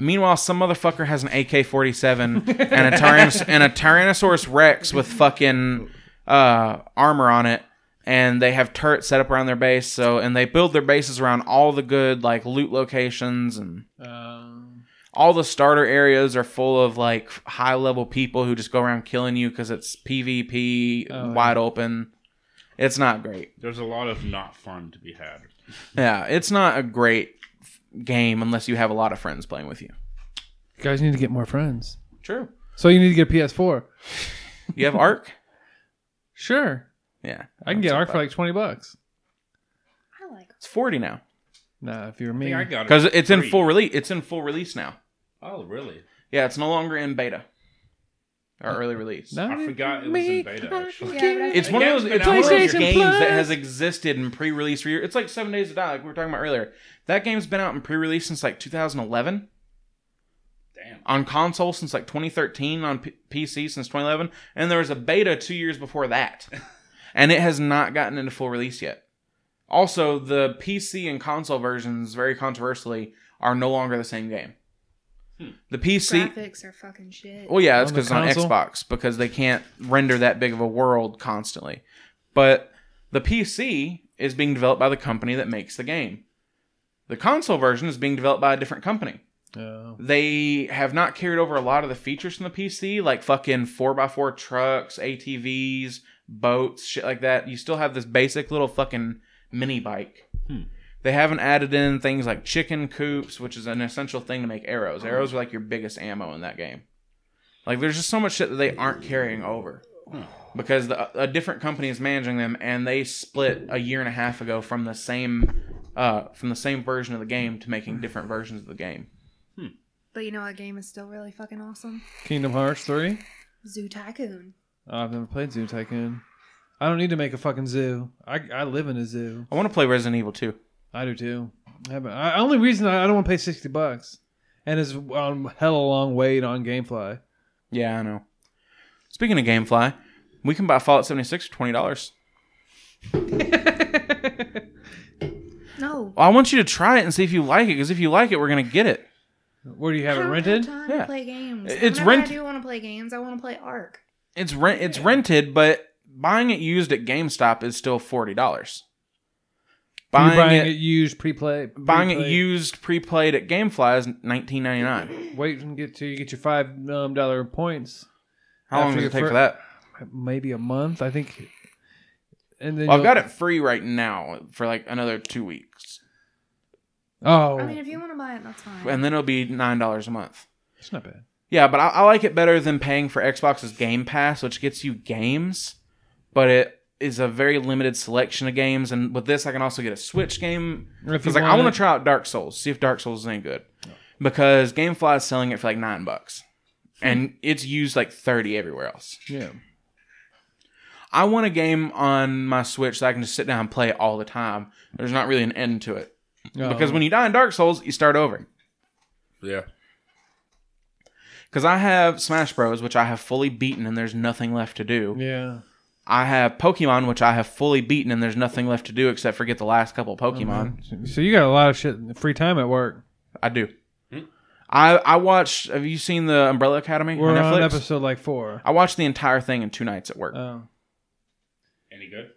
Speaker 6: meanwhile some motherfucker has an ak-47 and a, tyrannos- and a tyrannosaurus rex with fucking uh, armor on it and they have turrets set up around their base so and they build their bases around all the good like loot locations and
Speaker 1: Um,
Speaker 6: all the starter areas are full of like high level people who just go around killing you because it's PvP
Speaker 1: Oh,
Speaker 6: wide open. It's not great.
Speaker 4: There's a lot of not fun to be had.
Speaker 6: Yeah, it's not a great f- game unless you have a lot of friends playing with you.
Speaker 1: you guys need to get more friends.
Speaker 6: True.
Speaker 1: So you need to get a PS4.
Speaker 6: You have Ark?
Speaker 1: Sure,
Speaker 6: Yeah.
Speaker 1: I can get Ark for like twenty bucks.
Speaker 10: I like.
Speaker 6: It's 40 now
Speaker 1: Nah, if you're
Speaker 4: I
Speaker 1: me,
Speaker 4: think I got it.
Speaker 6: cuz it's in
Speaker 4: free.
Speaker 6: full release. It's in full release now.
Speaker 4: Oh, really?
Speaker 6: Yeah, it's no longer in beta or
Speaker 1: Uh,
Speaker 6: early release.
Speaker 1: Not
Speaker 4: I
Speaker 1: if
Speaker 4: forgot it was
Speaker 1: me.
Speaker 4: in beta, actually.
Speaker 10: Yeah, but I
Speaker 6: It's
Speaker 10: think-
Speaker 6: one of those.
Speaker 4: Yeah,
Speaker 6: It's one of those
Speaker 1: PlayStation
Speaker 6: games
Speaker 1: Plus.
Speaker 6: that has existed in pre-release. Re- it's like Seven Days to Die, like we were talking about earlier. That game's been out in pre-release since like 2011.
Speaker 4: Damn.
Speaker 6: On console since like 2013. On P- PC since 2011, and there was a beta two years before that, and it has not gotten into full release yet. Also, the PC and console versions, very controversially, are no longer the same game. The PC,
Speaker 10: graphics are fucking shit.
Speaker 6: well, yeah, it's
Speaker 1: On the
Speaker 6: because it's on
Speaker 1: console?
Speaker 6: Xbox because they can't render that big of a world constantly. But the PC is being developed by the company that makes the game. The console version is being developed by a different company.
Speaker 1: Oh.
Speaker 6: They have not carried over a lot of the features from the PC, like fucking 4x4 trucks, ATVs, boats, shit like that. You still have this basic little fucking mini bike.
Speaker 4: Hmm.
Speaker 6: They haven't added in things like chicken coops, which is an essential thing to make arrows. Arrows are like your biggest ammo in that game. Like there's just so much shit that they aren't carrying over because the, a different company is managing them, and they split a year and a half ago from the same uh, from the same version of the game to making different versions of the game.
Speaker 10: But you know what game is still really fucking awesome?
Speaker 1: Kingdom Hearts three.
Speaker 10: Zoo Tycoon.
Speaker 1: Oh, I've never played Zoo Tycoon. I don't need to make a fucking zoo. I, I live in a zoo.
Speaker 6: I want to play Resident Evil 2.
Speaker 1: I do too. I haven't. I, only reason I, I don't want to pay sixty bucks, and it's on hell a long wait on GameFly.
Speaker 6: Yeah, I know. Speaking of GameFly, we can buy Fallout 76 for twenty dollars.
Speaker 10: No.
Speaker 6: Well, I want you to try it and see if you like it, because if you like it, we're gonna get it.
Speaker 1: Where do you have
Speaker 10: I
Speaker 1: it
Speaker 10: don't
Speaker 1: rented?
Speaker 10: Have time
Speaker 6: Yeah.
Speaker 10: to play games.
Speaker 6: It's
Speaker 10: Whenever
Speaker 6: rent-
Speaker 10: I do want to play games. I want to play Ark.
Speaker 6: It's rent. It's rented, but buying it used at GameStop is still forty dollars. Buying,
Speaker 1: You're buying
Speaker 6: it,
Speaker 1: it, used, pre-play,
Speaker 6: buying it
Speaker 1: pre-played.
Speaker 6: used, pre-played at GameFly is 19.99.
Speaker 1: Wait and get to you get your five um, dollar points.
Speaker 6: How long
Speaker 1: After
Speaker 6: does
Speaker 1: your
Speaker 6: it take
Speaker 1: fir-
Speaker 6: for that?
Speaker 1: Maybe a month, I think. And then
Speaker 6: Well, I've
Speaker 1: you'll-
Speaker 6: got it free right now for like another two weeks,
Speaker 1: Oh,
Speaker 10: I mean, if you want to buy it, that's fine.
Speaker 6: and then it'll be nine dollars a month.
Speaker 1: it's not bad.
Speaker 6: Yeah, but I, I like it better than paying for Xbox's Game Pass, which gets you games, but it is a very limited selection of games. And with this, I can also get a Switch game.
Speaker 1: Or if you
Speaker 6: Because like, I want
Speaker 1: want it-
Speaker 6: to try out Dark Souls, see if Dark Souls is any good, because GameFly is selling it for like nine bucks, and it's used like thirty everywhere else.
Speaker 1: Yeah.
Speaker 6: I want a game on my Switch that I can just sit down and play all the time. There's not really an end to it. Because when you die in Dark Souls, you start over.
Speaker 4: Yeah.
Speaker 6: Because I have Smash Bros, which I have fully beaten, and there's nothing left to do.
Speaker 1: Oh, yeah,
Speaker 6: I have Pokemon, which I have fully beaten, and there's nothing left to do except for get the last couple Pokemon.
Speaker 1: so you got a lot of shit free time at work.
Speaker 6: I do. I I watched. Have you seen the Umbrella Academy
Speaker 1: We're
Speaker 6: on Netflix?
Speaker 1: on episode like four.
Speaker 6: I watched the entire thing in two nights at work.
Speaker 1: Oh.
Speaker 4: Any good?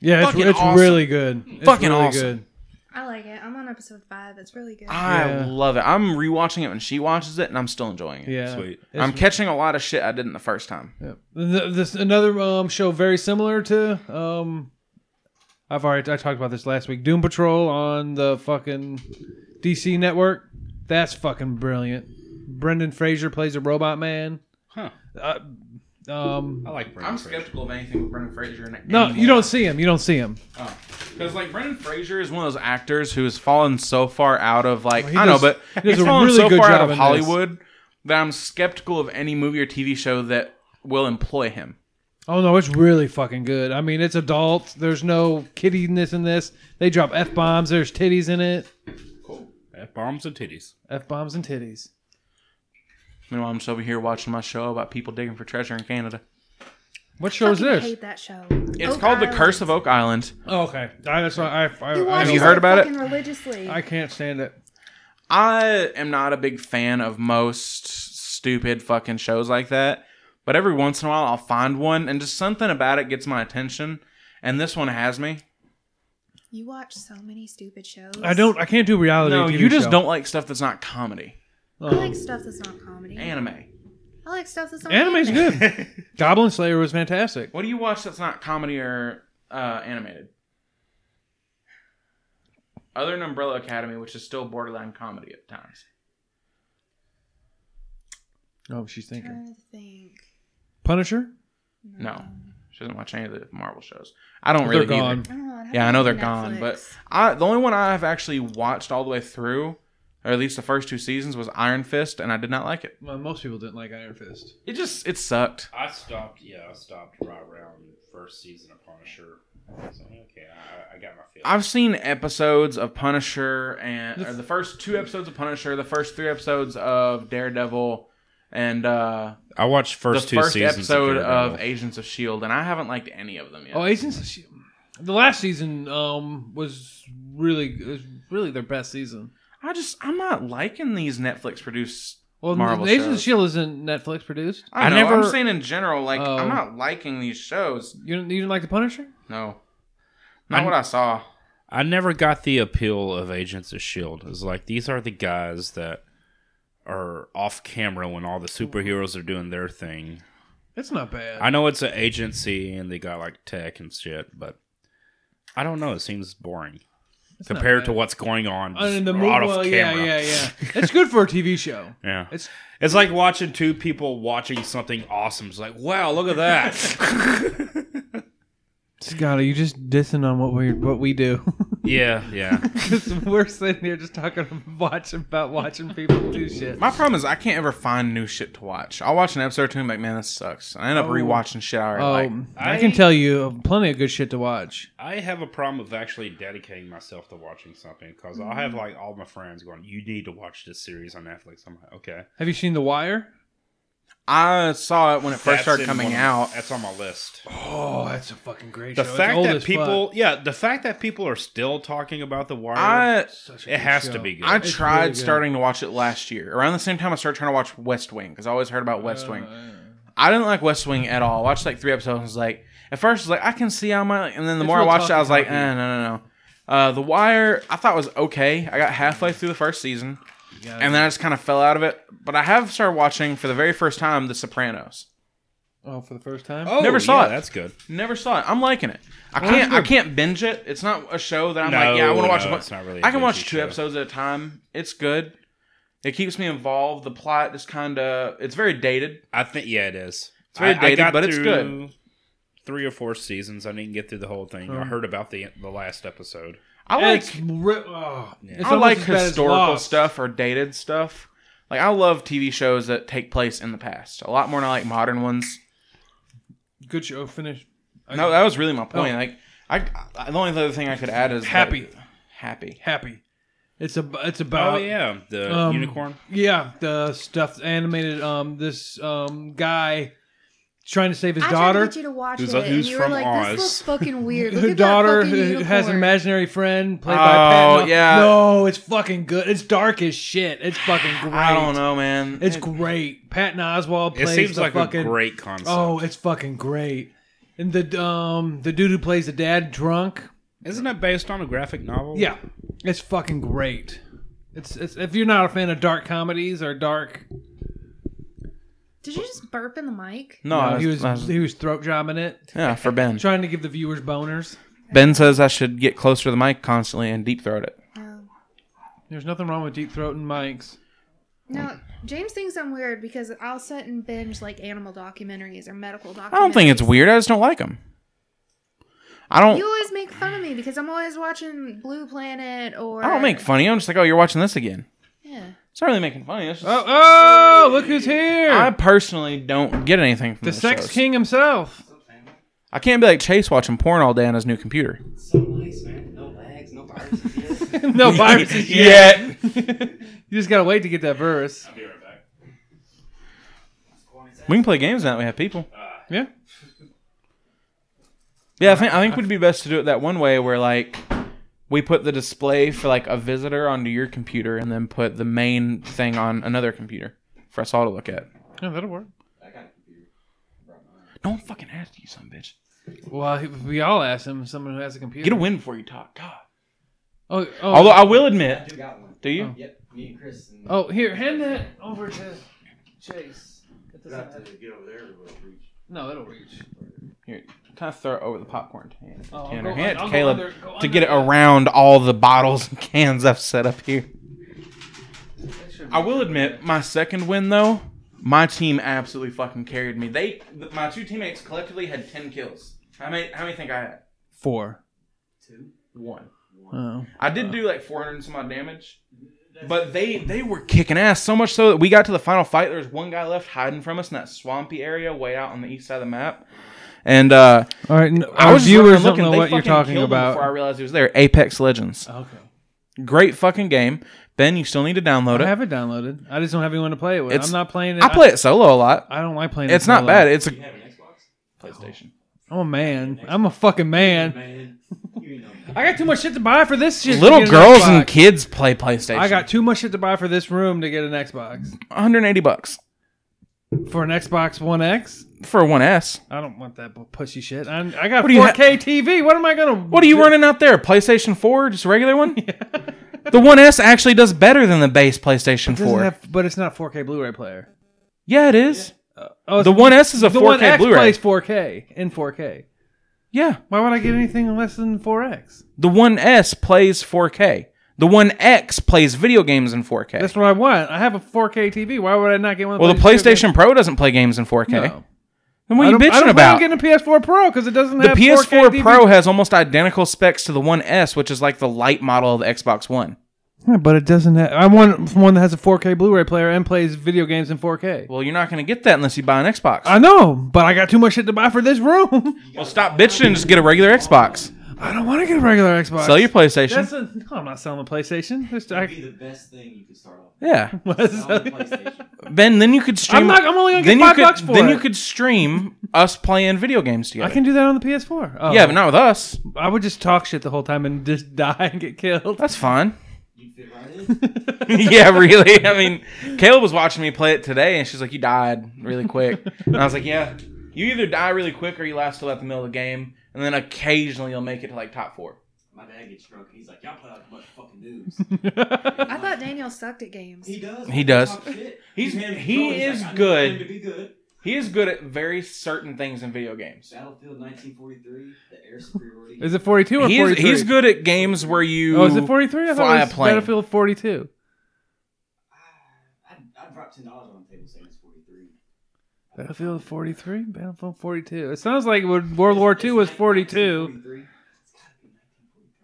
Speaker 1: Yeah, it's,
Speaker 6: Fucking
Speaker 1: it's
Speaker 6: awesome.
Speaker 1: really good. It's
Speaker 6: Fucking
Speaker 1: really
Speaker 6: awesome.
Speaker 1: good.
Speaker 10: I like it. I'm on episode five. It's really good.
Speaker 6: I
Speaker 1: Yeah.
Speaker 6: love it. I'm rewatching it when she watches it, and I'm still enjoying it.
Speaker 1: Yeah,
Speaker 4: Sweet.
Speaker 1: It's-
Speaker 6: I'm catching a lot of shit I didn't the first time.
Speaker 1: yeah. Th- This another um, show very similar to um, I've already I talked about this last week. Doom Patrol on the fucking DC network. That's fucking brilliant. Brendan Fraser plays a robot man.
Speaker 4: Huh.
Speaker 1: Uh, um,
Speaker 4: I like Brandon Fraser.
Speaker 6: of anything with Brendan Fraser. In it
Speaker 1: No, you don't see him. You don't see him.
Speaker 6: Because like Brendan Fraser is one of those actors who has fallen so far out of like
Speaker 1: Well, he
Speaker 6: I know,
Speaker 1: does-
Speaker 6: but
Speaker 1: he does
Speaker 6: he's
Speaker 1: a
Speaker 6: fallen
Speaker 1: really
Speaker 6: so
Speaker 1: good
Speaker 6: far
Speaker 1: job
Speaker 6: out
Speaker 1: in
Speaker 6: of
Speaker 1: this.
Speaker 6: Hollywood that I'm skeptical of any movie or TV show that will employ him.
Speaker 1: Oh no, it's really fucking good. I mean, it's adult. There's no kiddiness in this. They drop f bombs. There's titties in it.
Speaker 4: F bombs and titties.
Speaker 1: F bombs and titties.
Speaker 6: Meanwhile, I'm just over here watching my show about people digging for treasure in Canada.
Speaker 1: What show is
Speaker 10: fucking
Speaker 1: this?
Speaker 10: hate that show.
Speaker 6: It's called The Curse of Oak Island.
Speaker 1: Oh, okay, I, that's why I, Oh, I, I,
Speaker 6: Have you heard about it?
Speaker 10: Religiously.
Speaker 1: I can't stand it.
Speaker 6: I am not a big fan of most stupid fucking shows like that, but every once in a while I'll find one and just something about it gets my attention. And this one has me.
Speaker 10: you watch so many stupid shows.
Speaker 1: I don't. I can't do reality.
Speaker 6: No,
Speaker 1: TV
Speaker 6: you just
Speaker 1: show. Oh.
Speaker 6: don't like stuff that's not comedy.
Speaker 10: I like stuff that's not comedy.
Speaker 6: Anime.
Speaker 10: I like stuff that's not
Speaker 1: Anime's
Speaker 10: anime.
Speaker 1: good. Goblin Slayer was fantastic.
Speaker 6: What do you watch that's not comedy or uh, animated? Other than Umbrella Academy, which is still borderline comedy at times.
Speaker 1: Oh, she's
Speaker 10: I'm
Speaker 1: thinking.
Speaker 10: trying to think.
Speaker 1: Punisher.
Speaker 6: No, she doesn't watch any of the Marvel shows. I don't
Speaker 1: They're
Speaker 6: really.
Speaker 1: gone.
Speaker 6: either.
Speaker 10: Oh, I'd have
Speaker 6: Yeah, I
Speaker 10: to
Speaker 6: know they're
Speaker 10: look
Speaker 6: gone,
Speaker 10: Netflix.
Speaker 6: but I the only one I've actually watched all the way through, or at least the first two seasons, was Iron Fist, and I did not like it.
Speaker 1: Well, most people didn't like Iron Fist.
Speaker 6: It just it sucked.
Speaker 4: I stopped. Yeah, I stopped right around first season of Punisher. So, okay, I, I got my feel.
Speaker 6: I've seen episodes of Punisher and
Speaker 1: The
Speaker 6: or
Speaker 1: f-
Speaker 6: the first two episodes of Punisher, the first three episodes of Daredevil, and uh,
Speaker 4: I watched
Speaker 6: the first episode of, Agents of Shield, and I haven't liked any of them yet.
Speaker 1: Oh, Agents. of Shi- The last season um was really was really their best season.
Speaker 6: I just I'm not liking these Netflix produced.
Speaker 1: Well,
Speaker 6: Marvel
Speaker 1: the Agents of
Speaker 6: shows.
Speaker 1: Shield E isn't Netflix produced.
Speaker 6: I,
Speaker 4: I
Speaker 6: know,
Speaker 4: never-
Speaker 6: I'm saying in general, like
Speaker 1: Oh.
Speaker 6: I'm not liking these shows.
Speaker 1: You didn't, you didn't like the Punisher?
Speaker 6: No, not
Speaker 4: I-
Speaker 6: what I saw.
Speaker 4: I never got the appeal of Agents of Shield. E It's like these are the guys that are off camera when all the superheroes are doing their thing.
Speaker 1: It's not bad.
Speaker 4: I know it's an agency and they got like tech and shit, but I don't know. It seems boring
Speaker 1: It's not
Speaker 4: compared to
Speaker 1: bad.
Speaker 4: what's going on
Speaker 1: Uh, in the
Speaker 4: just
Speaker 1: movie,
Speaker 4: out of
Speaker 1: well, yeah,
Speaker 4: camera.
Speaker 1: yeah, yeah. It's good for a TV show.
Speaker 4: Yeah.
Speaker 1: It's
Speaker 4: It's like watching two people watching something awesome. It's like, wow, look at that.
Speaker 1: Scott, are you just dissing on what we what we do?
Speaker 4: yeah, yeah.
Speaker 1: Because we're sitting here just talking about watching, about watching people do shit.
Speaker 6: My problem is I can't ever find new shit to watch. I'll watch an episode or two and be like, man, this sucks. And I end up
Speaker 1: Oh.
Speaker 6: rewatching shit I already
Speaker 1: Oh,
Speaker 6: like.
Speaker 1: I can
Speaker 4: I-
Speaker 1: tell you plenty of good shit to watch.
Speaker 4: I have a problem of actually dedicating myself to watching something because I'll
Speaker 6: Mm-hmm.
Speaker 4: have like all my friends going, "You need to watch this series on Netflix." I'm like, okay.
Speaker 1: Have you seen The Wire?
Speaker 6: I saw it when it first
Speaker 4: That's
Speaker 6: started
Speaker 4: in
Speaker 6: coming
Speaker 4: one of-
Speaker 6: out.
Speaker 4: That's on my list.
Speaker 1: Oh, that's a fucking great
Speaker 4: The
Speaker 1: show. It's
Speaker 4: fact
Speaker 1: old
Speaker 4: that
Speaker 1: as
Speaker 4: people, yeah, the fact that people are still talking about the wire,
Speaker 6: I
Speaker 1: fuck. Such a
Speaker 4: it
Speaker 1: good
Speaker 4: has
Speaker 1: show.
Speaker 4: to be good.
Speaker 6: I
Speaker 1: It's
Speaker 6: tried
Speaker 1: really good.
Speaker 6: starting to watch it last year. Around the same time, I started trying to watch West Wing because I always heard about West
Speaker 1: Uh,
Speaker 6: Wing. I didn't like West Wing at all. I watched like three episodes. and was like, at first, I was like, I can see how my, and then the
Speaker 1: It's
Speaker 6: more I
Speaker 1: real
Speaker 6: watched it, I
Speaker 1: talkie
Speaker 6: was like, eh,
Speaker 1: talkie.
Speaker 6: no, no, no. Uh, the Wire, I thought was okay. I got halfway through the first season,
Speaker 1: Yeah.
Speaker 6: and then I just kind of fell out of it. But I have started watching for the very first time The Sopranos.
Speaker 1: oh, for the first time.
Speaker 4: Oh,
Speaker 6: Never saw
Speaker 4: yeah,
Speaker 6: it.
Speaker 4: That's good.
Speaker 6: Never saw it. I'm liking it. I can't. I
Speaker 1: good.
Speaker 6: can't binge it. It's not a show that I'm
Speaker 4: No,
Speaker 6: like, yeah, I want to
Speaker 4: no,
Speaker 6: watch. a bunch.
Speaker 4: it's not really a
Speaker 6: I can watch
Speaker 4: bingey
Speaker 6: two
Speaker 4: show.
Speaker 6: episodes at a time. It's good. It keeps me involved. The plot is kind of. It's very dated.
Speaker 4: I think yeah, it is.
Speaker 6: It's very
Speaker 4: I,
Speaker 6: dated,
Speaker 4: I got
Speaker 6: but it's
Speaker 4: through
Speaker 6: good. Um,
Speaker 4: Three or four seasons. I didn't get through the whole thing. I heard about the the last episode.
Speaker 6: I like.
Speaker 1: it's ri- oh, it's
Speaker 6: I
Speaker 1: almost
Speaker 6: like
Speaker 1: as bad as
Speaker 6: historical
Speaker 1: Lost.
Speaker 6: stuff or dated stuff. Like I love TV shows that take place in the past a lot more than I like modern ones.
Speaker 1: Good show. Finish.
Speaker 6: No, that was really
Speaker 1: Oh.
Speaker 6: my point. Like I, I, the only other thing I could add is like,
Speaker 1: Happy.
Speaker 6: happy.
Speaker 1: Happy. It's a. It's
Speaker 6: uh,
Speaker 1: about.
Speaker 4: Oh yeah, the
Speaker 1: um,
Speaker 4: unicorn.
Speaker 1: Yeah, the stuff animated. Um, this um guy trying to save his
Speaker 10: I tried to
Speaker 1: daughter.
Speaker 10: get you to watch
Speaker 4: Who's-
Speaker 10: it, and
Speaker 4: who's
Speaker 10: you were
Speaker 4: from
Speaker 10: like,
Speaker 4: Oz?
Speaker 10: "This looks fucking weird." Look
Speaker 1: Her
Speaker 10: at daughter
Speaker 1: daughter
Speaker 10: that fucking
Speaker 1: who has an
Speaker 10: unicorn.
Speaker 1: imaginary friend played by
Speaker 6: Oh,
Speaker 1: Pat. Mel-
Speaker 6: yeah.
Speaker 1: No, it's fucking good. It's dark as shit. It's fucking great.
Speaker 6: I don't know, man.
Speaker 1: It's great. Patton Oswald
Speaker 4: It
Speaker 1: plays
Speaker 4: seems
Speaker 1: the
Speaker 4: like
Speaker 1: fucking.
Speaker 4: a great concept.
Speaker 1: oh, it's fucking great. And the um the dude who plays the dad drunk.
Speaker 4: isn't that based on a graphic novel?
Speaker 1: Yeah, it's fucking great. It's, it's if you're not a fan of dark comedies or dark,
Speaker 10: Did you just burp in the mic?
Speaker 6: no. I was,
Speaker 1: uh, he was
Speaker 6: I was-
Speaker 1: he was throat jobbing it,
Speaker 6: yeah, for Ben.
Speaker 1: trying to give the viewers boners.
Speaker 6: Ben says I should get closer to the mic constantly and deep throat it.
Speaker 1: There's nothing wrong with deep throating mics.
Speaker 10: No, James thinks I'm weird because I'll sit and binge like animal documentaries or medical documentaries.
Speaker 6: I don't think it's weird. I just don't like them. I don't.
Speaker 10: You always make fun of me because I'm always watching Blue Planet or
Speaker 6: I don't make funny. I'm just like, oh, you're watching this again.
Speaker 10: Yeah.
Speaker 6: It's not really making funny. It's just,
Speaker 1: Oh, oh look who's here!
Speaker 6: I personally don't get anything from
Speaker 1: the
Speaker 6: those
Speaker 1: sex
Speaker 6: shows.
Speaker 1: king himself.
Speaker 6: I can't be like Chase watching porn all day on his new computer.
Speaker 5: So nice, man. No lags, no viruses. yet.
Speaker 1: no viruses yet. you just gotta wait to get that verse.
Speaker 6: We can play games now. that We have people.
Speaker 1: Yeah.
Speaker 6: Yeah, I think I think would be best to do it that one way where like we put the display for like a visitor onto your computer and then put the main thing on another computer for us all to look at.
Speaker 1: Yeah, that'll work.
Speaker 6: Don't fucking ask you, son of a bitch.
Speaker 1: Well, he- we all asked him. Someone who has a computer.
Speaker 6: Get a win before you talk. God.
Speaker 1: oh, oh,
Speaker 6: Although I will admit,
Speaker 5: You got one.
Speaker 6: do you?
Speaker 5: Yep, me and Chris. And
Speaker 1: oh, here, hand that over to Chase. It doesn't
Speaker 5: Got to
Speaker 1: have-
Speaker 5: get over there and we'll reach.
Speaker 1: No, it'll reach.
Speaker 6: Kind of throw it over the popcorn can.
Speaker 1: Oh, I'll
Speaker 6: Tanner.
Speaker 1: go-
Speaker 6: Hand it
Speaker 1: I'll go
Speaker 6: to Caleb
Speaker 1: under- go
Speaker 6: to
Speaker 1: under
Speaker 6: get it
Speaker 1: that.
Speaker 6: around all the bottles and cans I've set up here.
Speaker 1: That should
Speaker 6: I will admit, my second win though, my team absolutely fucking carried me. They, th- my two teammates collectively had ten kills. How many? How many think I had?
Speaker 1: Four.
Speaker 6: One.
Speaker 1: Oh.
Speaker 6: I did do like four hundred and some odd damage, but they they were kicking ass so much so that we got to the final fight. There was one guy left hiding from us in that swampy area way out on the east side of the map, and uh,
Speaker 1: All right, n-
Speaker 6: I
Speaker 1: our
Speaker 6: was just
Speaker 1: viewers
Speaker 6: looking,
Speaker 1: don't know
Speaker 6: they
Speaker 1: what you're
Speaker 6: fucking
Speaker 1: talking
Speaker 6: killed him Before I
Speaker 1: about.
Speaker 6: realized he was there, Apex Legends,
Speaker 1: Okay.
Speaker 6: great fucking game. Ben, you still need to download
Speaker 1: I
Speaker 6: it.
Speaker 1: have it downloaded. I just don't have anyone to play it with.
Speaker 6: It's-
Speaker 1: I'm not playing it.
Speaker 6: I play it solo a lot.
Speaker 1: I don't like playing.
Speaker 6: It's
Speaker 1: it
Speaker 6: not
Speaker 1: solo.
Speaker 6: bad. It's a
Speaker 5: You have an Xbox?
Speaker 6: PlayStation.
Speaker 1: I'm a man. I'm a fucking man.
Speaker 5: Man, you know.
Speaker 1: I got too much shit to buy for this shit. to
Speaker 6: Little
Speaker 1: get an
Speaker 6: girls
Speaker 1: Xbox.
Speaker 6: and kids play PlayStation.
Speaker 1: I got too much shit to buy for this room to get an Xbox.
Speaker 6: 180 bucks
Speaker 1: For an Xbox One X,
Speaker 6: for a 1S.
Speaker 1: I don't want that bu- pussy shit. I, I got
Speaker 6: What do you
Speaker 1: 4K TV. What am I gonna?
Speaker 6: What are you running out there? PlayStation 4, just a regular one? The 1S actually does better than the base PlayStation 4.
Speaker 1: Four. but it's not 4K Blu-ray player.
Speaker 6: yeah, it is.
Speaker 1: Oh,
Speaker 6: The
Speaker 1: it's-
Speaker 6: 1S is a
Speaker 1: the
Speaker 6: 4K
Speaker 1: 1X
Speaker 6: Blu-ray.
Speaker 1: plays 4K in 4K.
Speaker 6: Yeah,
Speaker 1: Why would I get anything less than 4X?
Speaker 6: the 1S plays 4K. The 1X plays video games in 4K.
Speaker 1: That's what I want. I have a 4K TV. Why would I not get one? that
Speaker 6: well, the
Speaker 1: plays 4K?
Speaker 6: PlayStation Pro doesn't play games in 4K.
Speaker 1: No.
Speaker 6: Then what are
Speaker 1: I
Speaker 6: you
Speaker 1: don't- I
Speaker 6: bitching
Speaker 1: don't
Speaker 6: about?
Speaker 1: plan on getting a PS4 Pro because it doesn't
Speaker 6: The
Speaker 1: have
Speaker 6: PS4
Speaker 1: 4K
Speaker 6: Pro
Speaker 1: DVD.
Speaker 6: has almost identical specs to the 1S, which is like the light model of the Xbox One.
Speaker 1: Yeah, but it doesn't. Have, I want one that has a 4K Blu-ray player and plays video games in 4K.
Speaker 6: Well, you're not going to get that unless you buy an Xbox.
Speaker 1: I know, but I got too much shit to buy for this room.
Speaker 6: well, stop bitching and just get a regular Xbox.
Speaker 1: I don't want to get a regular Xbox.
Speaker 6: Sell your PlayStation.
Speaker 1: That's a, no, I'm not selling a PlayStation. There's-
Speaker 5: That'd
Speaker 1: I,
Speaker 5: be the best thing you could start off.
Speaker 6: yeah,
Speaker 5: with. Sell the PlayStation.
Speaker 6: Ben. Then you could stream.
Speaker 1: I'm not- I'm only gonna get
Speaker 6: then you
Speaker 1: five
Speaker 6: could,
Speaker 1: bucks for
Speaker 6: Then
Speaker 1: it.
Speaker 6: you could stream us playing video games
Speaker 1: I
Speaker 6: together.
Speaker 1: can do that on the PS4. Oh.
Speaker 6: Yeah, but not with us.
Speaker 1: I would just talk shit the whole time and just die and get killed.
Speaker 6: That's fine.
Speaker 5: You fit right in.
Speaker 6: yeah, really. I mean, Caleb was watching me play it today, and she's like, "You died really quick," and I was like, "Yeah, you either die really quick or you last till at the middle of the game, and then occasionally you'll make it to like top four.
Speaker 5: My dad gets drunk and he's like, y'all put out a bunch of fucking news.
Speaker 10: I thought Daniel sucked at games.
Speaker 5: He does.
Speaker 6: He does.
Speaker 5: talk shit.
Speaker 6: He's-
Speaker 5: He's handed
Speaker 6: he
Speaker 5: control. He's
Speaker 6: is
Speaker 5: like, I know
Speaker 6: good.
Speaker 5: him To be good.
Speaker 6: He is good at very certain things in video games.
Speaker 5: Battlefield 1943, the air superiority.
Speaker 1: Is it 42 or
Speaker 6: He is,
Speaker 1: 43?
Speaker 6: he's good at games where you.
Speaker 1: Oh, is it 43? I
Speaker 6: fly
Speaker 1: thought
Speaker 6: a
Speaker 1: it was
Speaker 6: plane.
Speaker 1: Battlefield 42.
Speaker 5: I, I dropped ten dollars on the table saying it's 43.
Speaker 1: Battlefield 43? Battlefield 42. It sounds like when World War II was 42.
Speaker 5: 43.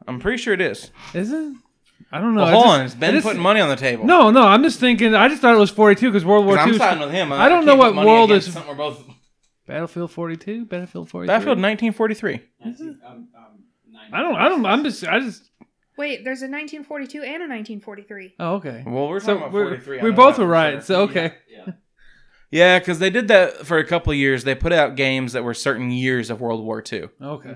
Speaker 6: I'm pretty sure it is.
Speaker 1: Is it? I don't know.
Speaker 6: Well,
Speaker 1: I
Speaker 6: hold
Speaker 1: just-
Speaker 6: on, it's
Speaker 1: I
Speaker 6: Ben
Speaker 1: just-
Speaker 6: putting money on the table.
Speaker 1: No, no, I'm just thinking. I just thought it was 42 because World
Speaker 6: 'Cause
Speaker 1: War
Speaker 6: I'm
Speaker 1: II.
Speaker 6: siding with him.
Speaker 1: I don't
Speaker 6: can't
Speaker 1: know
Speaker 6: put
Speaker 1: what
Speaker 6: money
Speaker 1: world
Speaker 6: against
Speaker 1: is-
Speaker 6: Something we're both.
Speaker 1: Battlefield 42? Battlefield 42.
Speaker 6: Battlefield 1943.
Speaker 5: 19, um, um, 90.
Speaker 1: I don't, I don't, I'm just, I just,
Speaker 10: Wait, there's a 1942 and a 1943.
Speaker 1: oh, okay.
Speaker 6: Well, we're
Speaker 1: So
Speaker 6: talking about
Speaker 1: we're-
Speaker 6: 43. I
Speaker 1: we
Speaker 6: know
Speaker 1: both
Speaker 6: that
Speaker 1: were
Speaker 6: for
Speaker 1: right,
Speaker 6: sure.
Speaker 1: so- okay.
Speaker 5: Yeah.
Speaker 6: Yeah, because they did that for a couple of years. They put out games that were certain years of World War II.
Speaker 1: Okay.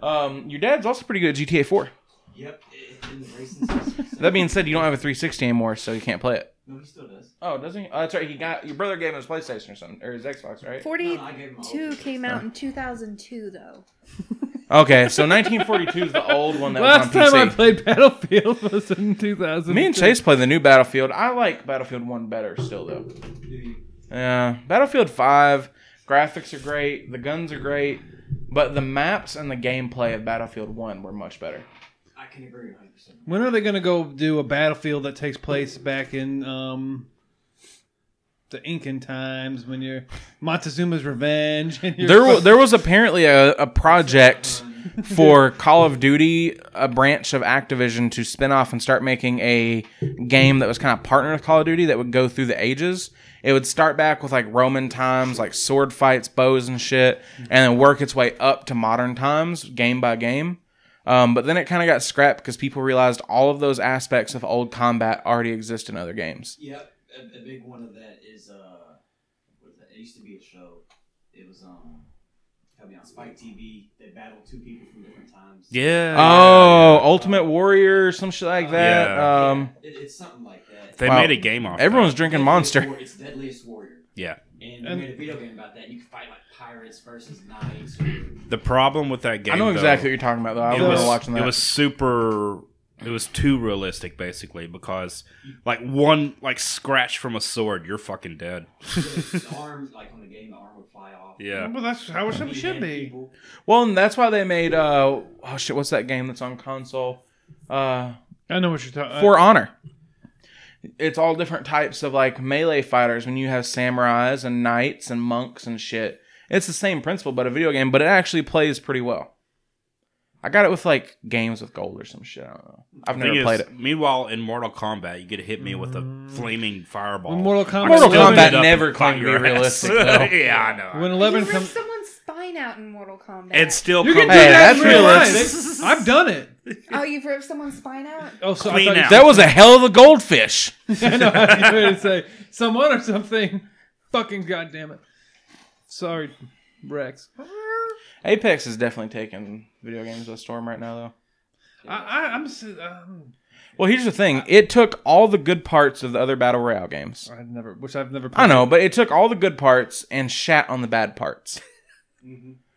Speaker 6: Um, your dad's also pretty good at GTA 4.
Speaker 5: yeah. Yep. It's in the racing system.
Speaker 6: That being said, you don't have a 360 anymore, so you can't play it.
Speaker 5: No, he still does.
Speaker 6: Oh, doesn't he? Oh, that's right. He got your brother gave him his PlayStation or something or his Xbox, right?
Speaker 5: No,
Speaker 10: 42
Speaker 5: no, I gave him my old one.
Speaker 10: came out in 2002, though.
Speaker 6: Okay, so 1942 is the old one that
Speaker 1: Last
Speaker 6: was
Speaker 1: time I
Speaker 6: on PC.
Speaker 1: played Battlefield was in 2000.
Speaker 6: Me and Chase play the new Battlefield. I like Battlefield One better still though.
Speaker 5: Do you-
Speaker 6: Yeah, Battlefield Five graphics are great, the guns are great, but the maps and the gameplay of Battlefield One were much better.
Speaker 5: I can agree 100. percent
Speaker 1: When are they going to go do a Battlefield that takes place back in um, the Incan times when you're Montezuma's Revenge? And you're
Speaker 6: There, wa- there was apparently a, a project for Call of Duty, a branch of Activision, to spin off and start making a game that was kind of partnered with Call of Duty that would go through the ages. It would start back with like Roman times, like sword fights, bows and shit, and then work its way up to modern times, game by game. Um, but then it kind of got scrapped because people realized all of those aspects of old combat already exist in other games.
Speaker 5: Yep. A, a big one of that is uh, what is that? It used to be a show. It was um, coming on Spike TV. They battled two people from different times.
Speaker 4: Yeah.
Speaker 6: Oh, Ultimate Warrior, some shit like that.
Speaker 4: Yeah.
Speaker 6: Um,
Speaker 5: It, it's something like that.
Speaker 4: They
Speaker 6: Wow.
Speaker 4: made a game off.
Speaker 6: everyone's drinking Monster.
Speaker 5: War- It's Deadliest Warrior.
Speaker 4: Yeah.
Speaker 5: And,
Speaker 1: And-
Speaker 5: we made a video game about that. You could fight like pirates versus knights. Or,
Speaker 4: that. The problem with that game.
Speaker 6: I know
Speaker 4: though,
Speaker 6: exactly what you're talking about, though. I
Speaker 4: it
Speaker 6: remember
Speaker 4: was
Speaker 6: watching that.
Speaker 4: it was super. It was too realistic, basically, because like one like scratch from a sword, you're fucking dead.
Speaker 5: the arm, like on the game, the arm would fly off.
Speaker 4: yeah.
Speaker 1: Well, that's how it
Speaker 5: You
Speaker 1: should- should
Speaker 5: hit
Speaker 1: be.
Speaker 5: people.
Speaker 6: well, and that's why they made uh oh shit, what's that game that's on console? Uh,
Speaker 1: I know what you're talking
Speaker 6: For Honor. It's all different types of like melee fighters. When you have samurais and knights and monks and shit, it's the same principle, but a video game. But it actually plays pretty well. I got it with like games with gold or some shit. I don't know. I've
Speaker 4: Thing
Speaker 6: never
Speaker 4: is,
Speaker 6: played it.
Speaker 4: Meanwhile, in Mortal Kombat, you get hit me with a flaming fireball.
Speaker 1: When Mortal Kombat,
Speaker 6: Mortal
Speaker 4: Still
Speaker 6: Kombat
Speaker 4: ended up
Speaker 6: never
Speaker 4: and
Speaker 6: claimed
Speaker 4: caught
Speaker 6: to
Speaker 4: your ass.
Speaker 6: be realistic, though.
Speaker 4: yeah, I know.
Speaker 1: When
Speaker 10: You
Speaker 1: 11
Speaker 10: ripped
Speaker 1: comes.
Speaker 10: someone's spine out in Mortal Kombat.
Speaker 4: It still
Speaker 1: You can
Speaker 4: comes
Speaker 1: do
Speaker 6: Hey,
Speaker 1: that
Speaker 6: that's
Speaker 1: in real life.
Speaker 6: realistic.
Speaker 1: I've done it.
Speaker 10: oh, you've ripped someone's spine out?
Speaker 1: Oh, so
Speaker 4: Clean
Speaker 1: I thought
Speaker 4: out.
Speaker 6: That was a hell of a goldfish.
Speaker 1: You, I know I was going to say someone or something. Fucking goddamn it. Sorry, Rex.
Speaker 6: Apex is definitely taking video games by storm right now, though.
Speaker 1: I, I, I'm. s- Um,
Speaker 6: Well, here's the thing. It took all the good parts of the other battle royale games.
Speaker 1: I've never, which I've never. Played.
Speaker 6: I know, but it took all the good parts and shat on the bad parts.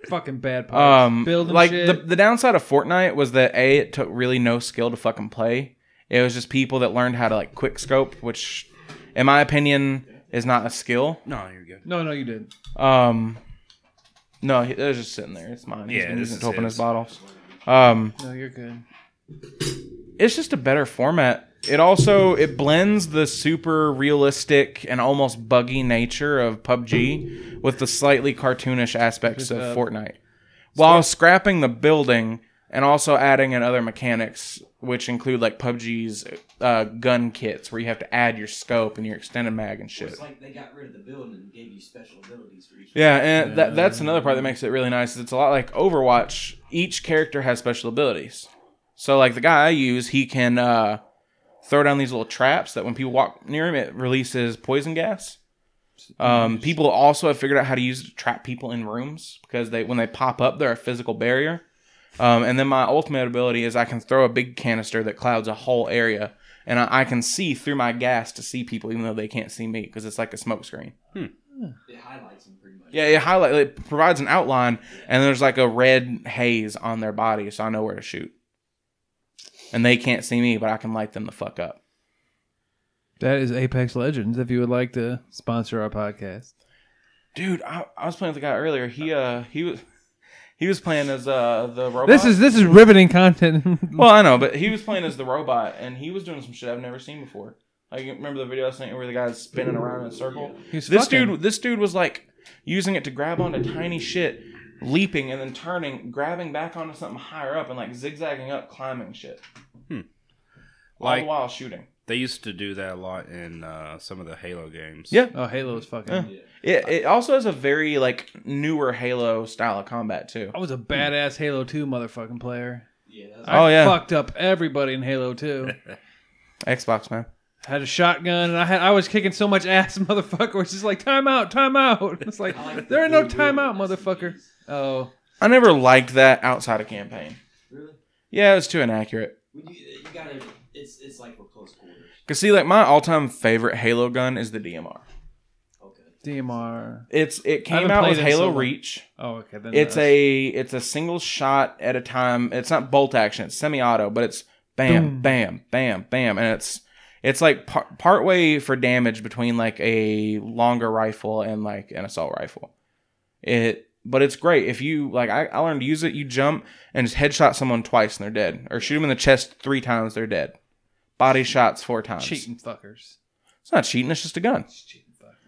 Speaker 1: fucking bad parts.
Speaker 6: Um,
Speaker 1: Building
Speaker 6: like
Speaker 1: shit.
Speaker 6: the the downside of Fortnite was that a it took really no skill to fucking play. It was just people that learned how to like quick scope, which, in my opinion, is not a skill.
Speaker 4: no, you're
Speaker 6: Uh,
Speaker 4: good.
Speaker 1: no, no, you didn't.
Speaker 6: Um, no, he, it was just sitting there. It's mine. He's
Speaker 4: Yeah,
Speaker 6: been
Speaker 4: this
Speaker 6: using it
Speaker 4: is
Speaker 6: to open
Speaker 4: his.
Speaker 6: his bottles. Um,
Speaker 1: No, you're good.
Speaker 6: it's just a better format. It also it blends the super realistic and almost buggy nature of PUBG with the slightly cartoonish aspects of
Speaker 1: uh,
Speaker 6: Fortnite, while scrapping the building and also adding in other mechanics, which include like PUBG's uh, gun kits, where you have to add your scope and your extended mag and shit.
Speaker 5: It's like they got rid of the building and gave you special abilities for each.
Speaker 6: Yeah, and that, that's another part that makes it really nice. Is it's a lot like Overwatch. Each character has special abilities. So, like the guy I use, he can uh, throw down these little traps that when people walk near him, it releases poison gas. Um, people also have figured out how to use it to trap people in rooms because they when they pop up, they're a physical barrier. Um, and then my ultimate ability is I can throw a big canister that clouds a whole area, and I, I can see through my gas to see people even though they can't see me because it's like a smoke screen.
Speaker 5: It highlights them pretty much.
Speaker 6: Yeah, it highlight it provides an outline, and there's like a red haze on their body, so I know where to shoot. And they can't see me, but I can light them the fuck up.
Speaker 1: That is Apex Legends. If you would like to sponsor our podcast,
Speaker 6: Dude, I, I was playing with a guy earlier. He uh he was he was playing as uh the robot.
Speaker 1: this is this is riveting content.
Speaker 6: well, I know, but he was playing as the robot, and he was doing some shit I've never seen before. Like you remember the video I sent you where the guy's spinning around in a circle.
Speaker 1: He's
Speaker 6: This
Speaker 1: fucking-
Speaker 6: dude, this dude was like using it to grab onto tiny shit, leaping and then turning, grabbing back onto something higher up, and like zigzagging up, climbing shit.
Speaker 4: Hmm.
Speaker 6: All the
Speaker 4: Like-
Speaker 6: while shooting.
Speaker 4: They used to do that a lot in uh, some of the Halo games.
Speaker 6: Yeah.
Speaker 1: Oh, Halo's fucking.
Speaker 6: Yeah. It, it also has a very like newer Halo style of combat too.
Speaker 1: I was a badass Halo Two motherfucking player.
Speaker 5: Yeah, that's
Speaker 6: Oh,
Speaker 1: I
Speaker 6: yeah.
Speaker 1: fucked up everybody in Halo Two.
Speaker 6: Xbox man.
Speaker 1: had a shotgun and I had I was kicking so much ass, motherfucker. It's just like time out, time out. It's like
Speaker 5: I like
Speaker 1: there
Speaker 5: the
Speaker 1: are no
Speaker 5: blue
Speaker 1: time
Speaker 5: wheel
Speaker 1: out, motherfucker.
Speaker 5: SMGs.
Speaker 1: Oh,
Speaker 6: I never liked that outside of campaign.
Speaker 5: Really?
Speaker 6: Yeah, it was too inaccurate.
Speaker 5: When you, you gotta, it's it's like for close quarters.
Speaker 6: Cause see, like my all-time favorite Halo gun is the DMR.
Speaker 5: Okay.
Speaker 1: DMR.
Speaker 6: It's
Speaker 1: I
Speaker 6: it came
Speaker 1: haven't
Speaker 6: out with
Speaker 1: played it in so
Speaker 6: Halo
Speaker 1: long.
Speaker 6: Reach.
Speaker 1: Oh, okay. Then
Speaker 6: It's
Speaker 1: that's-
Speaker 6: a it's a single shot at a time. It's not bolt action. It's semi-auto, but it's bam,
Speaker 1: Boom.
Speaker 6: bam, bam, bam, and it's it's like par- partway for damage between like a longer rifle and like an assault rifle. It but it's great if you like. I, I learned to use it. You jump and just headshot someone twice and they're dead, or shoot them in the chest three times they're dead. Body shots four times.
Speaker 1: cheating fuckers.
Speaker 6: It's not cheating. It's just a gun.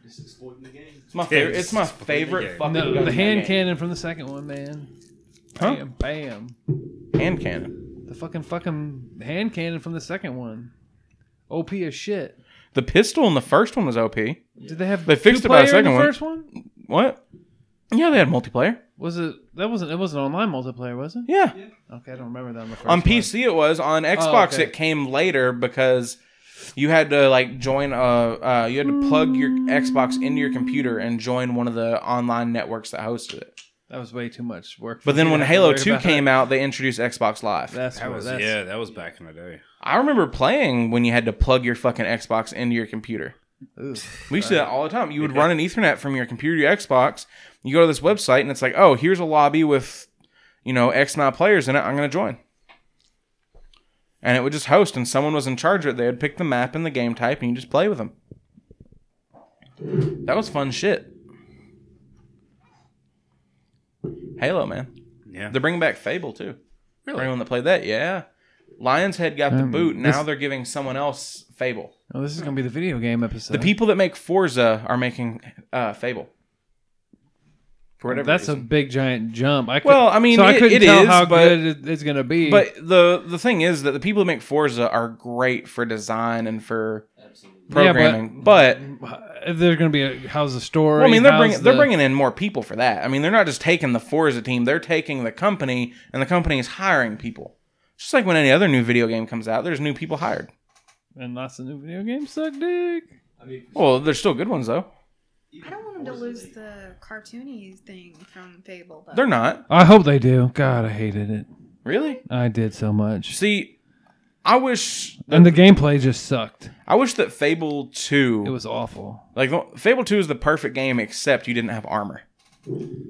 Speaker 5: Just exploiting the game.
Speaker 6: It's my favorite.
Speaker 4: it's
Speaker 6: It's my
Speaker 4: fucking
Speaker 6: favorite
Speaker 4: game.
Speaker 6: fucking gun
Speaker 1: No, the
Speaker 6: in that
Speaker 1: hand
Speaker 6: game.
Speaker 1: cannon from the second one, man.
Speaker 6: Huh?
Speaker 1: Bam, bam.
Speaker 6: Hand cannon.
Speaker 1: The fucking fucking hand cannon from the second one. OP as shit.
Speaker 6: The pistol in the first one was OP.
Speaker 1: Did they have
Speaker 6: They
Speaker 1: two
Speaker 6: fixed it by the
Speaker 1: player in
Speaker 6: second
Speaker 1: the
Speaker 6: one.
Speaker 1: First one
Speaker 6: What? Yeah, they had multiplayer.
Speaker 1: was it? That wasn't. It wasn't online multiplayer, was it?
Speaker 6: Yeah.
Speaker 1: Okay, I don't remember that on the first.
Speaker 6: On
Speaker 1: one. Oh,
Speaker 6: PC it was. On Xbox
Speaker 1: okay.
Speaker 6: it came later because you had to like join a uh, you had to plug your Xbox into your computer and join one of the online networks that hosted it.
Speaker 1: that was way too much work.
Speaker 6: But then when Halo 2 came out, they introduced Xbox Live.
Speaker 1: that's
Speaker 4: That
Speaker 1: what-
Speaker 4: was
Speaker 1: that's,
Speaker 4: yeah, that was back in the day.
Speaker 6: I remember playing when you had to plug your fucking Xbox into your computer.
Speaker 1: Ooh.
Speaker 6: We used to do that all the time. You would run an Ethernet from your computer to your Xbox. You go to this website and it's like, oh, here's a lobby with, you know, X amount of players in it. I'm going to join. And it would just host, and someone was in charge of it. They would pick the map and the game type, and you just play with them. That was fun shit. Halo, man.
Speaker 4: Yeah.
Speaker 6: They're bringing back Fable too. Really? anyone that played that, yeah. Lionshead got the
Speaker 1: Um,
Speaker 6: boot. Now
Speaker 1: this-
Speaker 6: they're giving someone else Fable.
Speaker 1: Oh, this is gonna be the video game episode.
Speaker 6: The people that make Forza are making uh, Fable. For whatever
Speaker 1: That's a
Speaker 6: reason.
Speaker 1: big giant jump. I could,
Speaker 6: Well, I mean,
Speaker 1: so I
Speaker 6: it-
Speaker 1: couldn't
Speaker 6: it
Speaker 1: tell
Speaker 6: is,
Speaker 1: how
Speaker 6: but-
Speaker 1: good it, it's gonna be.
Speaker 6: But the the thing is that the people that make Forza are great for design and for
Speaker 5: Absolutely.
Speaker 6: programming, but.
Speaker 1: if there's gonna be a how's the story?
Speaker 6: well, I mean, they're
Speaker 1: how's
Speaker 6: bringing
Speaker 1: the-
Speaker 6: they're bringing in more people for that. I mean, they're not just taking the Forza team; they're taking the company, and the company is hiring people. Just like when any other new video game comes out, there's new people hired.
Speaker 1: and lots of new video games suck dick.
Speaker 5: I mean,
Speaker 6: Well, there's still good ones though.
Speaker 5: even
Speaker 10: I don't want them to
Speaker 5: Forza,
Speaker 10: lose
Speaker 5: they-
Speaker 10: the cartoony thing from Fable. Though.
Speaker 6: They're not
Speaker 1: I hope they do. God, I hated it.
Speaker 6: really.
Speaker 1: I did so much,
Speaker 6: See, I wish
Speaker 1: and the gameplay just sucked.
Speaker 6: I wish that Fable Two
Speaker 1: It was awful.
Speaker 6: Like the- Fable Two is the perfect game, except you didn't have armor.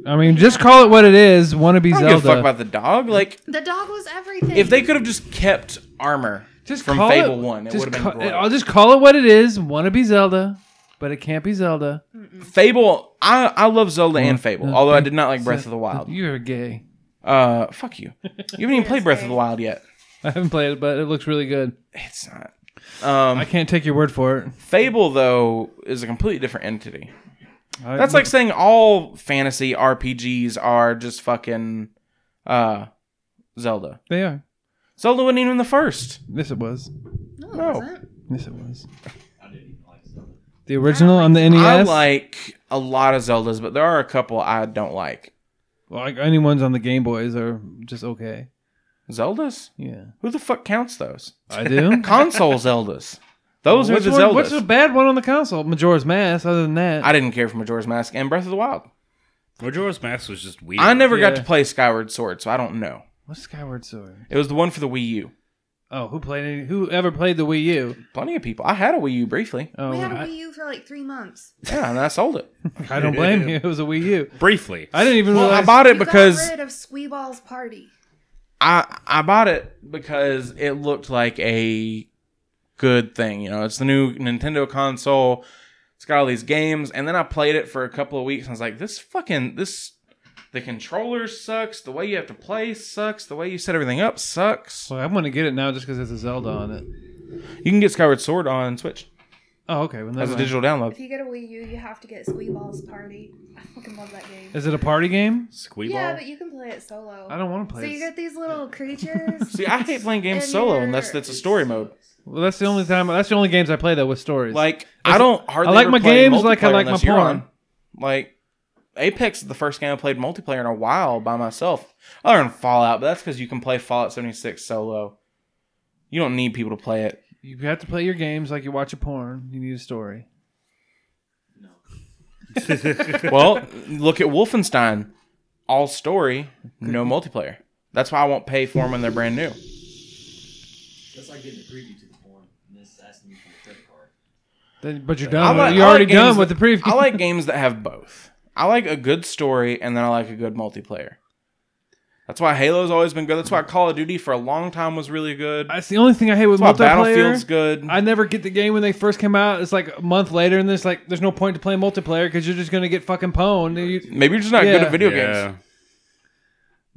Speaker 1: I mean, just call it what it is. Wannabe
Speaker 6: I don't
Speaker 1: Zelda.
Speaker 6: give a fuck about the dog. Like
Speaker 10: The dog was everything.
Speaker 6: if they could have just kept armor
Speaker 1: just
Speaker 6: from
Speaker 1: call
Speaker 6: Fable
Speaker 1: it,
Speaker 6: One, it
Speaker 1: just
Speaker 6: would have
Speaker 1: ca-
Speaker 6: been great.
Speaker 1: I'll just call it what it is. Wannabe Zelda, but it can't be Zelda.
Speaker 6: Fable. I I love Zelda and Fable,
Speaker 1: no,
Speaker 6: although I
Speaker 1: thank-
Speaker 6: did not like Breath of the Wild.
Speaker 1: You're gay.
Speaker 6: Uh, fuck you. You haven't even played Breath of the Wild yet.
Speaker 1: I haven't played it, but it looks really good.
Speaker 6: It's not.
Speaker 1: I
Speaker 6: Um,
Speaker 1: can't take your word for it.
Speaker 6: Fable though is a completely different entity.
Speaker 1: I-
Speaker 6: That's like saying all fantasy RPGs are just fucking uh, Zelda.
Speaker 1: they are.
Speaker 6: Zelda wasn't even the first.
Speaker 1: Yes, it was.
Speaker 10: no, it
Speaker 6: no.
Speaker 10: wasn't.
Speaker 1: Yes, it was.
Speaker 5: I didn't even like Zelda.
Speaker 1: The original on the E
Speaker 6: I
Speaker 1: NES.
Speaker 6: like a lot of Zeldas, but there are a couple I don't like.
Speaker 1: like any ones on the Game Boys are just okay.
Speaker 6: Zeldas?
Speaker 1: Yeah,
Speaker 6: Who the fuck counts those?
Speaker 1: I do.
Speaker 6: Console Zeldas. Those are
Speaker 1: Which
Speaker 6: the
Speaker 1: one-
Speaker 6: Zeldas.
Speaker 1: What's a bad one on the console? Majora's Mask. Other than that,
Speaker 6: I didn't care for Majora's Mask and Breath of the Wild.
Speaker 4: Majora's Mask was just weird.
Speaker 6: I never
Speaker 1: Yeah.
Speaker 6: got to play Skyward Sword, so I don't know.
Speaker 1: what's Skyward Sword?
Speaker 6: It was the one for the Wii U.
Speaker 1: Oh, who played any? Who ever played the Wii U?
Speaker 6: Plenty of people. I had a Wii U briefly.
Speaker 1: Oh,
Speaker 10: we had a
Speaker 1: I-
Speaker 10: Wii U for like three months.
Speaker 6: Yeah, and I sold it.
Speaker 1: I don't blame you. It was a Wii U.
Speaker 4: Briefly.
Speaker 1: I didn't even
Speaker 6: Well, I
Speaker 1: realize.
Speaker 6: bought it
Speaker 10: We got
Speaker 6: because
Speaker 10: rid of Squeeball's party.
Speaker 6: I I bought it because it looked like a good thing. You know, it's the new Nintendo console. It's got all these games, and then I played it for a couple of weeks, and I was like, "This fucking this." The controller sucks. The way you have to play sucks. The way you set everything up sucks.
Speaker 1: Well, I'm gonna get it now just because it's a Zelda on it.
Speaker 6: You can get Skyward Sword on Switch
Speaker 1: Oh, okay. Well,
Speaker 6: as
Speaker 1: never
Speaker 6: a
Speaker 1: mind.
Speaker 6: digital download.
Speaker 10: If you get a Wii U, you have to get Squeeball's party. I fucking love that game.
Speaker 1: Is it a party game?
Speaker 4: Squeeball.
Speaker 10: Yeah, but you can play it solo.
Speaker 1: I don't want to
Speaker 10: Oh. So
Speaker 1: play.
Speaker 10: you
Speaker 1: it.
Speaker 10: get these little creatures.
Speaker 6: See, I hate playing games
Speaker 10: And
Speaker 6: solo
Speaker 10: you're-
Speaker 6: unless it's a story mode.
Speaker 1: well, that's the only time. That's the only games I play though with stories.
Speaker 6: Like I don't hardly.
Speaker 1: like
Speaker 6: ever
Speaker 1: my
Speaker 6: play
Speaker 1: games like I
Speaker 6: multiplayer
Speaker 1: like my
Speaker 6: unless you're
Speaker 1: porn.
Speaker 6: on. Like Apex is the first game I played multiplayer in a while by myself. Other than Fallout, but that's because you can play Fallout seventy six solo. You don't need people to play it.
Speaker 1: you have to play your games like you watch a porn. You need a story.
Speaker 5: No.
Speaker 6: Well, look at Wolfenstein, all story, no multiplayer. That's why I won't pay for them when they're brand new.
Speaker 5: That's like getting a preview to the porn and this asking you for a credit card.
Speaker 1: Then, but you're
Speaker 6: I
Speaker 1: done. with
Speaker 6: like-
Speaker 1: it. You're
Speaker 6: I like
Speaker 1: already
Speaker 6: games
Speaker 1: done
Speaker 6: that-
Speaker 1: with the preview.
Speaker 6: I like games that have both. I like a good story and then I like a good multiplayer. That's why Halo's always been good. That's why Call of Duty for a long time was really good.
Speaker 1: That's the only thing I hate with
Speaker 6: That's why Battlefield's
Speaker 1: multiplayer.
Speaker 6: good.
Speaker 1: I never get the game when they first came out. It's like a month later, and there's like there's no point to play multiplayer because you're just gonna get fucking pwned. You-
Speaker 6: Maybe you're just not good
Speaker 1: Yeah.
Speaker 6: at video
Speaker 4: yeah.
Speaker 6: games.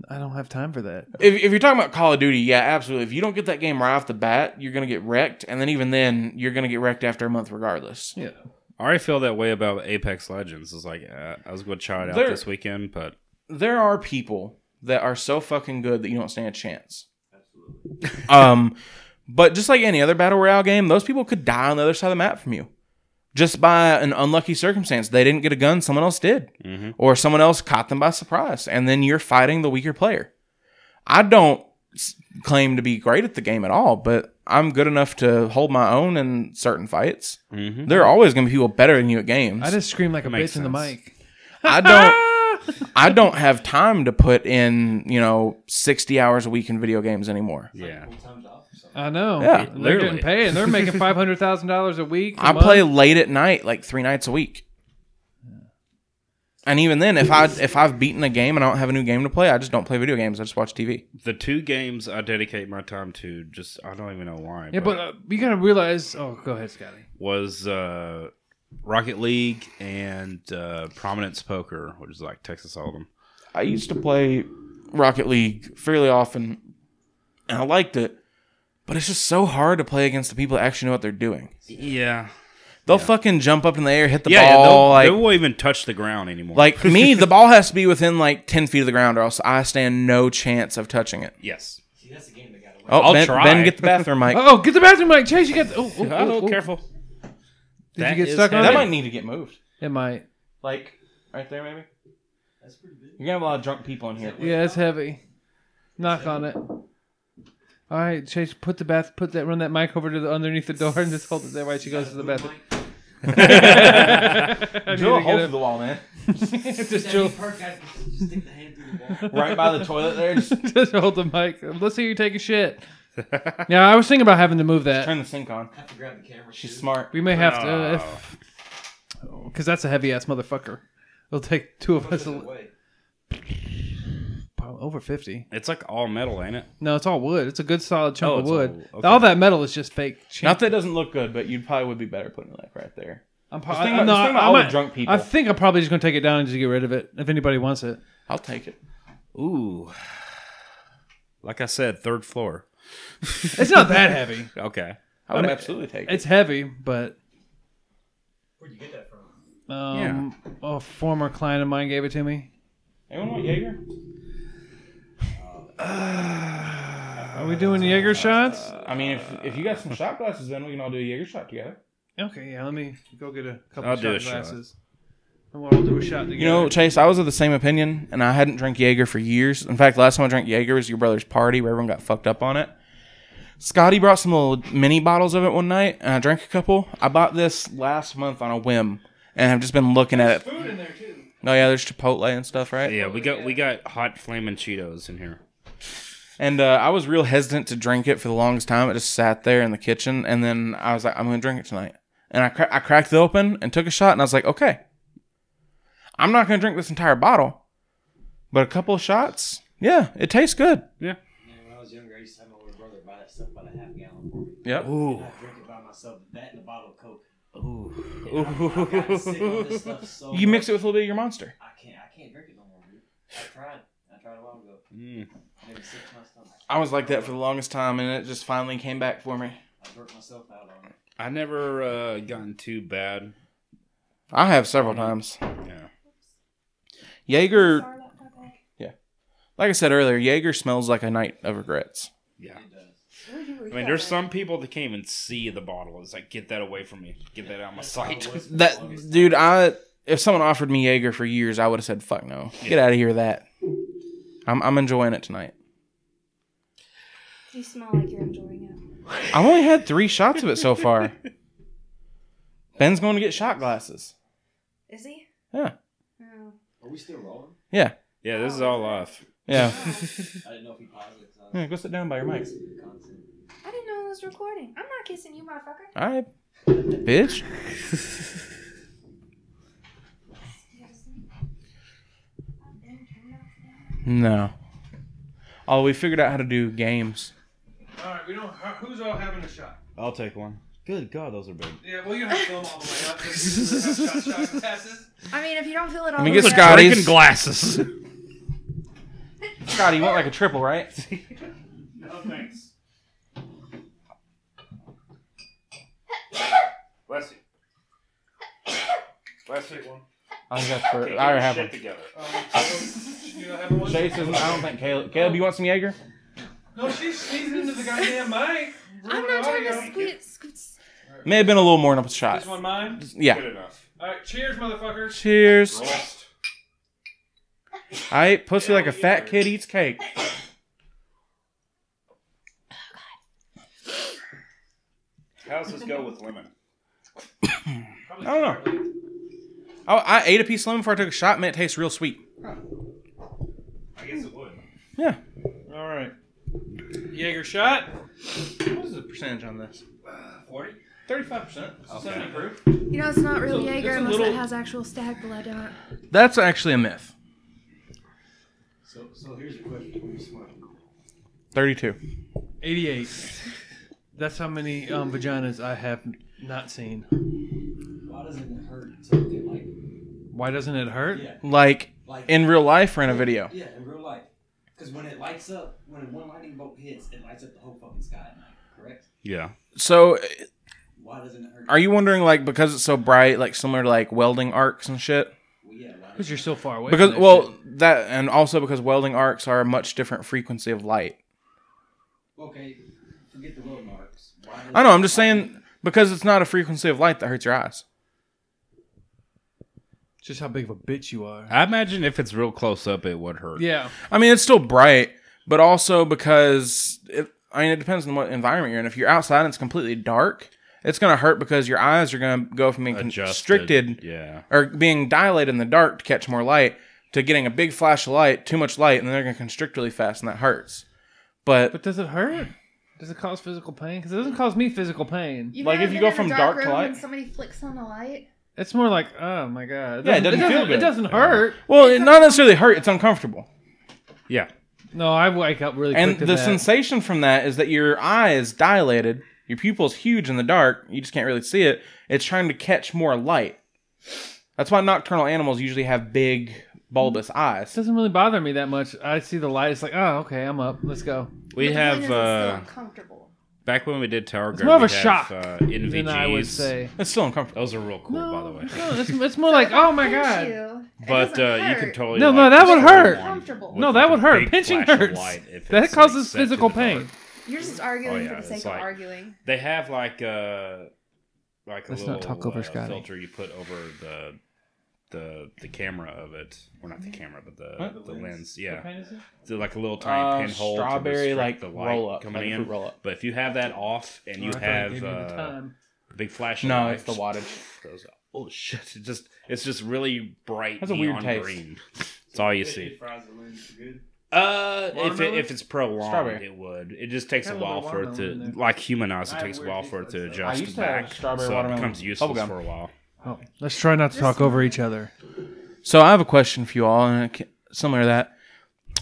Speaker 1: I don't have time for that.
Speaker 6: If, if you're talking about Call of Duty, yeah, absolutely. If you don't get that game right off the bat, you're gonna get wrecked, and then even then, you're gonna get wrecked after a month, regardless.
Speaker 1: Yeah.
Speaker 4: I already feel that way about Apex Legends. It's like uh, I was going to try it out
Speaker 6: There-
Speaker 4: this weekend, but
Speaker 6: There are people that are so fucking good that you don't stand a chance. Absolutely. um, but just like any other battle royale game, those people could die on the other side of the map from you, just by an unlucky circumstance. They didn't get a gun, someone else did.
Speaker 4: mhm.
Speaker 6: or someone else caught them by surprise, and then you're fighting the weaker player. I don't s- claim to be great at the game at all, but I'm good enough to hold my own in certain fights.
Speaker 4: Mhm.
Speaker 6: There are always going to be people better than you at games.
Speaker 1: I just scream like a
Speaker 4: That
Speaker 1: bitch
Speaker 4: makes
Speaker 1: in the
Speaker 4: sense.
Speaker 1: mic.
Speaker 6: I don't. I don't have time to put in, you know, sixty hours a week in video games anymore.
Speaker 4: yeah,
Speaker 5: Full time job or something.
Speaker 1: I know.
Speaker 6: Yeah,
Speaker 1: And they're
Speaker 4: literally.
Speaker 1: getting paid. and They're making five hundred thousand dollars a week. I
Speaker 6: I play late at night, like three nights a week. And even then, if I if I've beaten a game and I don't have a new game to play, I just don't play video games. I just watch TV.
Speaker 4: the two games I dedicate my time to, just I don't even know why.
Speaker 1: Yeah, but uh, you gotta realize. Oh, go ahead, Scotty.
Speaker 4: was uh, Rocket League and uh, Prominence Poker, which is like Texas Hold'em.
Speaker 6: I used to play Rocket League fairly often, and I liked it. But it's just so hard to play against the people that actually know what they're doing.
Speaker 4: Yeah,
Speaker 6: They'll fucking jump up in the air, hit the
Speaker 4: yeah, yeah,
Speaker 6: ball,
Speaker 4: they'll-
Speaker 6: like
Speaker 4: they won't even touch the ground anymore.
Speaker 6: like me. The ball has to be within like ten feet of the ground, or else I stand no chance of touching it.
Speaker 4: yes,
Speaker 5: See, that's the game that got away.
Speaker 6: Oh,
Speaker 4: I'll
Speaker 6: ben,
Speaker 4: try.
Speaker 6: ben, get the bathroom mic.
Speaker 1: Oh, get the bathroom mic, Chase. You got. The, oh, oh,
Speaker 4: I
Speaker 1: oh,
Speaker 4: don't
Speaker 1: oh.
Speaker 4: careful.
Speaker 1: Did
Speaker 4: That
Speaker 1: you get
Speaker 4: is
Speaker 1: stuck on
Speaker 4: heavy.
Speaker 6: that
Speaker 1: it?
Speaker 6: might need to get moved.
Speaker 1: It might.
Speaker 6: Like right there, maybe.
Speaker 5: That's pretty big.
Speaker 6: You're gonna have a lot of drunk people in here.
Speaker 1: Yeah, it's heavy. Knock on it. All right, Chase. Put the bath. Put that. Run that mic over to the underneath the door and just hold it there while she goes to the bathroom. I need
Speaker 6: Drill
Speaker 1: to
Speaker 6: a hole
Speaker 1: get
Speaker 6: through
Speaker 1: it.
Speaker 6: the wall, man.
Speaker 1: just,
Speaker 5: That'd
Speaker 1: drill,
Speaker 5: be perfect. Just Stick the hand through the wall.
Speaker 6: Right by the toilet there. Just
Speaker 1: just hold the mic. Let's hear you take a shit. Yeah, I was thinking about having to move that.
Speaker 6: turn the sink on.
Speaker 5: Have to grab the camera.
Speaker 6: She's
Speaker 5: too.
Speaker 6: smart.
Speaker 1: We may have to, uh,
Speaker 4: Oh.
Speaker 1: if
Speaker 6: Oh.
Speaker 1: because that's a heavy ass motherfucker. It'll take two of
Speaker 5: Push
Speaker 1: us
Speaker 5: it
Speaker 1: to,
Speaker 5: away.
Speaker 1: over fifty.
Speaker 4: It's like all metal, ain't it?
Speaker 1: No, it's all wood. It's a good solid chunk
Speaker 4: Oh,
Speaker 1: of
Speaker 4: it's
Speaker 1: wood.
Speaker 4: all-
Speaker 1: All,
Speaker 4: okay.
Speaker 1: that metal is just fake. Shit.
Speaker 6: Not that it doesn't look good, but you probably would be better putting it like right there.
Speaker 1: I'm
Speaker 6: Just
Speaker 1: probably
Speaker 6: think about- just think about all the drunk people.
Speaker 1: I think I'm probably just gonna take it down and just get rid of it if anybody wants it.
Speaker 6: I'll take it.
Speaker 4: Ooh, like I said, third floor.
Speaker 1: It's not that heavy.
Speaker 4: Okay,
Speaker 6: I would
Speaker 1: I mean,
Speaker 6: absolutely take it.
Speaker 1: It's heavy, but
Speaker 5: Where'd you get that from?
Speaker 1: um, a former client of mine gave it to me.
Speaker 6: Anyone want Jaeger?
Speaker 1: Are we doing
Speaker 6: Uh,
Speaker 1: Jaeger shots?
Speaker 6: I mean, if, if you got some shot glasses, then we can all do a Jaeger shot together.
Speaker 1: Okay, yeah. Let me go get a couple
Speaker 4: I'll
Speaker 1: shot
Speaker 4: do a shot.
Speaker 1: glasses. And we'll all do a shot together.
Speaker 6: You know, Chase, I was of the same opinion, and I hadn't drank Jaeger for years. In fact, last time I drank Jaeger was your brother's party where everyone got fucked up on it. Scotty brought some little mini bottles of it one night, and I drank a couple. I bought this last month on a whim, and I've just been looking at it.
Speaker 8: Food in there too.
Speaker 6: Oh, yeah, there's Chipotle and stuff, right?
Speaker 4: yeah, we got we got hot flaming Cheetos in here.
Speaker 6: And uh, I was real hesitant to drink it for the longest time. It just sat there in the kitchen, and then I was like, "I'm gonna drink it tonight." And I cra- I cracked it open and took a shot, and I was like, "Okay, I'm not gonna drink this entire bottle, but a couple of shots, yeah, it tastes good."
Speaker 5: Man, when I was younger, I used to have my older brother buy that stuff by the half gallon for me.
Speaker 6: Yep.
Speaker 5: And I drink it by myself. That and a bottle of Coke. Ooh. I've gotten sick on this stuff so
Speaker 6: You mix
Speaker 5: much.
Speaker 6: it with a little bit of your monster.
Speaker 5: I can't. I can't drink it no more, dude. I tried. I tried a while ago.
Speaker 4: Mm.
Speaker 5: Maybe six months stomach.
Speaker 6: I was like that for the longest time, and it just finally came back for me.
Speaker 5: I burnt myself out on it.
Speaker 4: I never uh, gotten too bad.
Speaker 6: I have several times.
Speaker 4: Yeah.
Speaker 6: Jaeger, like I said earlier, Jaeger smells like a night of regrets.
Speaker 4: Yeah.
Speaker 5: It does.
Speaker 4: I mean, there's some people that can't even see the bottle. It's like, get that away from me. Get that out of my sight.
Speaker 6: That dude, I if someone offered me Jaeger for years, I would have said fuck no. Get out of here with that. I'm I'm enjoying it tonight.
Speaker 9: You smell like you're enjoying it.
Speaker 6: I've only had three shots of it so far. Ben's going to get shot glasses.
Speaker 9: Is he?
Speaker 6: Yeah.
Speaker 9: Oh.
Speaker 5: Are we still rolling?
Speaker 4: yeah, this is all off.
Speaker 6: Yeah.
Speaker 5: I didn't know if he paused it. 'cause I
Speaker 6: yeah go sit down by your mic.
Speaker 5: was listening to content.
Speaker 9: I didn't know it was recording. I'm not kissing you, motherfucker.
Speaker 6: All right, bitch. No. Oh, we figured out how to do games.
Speaker 8: All right, we don't. Who's all having a shot?
Speaker 4: I'll take one. Good God, those are big.
Speaker 8: Yeah, well, you don't have to fill them all the way up. Just shot, shot, shot passes.
Speaker 10: I mean, if you don't feel it all,
Speaker 6: Let me
Speaker 8: Oh,
Speaker 10: the
Speaker 6: get
Speaker 10: way up-
Speaker 6: Scotty's.
Speaker 4: glasses.
Speaker 6: Scotty, you want like a triple, right?
Speaker 8: No thanks.
Speaker 4: Bless you. Bless you. One.
Speaker 6: I think that's for. I already have one.
Speaker 4: together.
Speaker 8: Um, so, you know, having one.
Speaker 6: Chase isn't. I don't think Caleb. Caleb, you want some Jaeger?
Speaker 8: No, she's sneezing into the goddamn mic.
Speaker 10: I'm not trying to squeeze. squeeze.
Speaker 6: May have been a little more than a shot.
Speaker 8: This one mine.
Speaker 6: Yeah.
Speaker 4: Good enough.
Speaker 8: All right, cheers, motherfuckers.
Speaker 6: Cheers.
Speaker 8: Roast.
Speaker 6: I ate pussy like a fat kid eats cake.
Speaker 4: How's this go with lemon?
Speaker 8: Probably
Speaker 6: I don't
Speaker 8: know.
Speaker 6: Oh, I ate a piece of lemon before I took a shot, and it tastes real sweet.
Speaker 4: I guess it would.
Speaker 6: Yeah.
Speaker 8: All right. Jaeger shot.
Speaker 6: What is the percentage on this?
Speaker 8: Forty.
Speaker 6: Thirty-five percent.
Speaker 4: Okay.
Speaker 10: You know, it's not real
Speaker 8: It's a-
Speaker 10: Jaeger
Speaker 8: it's a
Speaker 10: unless
Speaker 8: little-
Speaker 10: it has actual stag blood on it.
Speaker 6: That's actually a myth.
Speaker 5: So, so here's a question for you, smart.
Speaker 6: Thirty-two.
Speaker 1: 88. That's how many um, vaginas I have not seen.
Speaker 5: Why does it hurt something like?
Speaker 1: Why doesn't it hurt?
Speaker 5: Yeah,
Speaker 6: Like
Speaker 5: like
Speaker 6: in real life or in a video?
Speaker 5: Yeah, in real life. Because when it lights up, when one lightning bolt hits, it lights up the whole fucking sky at night. Correct?
Speaker 4: Yeah.
Speaker 6: So,
Speaker 5: Why doesn't it hurt?
Speaker 6: are you wondering like because it's so bright, like similar to like welding arcs and shit?
Speaker 5: Well, yeah. Why
Speaker 1: Because you're so far away.
Speaker 6: Because
Speaker 1: from that
Speaker 6: well,
Speaker 1: shit.
Speaker 6: that and also because welding arcs are a much different frequency of light.
Speaker 5: okay, forget the road marks. Why does
Speaker 6: I know. I'm just saying because it's not a frequency of light that hurts your eyes.
Speaker 1: It's just how big of a bitch you are.
Speaker 4: I imagine if it's real close up, it would hurt.
Speaker 1: Yeah.
Speaker 6: I mean, it's still bright, but also because it, I mean, it depends on what environment you're in. If you're outside and it's completely dark, it's gonna hurt because your eyes are gonna go from being constricted
Speaker 4: Yeah.
Speaker 6: or being dilated in the dark to catch more light to getting a big flash of light, too much light, and then they're gonna constrict really fast, and that hurts. But
Speaker 1: But does it hurt? Does it cause physical pain? Because it doesn't cause me physical pain.
Speaker 10: You've
Speaker 6: Like,
Speaker 10: never
Speaker 6: if you
Speaker 10: been
Speaker 6: go
Speaker 10: in a
Speaker 6: from dark to
Speaker 10: room
Speaker 6: light-
Speaker 10: And somebody flicks on the light.
Speaker 1: It's more like, oh my god.
Speaker 6: Yeah, it doesn't feel good.
Speaker 1: It doesn't hurt.
Speaker 6: well, it not necessarily hurt; it's uncomfortable,
Speaker 4: Yeah.
Speaker 1: No, I wake up really
Speaker 6: and
Speaker 1: quick to
Speaker 6: the
Speaker 1: that.
Speaker 6: sensation from that is that your eye is dilated, your pupil's huge in the dark. You just can't really see it. It's trying to catch more light. That's why nocturnal animals usually have big bulbous
Speaker 1: It
Speaker 6: eyes.
Speaker 1: doesn't really bother me that much. I see the light. It's like, oh, okay, I'm up. Let's go.
Speaker 4: We
Speaker 10: But the point
Speaker 4: have
Speaker 10: is it's
Speaker 4: uh,
Speaker 10: still uncomfortable.
Speaker 4: back when we did Tower
Speaker 1: It's
Speaker 4: Guard.
Speaker 1: more of
Speaker 4: we
Speaker 1: a
Speaker 4: have,
Speaker 1: shock
Speaker 4: Uh,
Speaker 1: Then I would
Speaker 4: NVGs.
Speaker 1: say.
Speaker 6: It's still uncomfortable.
Speaker 4: Those are real cool,
Speaker 1: no,
Speaker 4: by the way.
Speaker 1: no, it's, it's more like, oh my
Speaker 10: Pinch
Speaker 1: god.
Speaker 10: you, it
Speaker 4: But
Speaker 10: doesn't
Speaker 4: uh, you can
Speaker 10: hurt.
Speaker 4: totally
Speaker 1: No,
Speaker 4: like,
Speaker 1: no, that would
Speaker 4: just go
Speaker 1: hurt.
Speaker 4: on
Speaker 10: Uncomfortable.
Speaker 4: with,
Speaker 1: No,
Speaker 4: like,
Speaker 1: that
Speaker 4: a
Speaker 1: would hurt.
Speaker 4: big
Speaker 1: Pinching
Speaker 4: flash of
Speaker 1: hurts.
Speaker 4: light if
Speaker 1: That
Speaker 4: it's,
Speaker 1: causes
Speaker 4: set to
Speaker 1: physical
Speaker 4: the dark.
Speaker 1: pain.
Speaker 9: You're just arguing
Speaker 4: Oh, yeah,
Speaker 9: for the
Speaker 4: it's
Speaker 9: sake
Speaker 4: like-
Speaker 9: of arguing.
Speaker 4: They have like uh like a
Speaker 1: Let's
Speaker 4: little
Speaker 1: not talk over
Speaker 4: uh,
Speaker 1: Scotty.
Speaker 4: filter you put over the the the camera of it, or not the camera, but the
Speaker 6: What?
Speaker 4: the,
Speaker 6: The
Speaker 4: lens.
Speaker 6: lens.
Speaker 4: Yeah,
Speaker 1: What pain is it?
Speaker 4: So, like a little tiny
Speaker 6: Uh,
Speaker 4: pinhole. to
Speaker 6: strawberry
Speaker 4: restrict
Speaker 6: like
Speaker 4: the light
Speaker 6: roll up
Speaker 4: coming
Speaker 6: like a
Speaker 4: in.
Speaker 6: fruit roll up.
Speaker 4: But if you have that off and
Speaker 1: Oh,
Speaker 4: you
Speaker 1: I thought I
Speaker 4: have
Speaker 1: gave you the
Speaker 4: uh,
Speaker 1: time.
Speaker 4: big flash, of
Speaker 6: No,
Speaker 4: light,
Speaker 6: it's the wattage.
Speaker 4: Goes, oh shit! It just it's just really bright.
Speaker 6: That's a
Speaker 4: neon
Speaker 6: weird taste.
Speaker 4: green. It's all you see.
Speaker 5: Fries the lens for good.
Speaker 4: Uh, Uh, if it,
Speaker 8: Watermelon?
Speaker 4: if it's prolonged,
Speaker 6: Strawberry.
Speaker 4: it would. It just takes a
Speaker 8: Got a little
Speaker 4: while
Speaker 8: bit
Speaker 4: for
Speaker 8: of
Speaker 4: it
Speaker 8: watermelon in
Speaker 4: to,
Speaker 8: there.
Speaker 4: like human eyes,
Speaker 8: I
Speaker 4: it
Speaker 8: have
Speaker 4: takes a
Speaker 8: weird
Speaker 4: while for it
Speaker 8: taste
Speaker 4: to
Speaker 8: buds, though.
Speaker 6: I
Speaker 4: adjust
Speaker 6: used to have
Speaker 4: back.
Speaker 6: strawberry
Speaker 4: so it
Speaker 6: watermelon
Speaker 4: becomes useless
Speaker 6: bubblegum.
Speaker 4: for a while.
Speaker 1: Oh, let's try not to talk over each other.
Speaker 6: So I have a question for you all, and it ca- similar to that.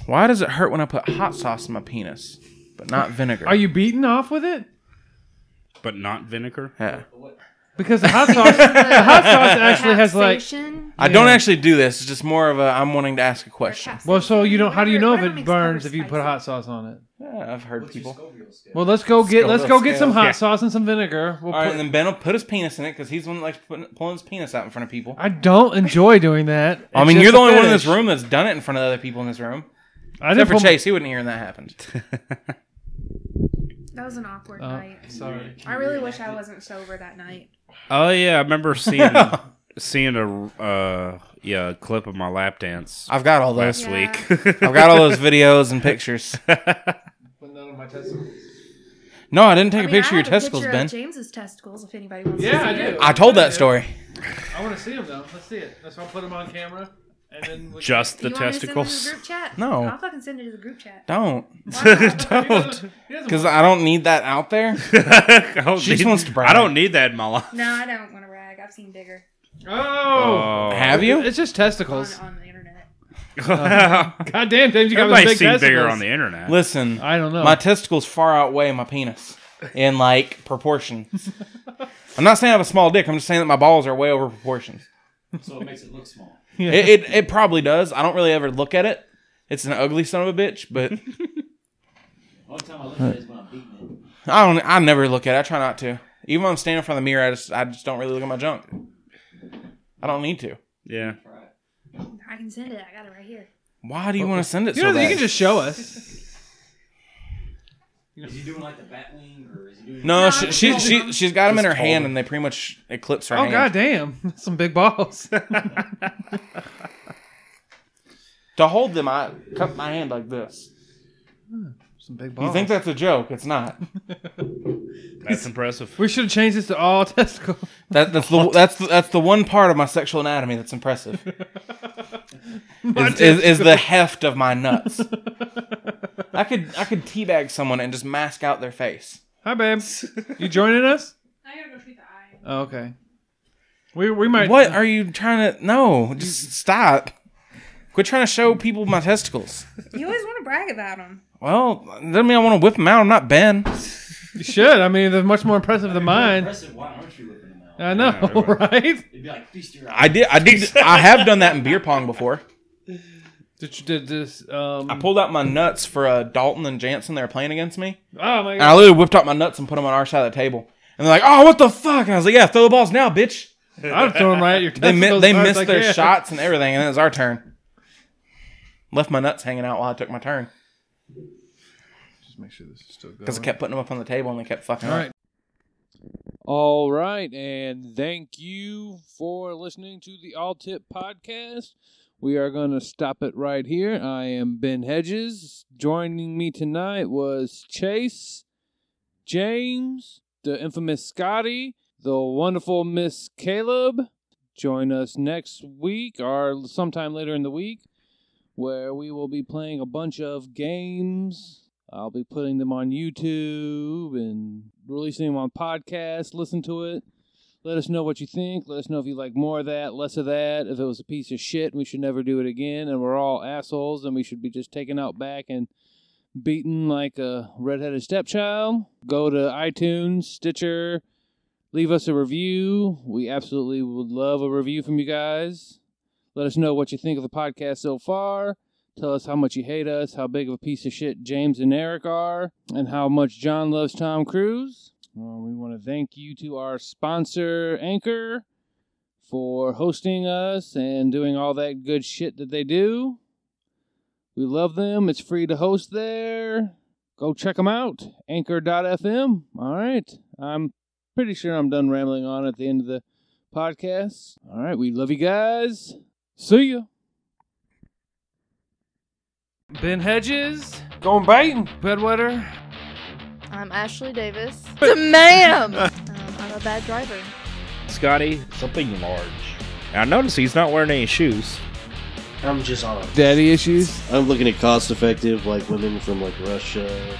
Speaker 6: Why does it hurt when I put hot sauce in my penis, but not vinegar?
Speaker 1: Are you beaten off with it?
Speaker 4: But not vinegar.
Speaker 6: Yeah.
Speaker 1: Because the hot sauce, the hot sauce actually has like.
Speaker 9: Capsation?
Speaker 6: I don't
Speaker 1: Yeah.
Speaker 6: actually do this. It's just more of a I'm wanting to ask a question.
Speaker 9: Capsation?
Speaker 1: Well, so you don't. How do you know if
Speaker 9: Whatever
Speaker 1: it
Speaker 9: makes pepper
Speaker 1: burns if you put
Speaker 9: spicy.
Speaker 1: hot sauce on it?
Speaker 6: Yeah, I've heard people.
Speaker 1: Well, let's go get let's go get some
Speaker 6: Yeah.
Speaker 1: hot sauce and some vinegar. We'll
Speaker 6: All right,
Speaker 1: put,
Speaker 6: and then Ben will put his penis in it because he's the one that likes putting, pulling his penis out in front of people.
Speaker 1: I don't enjoy doing that.
Speaker 6: I
Speaker 1: It's
Speaker 6: mean,
Speaker 1: just
Speaker 6: you're the
Speaker 1: a
Speaker 6: only one in this
Speaker 1: fetish.
Speaker 6: room that's done it in front of other people in this room.
Speaker 1: I didn't
Speaker 6: Except for
Speaker 1: put my-
Speaker 6: Chase, he wouldn't hear when that happened.
Speaker 9: That was an awkward
Speaker 1: Oh,
Speaker 9: night.
Speaker 1: sorry.
Speaker 9: I really wish I wasn't sober that night.
Speaker 4: Oh yeah, I remember seeing seeing a uh yeah a clip of my lap dance
Speaker 6: I've got all
Speaker 4: last
Speaker 6: those.
Speaker 9: Yeah.
Speaker 4: week.
Speaker 6: I've got all those videos and pictures.
Speaker 1: But none of my testicles.
Speaker 6: No, I didn't take
Speaker 9: I
Speaker 6: a
Speaker 9: mean,
Speaker 6: picture
Speaker 9: I
Speaker 6: of your
Speaker 9: have a
Speaker 6: testicles,
Speaker 9: picture
Speaker 6: Ben.
Speaker 9: Of James's testicles, if anybody wants
Speaker 1: Yeah, I
Speaker 9: to see
Speaker 1: do.
Speaker 9: it.
Speaker 6: I told that story.
Speaker 1: I want to see them though. Let's see it. Let's all put them on camera, and then we
Speaker 4: Just the
Speaker 9: you Want me to
Speaker 4: testicles.
Speaker 9: send it to the group chat?
Speaker 6: No.
Speaker 9: I'll fucking send it to the group chat.
Speaker 6: Don't,
Speaker 4: don't.
Speaker 6: because I don't need that out there.
Speaker 4: I don't
Speaker 6: She just
Speaker 4: need-
Speaker 6: wants to brag.
Speaker 4: I don't need that in my life.
Speaker 9: No, I don't want to rag. I've seen bigger
Speaker 1: Oh,
Speaker 6: Have you?
Speaker 1: it's just
Speaker 9: on,
Speaker 1: testicles.
Speaker 9: on the internet.
Speaker 1: God damn, James, you got those
Speaker 4: Everybody's
Speaker 1: big
Speaker 4: seen
Speaker 1: testicles.
Speaker 4: bigger on the internet.
Speaker 6: Listen,
Speaker 1: I don't know.
Speaker 6: my testicles far outweigh my penis in like proportion. I'm not saying I have a small dick. I'm just saying that my balls are way over proportion.
Speaker 5: So it makes it look small.
Speaker 1: Yeah.
Speaker 6: It, it it probably does. I don't really ever look at it. It's an ugly son of a bitch, but
Speaker 5: Only time I look at it is when I'm beating
Speaker 6: I don't. I never look at. it. I try not to. Even when I'm standing in front of the mirror, I just I just don't really look at my junk. I don't need to.
Speaker 4: yeah.
Speaker 5: it. Right.
Speaker 9: I can send it. I got it right here.
Speaker 6: Why do you want to send it?
Speaker 1: you
Speaker 6: so
Speaker 1: know, you
Speaker 6: bad?
Speaker 1: can just show us.
Speaker 5: Is he doing like the bat wing or is he doing?
Speaker 6: No,
Speaker 9: No,
Speaker 6: she,
Speaker 9: I'm
Speaker 6: she,
Speaker 9: cold.
Speaker 6: she, she's got them in her
Speaker 4: Just cold.
Speaker 6: hand and they pretty much eclipse her
Speaker 1: Oh
Speaker 6: hand.
Speaker 1: god damn, some big balls.
Speaker 6: To hold them, I cup my hand like this.
Speaker 1: some big
Speaker 6: You
Speaker 1: balls.
Speaker 6: think that's a joke? It's not.
Speaker 4: That's impressive.
Speaker 1: we should have changed this to all testicles?
Speaker 6: That, that's the that's the, that's the one part of my sexual anatomy that's impressive. is, is, is the heft of my nuts. I could I could teabag someone and just mask out their face.
Speaker 1: Hi, babe. You joining us?
Speaker 9: I gotta go through the eye.
Speaker 1: Oh, okay. We we might.
Speaker 6: What are you trying to? No, just stop. Quit trying to show people my testicles.
Speaker 9: You always want to brag about them.
Speaker 6: Well, doesn't mean I want to whip them out. I'm not Ben.
Speaker 1: You should. I mean, they're much more impressive than mine.
Speaker 5: Impressive. Why aren't you whipping him out?
Speaker 1: I know,
Speaker 4: Yeah, right.
Speaker 1: right?
Speaker 5: It'd be like feast your eyes.
Speaker 6: I did I did I have done that in beer pong before.
Speaker 1: Did you did this? Um,
Speaker 6: I pulled out my nuts for uh, Dalton and Jansen. They were playing against me,
Speaker 1: Oh my
Speaker 6: and I
Speaker 1: god!
Speaker 6: literally whipped out my nuts and put them on our side of the table. And they're like, "Oh, what the fuck?" And I was like, "Yeah, throw the balls now, bitch."
Speaker 1: I'd throw them right at your
Speaker 6: They
Speaker 1: testicles.
Speaker 6: mi- they
Speaker 1: if I
Speaker 6: missed
Speaker 1: was
Speaker 6: their
Speaker 1: like, yeah.
Speaker 6: shots and everything, and then it was our turn. Left my nuts hanging out while I took my turn
Speaker 1: Just make sure this is still going.
Speaker 6: because I kept putting them up on the table and they kept fucking
Speaker 1: All
Speaker 6: up.
Speaker 1: right. All right, and thank you for listening to the All Tip podcast. We are going to stop it right here. I am Ben Hedges. Joining me tonight was Chase, James, the infamous Scotty, the wonderful Miss Caleb. Join us next week or sometime later in the week where we will be playing a bunch of games I'll be putting them on YouTube and releasing them on podcasts. Listen to it. Let us know what you think. Let us know if you like more of that, less of that. If it was a piece of shit, and we should never do it again. And we're all assholes, and we should be just taken out back and beaten like a redheaded stepchild. Go to iTunes, Stitcher, leave us a review. We absolutely would love a review from you guys. Let us know what you think of the podcast so far. Tell us how much you hate us, how big of a piece of shit James and Eric are, and how much John loves Tom Cruise. Well, we want to thank you to our sponsor, Anchor, for hosting us and doing all that good shit that they do. We love them. It's free to host there. Go check them out. Anchor.fm. All right. I'm pretty sure I'm done rambling on at the end of the podcast. All right. We love you guys. See ya. Ben Hedges,
Speaker 2: Going biting.
Speaker 1: bedwetter.
Speaker 3: Um, I'm Ashley Davis. The ma'am! um, I'm a bad driver.
Speaker 4: Scotty, something large. And I notice he's not wearing any shoes.
Speaker 11: I'm just on
Speaker 1: Daddy issues.
Speaker 12: I'm looking at cost effective, like women from like Russia.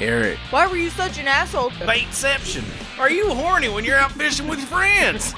Speaker 13: Eric.
Speaker 14: Why were you such an asshole?
Speaker 4: Baitception. Are you horny when you're out fishing with your friends?